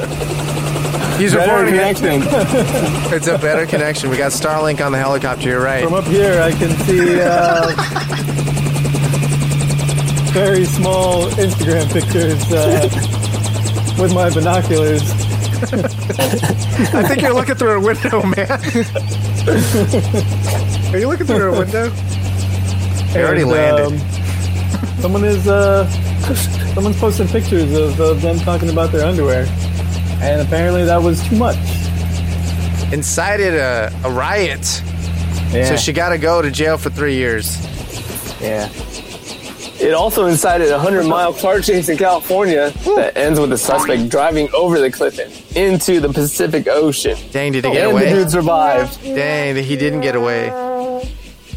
he's
Better
reporting it.
connection.
It's a better connection. We got Starlink on the helicopter. You're right.
from up here I can see uh, very small Instagram pictures uh, with my binoculars.
I think you're looking through a window, *laughs* man. Are you looking through a window?
They already
And,
landed.
um, someone is uh, someone's posting pictures of, of them talking about their underwear, and apparently that was too much.
Incited a, a riot,
Yeah,
so she got to go to jail for three years.
yeah.
It also incited a 100 mile car chase in California that ends with the suspect driving over the cliff and into the Pacific Ocean.
Dang, did he get
Oh, And the
away?
dude survived.
Dang, he didn't get away.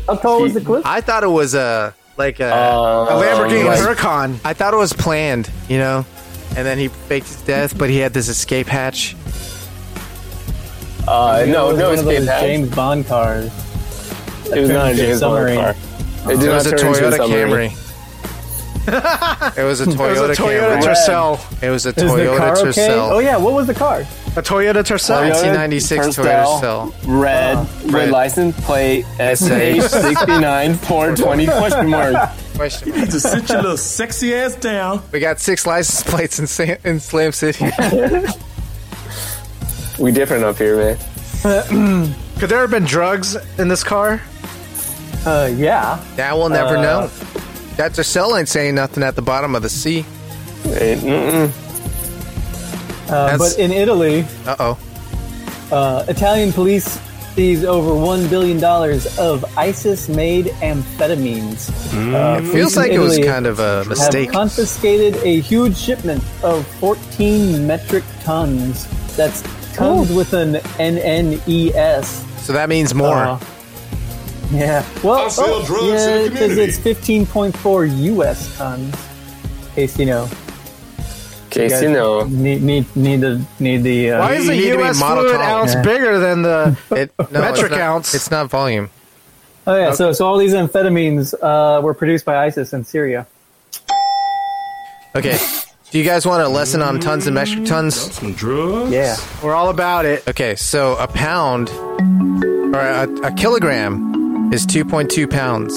How tall was the cliff?
I thought it was a like a.
A
Uh,
Lamborghini
right.
Huracan.
I thought it was planned, you know, and then he faked his death, but he had this escape hatch.
Uh, no,
It
no
was one of
escape
those
hatch.
James Bond cars.
It was not a
into a
James Bond
submarine.
car. It, did
It
not
was a
turn into
Toyota
submarine.
Camry. it was
It was
a Toyota,
a Toyota
Camry.
Tercel.
It was a
Is the
Toyota
car okay?
Tercel.
Oh yeah, what was the car?
A Toyota Tercel.
Toyota
1996 Toyota
Tercel,
Tercel.
Red, Uh, red,
red.
license plate,
SH.
*laughs* SH sixty nine four twenty question mark.
Question.
You need to sit your little sexy ass down.
We got six license plates in, Sa- in Slam City.
We different up here, man.
Could there have been drugs in this car?
Uh, yeah.
now we'll never know. That Tercel ain't saying nothing at the bottom of the sea.
It- mm-mm.
Uh,
That's-
but in Italy,
Uh oh.
Uh, Italian police seize over one billion dollars of ISIS-made amphetamines.
Mm. It feels
police in
like it was
Italy
kind of a
have
mistake.
confiscated a huge shipment of 14 metric tons. That's tons with an N N E S. Uh,
So that means more.
Uh-huh. yeah. Well,
I sell
oh,
drugs to
yeah,
the
it says it's 15.4 U.S. tons. In case you know.
Case
guys
you know.
Need, need, need the need the. Uh,
Why is the U.S. fluid ounce bigger than
*laughs*
the
No, it's
metric
not-
ounce?
It's not volume.
Oh yeah, so so all these amphetamines uh, were produced by ISIS in Syria.
Okay. Do you guys want a lesson on tons and metric tons? Some drugs?
Yeah.
We're all about it. Okay, so a pound or a, a kilogram is 2.2 pounds.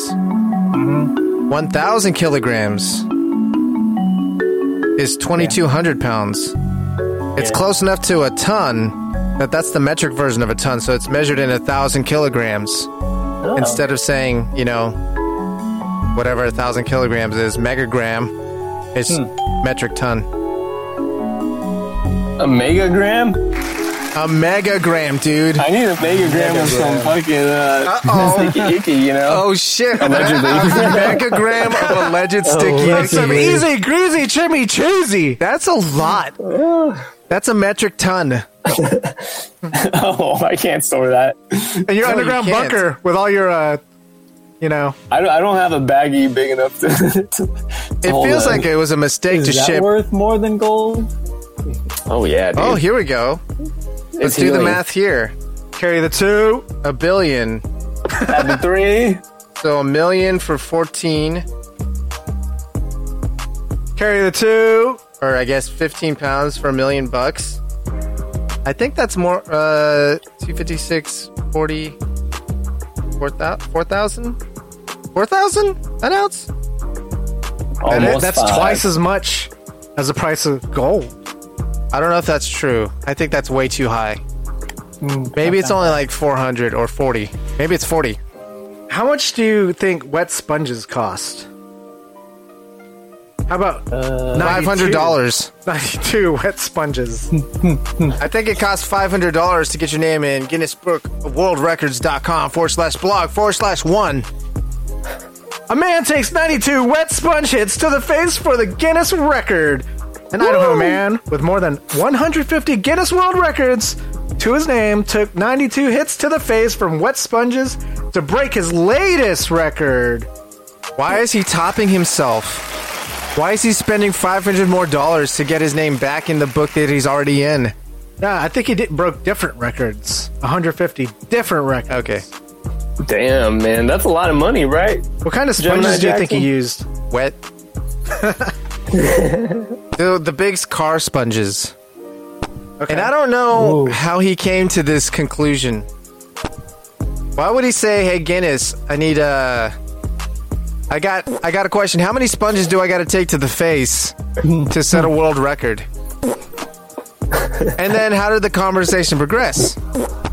1,000 kilograms is 2,200 pounds. It's close enough to a ton that that's the metric version of a ton, so it's measured in a 1,000 kilograms. Instead of saying, you know, whatever a 1,000 kilograms is, megagram, it's metric ton.
A megagram?
A megagram, dude.
*laughs*
Oh
I need a megagram of some fucking uh,
Uh-oh.
sticky icky, you know?
Oh shit!
Allegedly.
megagram of
*laughs*
alleged
Oh,
sticky.
That's some easy greasy chimichurri.
That's a lot. That's a metric ton.
*laughs* oh, I can't store that.
And your
No, you
underground
can't.
bunker with all your, uh, you know.
I don't, I don't have a baggie big enough to. to *laughs*
It feels like it was a mistake
Is
to
that
ship.
worth more than gold?
Oh yeah.
Oh, here we go. Let's do the
healing.
math here. Carry the two. A billion.
Add the three.
So a million for fourteen.
Carry the two.
Or I guess fifteen pounds for a million bucks. I think that's more. Uh, two fifty six forty. Four thousand. Four thousand. Four thousand an ounce.
And
Almost
that's
five.
twice as much as the price of gold.
I don't know if that's true. I think that's way too high. Maybe it's only like 400 or 40. Maybe it's 40.
How much do you think wet sponges cost? How about
Uh.
$500.
92 *laughs* wet sponges.
I think it costs $500 to get your name in Guinness Book of World Records.com forward slash blog forward slash one.
A man takes 92 wet sponge hits to the face for the Guinness record. An Idaho man with more than 150 Guinness World Records to his name took 92 hits to the face from wet sponges to break his latest record.
Why is he topping himself? Why is he spending 500 more dollars to get his name back in the book that he's already in?
Nah, Uh, I think he did broke different records. 150 different records.
Okay.
Damn, man, that's a lot of money, right?
What kind of
Gemini
sponges do you think he
Jackson?
used?
Wet. the, the big car sponges. And I don't know how he came to this conclusion. Why would he say, "Hey Guinness, I need a I got I got a question. How many sponges do I got to take to the face to set a world record?" and then how did the conversation progress?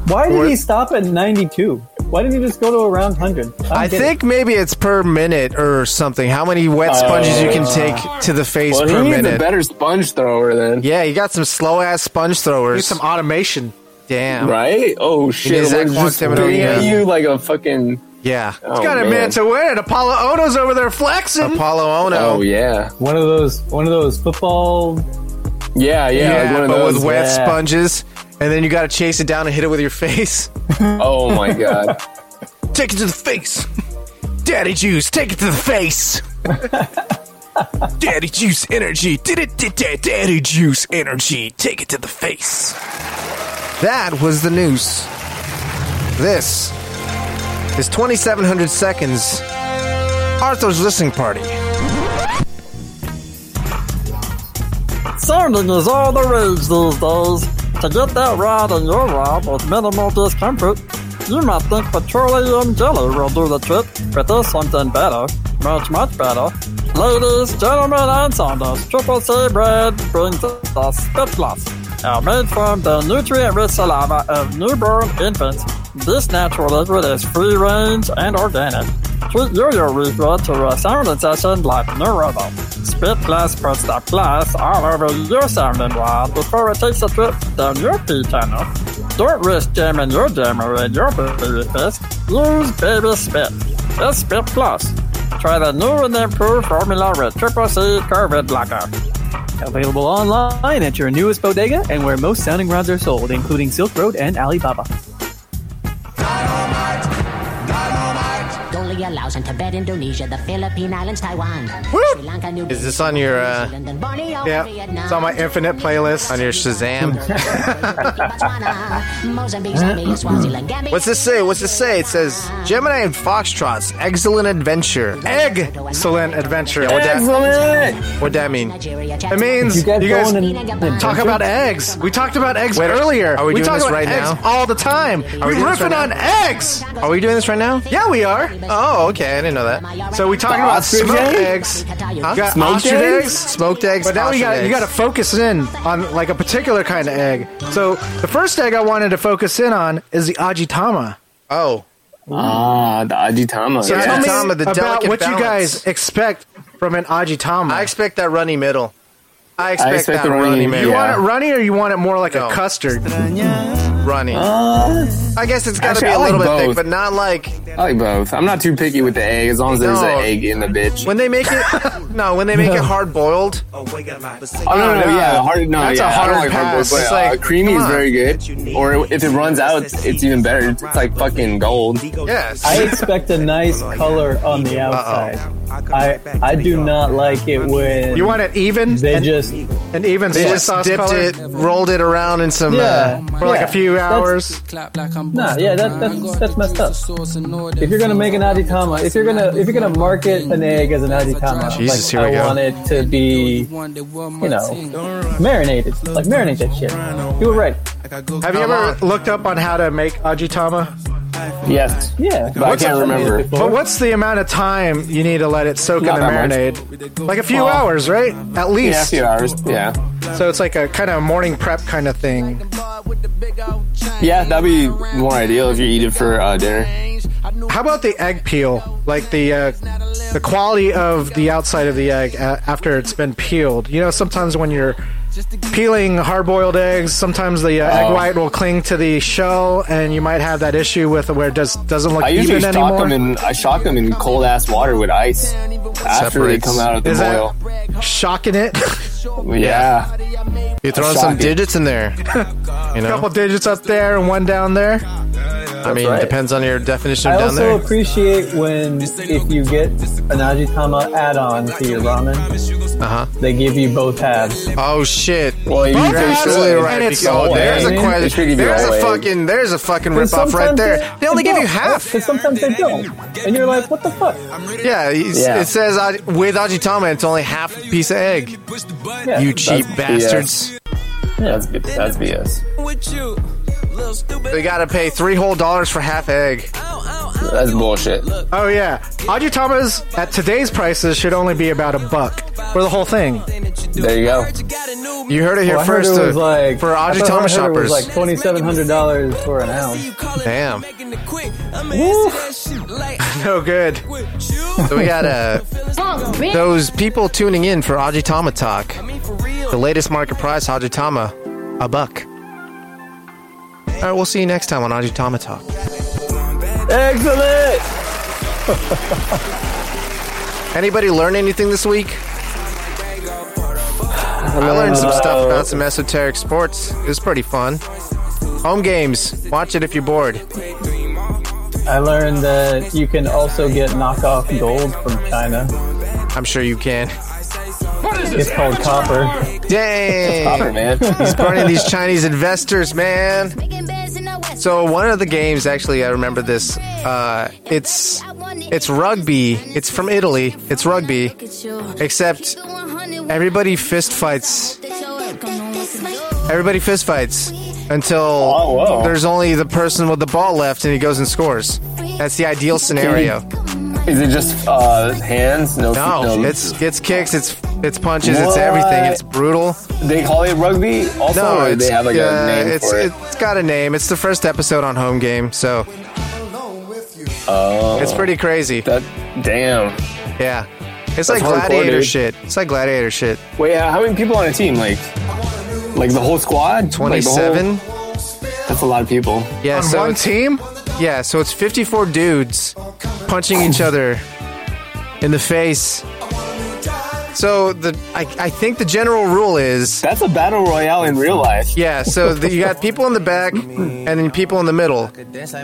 Why did he stop at 92? Why didn't he just go to around 100?
I think maybe it's per minute or something. How many wet sponges you can
Oh.
take to the face
well,
per
he needs
minute?
a better sponge thrower then.
Yeah, you got some slow ass sponge throwers.
Use some automation.
Damn.
Right? Oh shit!
needs that
one's just
quantum
spitting at
energy.
you like a fucking.
Yeah.
Oh,
Got a man
man.
to win. Apollo Ono's over there flexing.
Apollo Ono.
Oh yeah.
one of those one of those football.
Yeah, yeah. like one of
but
those.
with wet
Yeah.
sponges, and then you got to chase it down and hit it with your *laughs* face.
Oh
*laughs*
my god.
Take it to the face, Daddy Juice. Take it to the face, Daddy Juice Energy. Daddy Juice Energy. Take it to the face. That was the news. This is 2,700 seconds. Arthur's listening party.
Sounding is all the rage these days. To get that ride in your ride with minimal discomfort, you might think petroleum jelly will do the trick, but there's something better, much, much better. Ladies, gentlemen, and sounders, Triple C bread brings the spit floss. Now made from the nutrient-rich saliva of newborn infants, this natural liquid is free-range and organic.
With yo-yo redraw to resounding session like new rhythm. Spit plus press the plus all over your sounding wall before it takes a trip down your P channel. Don't risk jamming your jammer in your baby fist. Use baby spit. It's spit plus. Try the new and improved formula with triple C curved lacquer.
Available online at your newest bodega and where most sounding rods are sold, including Silk Road and Alibaba.
Mongolia, Laos, and Tibet, Indonesia, the Philippine Islands, Taiwan. Sri Lanka, New
Is this on your? uh
Borneo, Vietnam,
It's on my infinite playlist. On your *laughs* Shazam.
*laughs* Mozambique, Zambia, Swaziland, Gambia.
What's this say? What's this say? It says Gemini and Foxtrot's excellent adventure. Excellent adventure. What that, what that mean?
It means you guys, talk about eggs. We talked about eggs
Wait,
earlier.
Are we
we
doing
talk
this
about
right
eggs
now?
All the time.
Are
we
we doing
are
this
riffing
right
on eggs.
Are we doing this right now?
Yeah, we are.
Oh, okay. I didn't know that.
So we talking about
Ostrich
smoked
eggs?
eggs.
Huh?
Got
Smoked
ostrich
eggs? Smoked eggs,
But now you
ostrich
got you got
eggs.
to focus in on like a particular kind of egg. So the first egg I wanted to focus in on is the ajitama.
Oh.
Ah, the Ajitama.
So
Yeah.
tell me
Ajitama, the
about
delicate
what
balance.
you guys expect from an ajitama. I
expect that runny middle. I expect,
I
expect
that
the
runny,
runny,
middle.
You want it runny or you want it more like a custard?
runny?
Uh,
I guess it's got to be
actually,
a
I like
little bit thick,
both.
but not like
I like both. I'm not too picky with the egg as long as there's
No.
an egg in the bitch.
when they make
*laughs*
it. no, when they make it
No.
hard boiled. Oh,
Oh no, no, yeah, hard, no,
that's
yeah,
a hard
I don't like hard boiled,
pass.
but
It's
uh,
like,
creamy
come
is
on.
very good. Or if it runs out, it's even better. It's like fucking gold.
Yes.
I expect a nice color on the outside. I I do not like it when
You want it even?
They
and-
just
an even
They
soy
just
sauce
dipped
color?
it, rolled it around in some
Yeah.
uh, for like
Yeah.
a few
That's-
hours.
Nah, yeah, that, that's that's messed up. If you're gonna make an aditama, if you're gonna if you're gonna market an egg as an aditama,
Jesus,
like,
here we
I
go.
want it to be, you know, marinated. Like marinate that shit. You were right.
Have you ever looked up on how to make ajitama?
Yes.
Yeah.
But I can't remember.
But what's the amount of time you need to let it soak
Not
in the
that much.
marinade? Like a few
Well,
hours, right? At least.
Yeah, a few hours. Yeah.
So it's like a kind of morning prep kind of thing.
Yeah, that'd be more ideal if you eat it for uh, dinner.
How about the egg peel? Like the uh, the quality of the outside of the egg a- after it's been peeled. You know, sometimes when you're peeling hard-boiled eggs, sometimes the uh, egg
Oh.
white will cling to the shell, and you might have that issue with where it does doesn't look
I usually
even
shock
anymore.
them in I shock them in cold ass water with ice after they
Separates.
come out of the
Is that-
boil.
Shocking it. *laughs*
Yeah.
You throw
I
in
shock
some
it.
digits in
*laughs*
there. You know,
couple digits up there and one down there.
I mean,
right.
depends on your definition
I
of down
also
there.
appreciate when if you get an ajitama add-on to your ramen,
Uh huh.
they give you both halves.
Oh shit!
Well, you
Both
could
halves
show
are
it.
right,
And it's
because
all
there's a
egg.
quite-
It's tricky to
there's
all
a
egg.
fucking there's a fucking
And
ripoff right
sometimes
there. They only give you
don't.
half.
And sometimes they don't. And you're like, what the fuck?
Yeah, it's-
Yeah.
it says uh, with Ajitama, it's only half a piece of egg.
Yeah.
You cheap
That's
bastards!
That's that's BS.
They gotta pay three whole dollars for half egg.
That's bullshit.
Oh yeah, Ajitamas at today's prices should only be about a buck for the whole thing.
There you go.
You heard it here
Well, I heard
first.
it was
uh,
like
for
I thought- I
Ajitama
heard it was
shoppers,
like twenty seven hundred dollars for an ounce.
damn, *laughs*
no good.
So we got uh,
Oh,
those people tuning in for Ajitama talk. The latest market price Ajitama, a buck. All right, we'll see you next time on Ajitama talk.
Excellent.
Anybody learn anything this week? I learned some stuff
Uh,
about some esoteric sports. It was pretty fun. Home games. Watch it if you're bored.
I learned that you can also get knockoff gold from China.
I'm sure
*laughs*
you can.
It's called copper.
Copper,
Dang!
man.
He's burning these Chinese investors, man. So one of the games, actually, I remember this. Uh, it's it's rugby. It's from Italy. It's rugby, except everybody fist fights. Everybody fist fights until
*laughs* Oh, whoa.
there's only the person with the ball left, and he goes and scores. That's the ideal scenario.
Is it just uh, hands? No,
No, it's it's kicks, it's it's punches, it's
What?
everything. It's brutal.
They call it rugby. Also,
No,
or
it's,
Oh, they have like
uh,
a name
it's,
for it.
has got a name. It's the first episode on Home Game, so
Oh.
It's pretty crazy.
damn.
Yeah. It's
That's
like
hardcore,
gladiator
dude.
shit. It's like gladiator shit.
Wait, uh, how many people on a team? Like, like the whole squad? Like the whole-
27?
that's a lot of people.
Yeah, so it's- Yeah, so it's 54 dudes punching each other in the face. So the I, I think the general rule is
that's a battle royale in real life.
Yeah, so the, you got people in the back Hmm. and then people in the middle.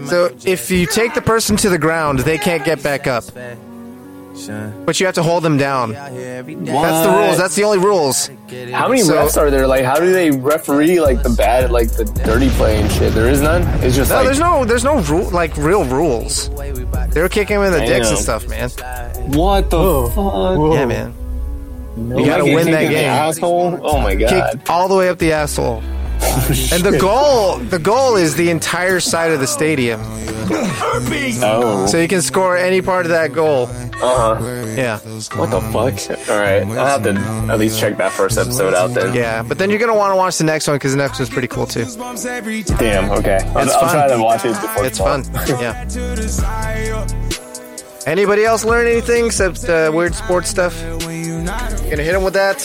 So if you take the person to the ground, they can't get back up. But you have to hold them down. That's the rules. That's the only rules.
How many
So-
refs are there? Like, how do they referee like the bad, like the dirty play and shit? There is none. It's just
no,
like
there's no there's no rule like real rules. They were kicking him in the dicks
Damn.
and stuff, man.
What the fuck?
Yeah, man.
No,
you gotta
like,
win
kick
that
in the
game.
Asshole. Oh my god.
Kicked all the way up the
*laughs*
asshole. and the goal the goal is the entire side of the stadium.
Oh.
So you can score any part of that goal.
Uh huh.
Yeah.
What the fuck? All right, I'll have to at least check that first episode out then.
Yeah, but then you're gonna want to watch the next one because the next one's pretty cool too.
Damn. Okay. I'll,
It's
I'll
fun.
try to watch it before
It's fun. Yeah. Anybody else learn anything except uh, weird sports stuff? Gonna hit him with that.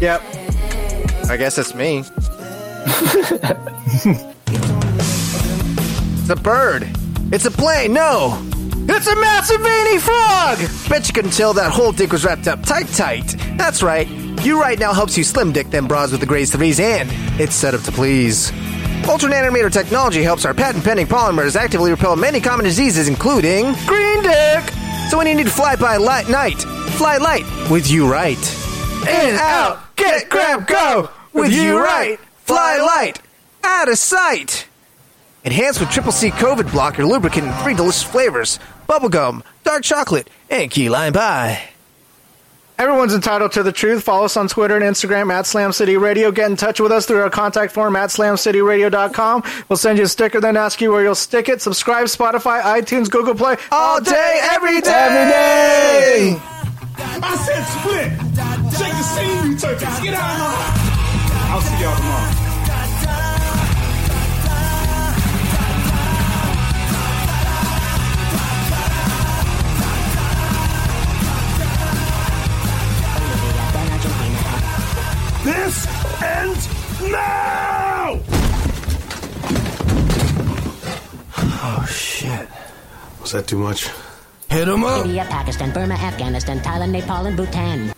Yep. I guess it's me. it's a bird. It's a plane. No. It's a Massivini frog. Bet you couldn't tell that whole dick was wrapped up tight, tight. That's right. You right now helps you slim dick them bras with the grace threes, and it's set up to please. Ultra nanometer technology helps our patent pending polymers actively repel many common diseases, including green dick. So when you need to fly by light night, fly light with you right. In, out, get, grab, go with you right. Fly light, out of sight. Enhanced with triple C COVID blocker lubricant in three delicious flavors bubblegum, dark chocolate, and key lime pie.
Everyone's entitled to the truth. Follow us on Twitter and Instagram at Slam City Radio. Get in touch with us through our contact form at slamcityradio.com. We'll send you a sticker, then ask you where you'll stick it. Subscribe, Spotify, iTunes, Google Play, all day, every day.
Every day.
I said split. Shake the scene, you turkeys. Get out of my house. I'll see y'all tomorrow. This ends now!
Oh shit! Was that too much?
India, Pakistan, Burma, Afghanistan, Thailand, Nepal, and Bhutan.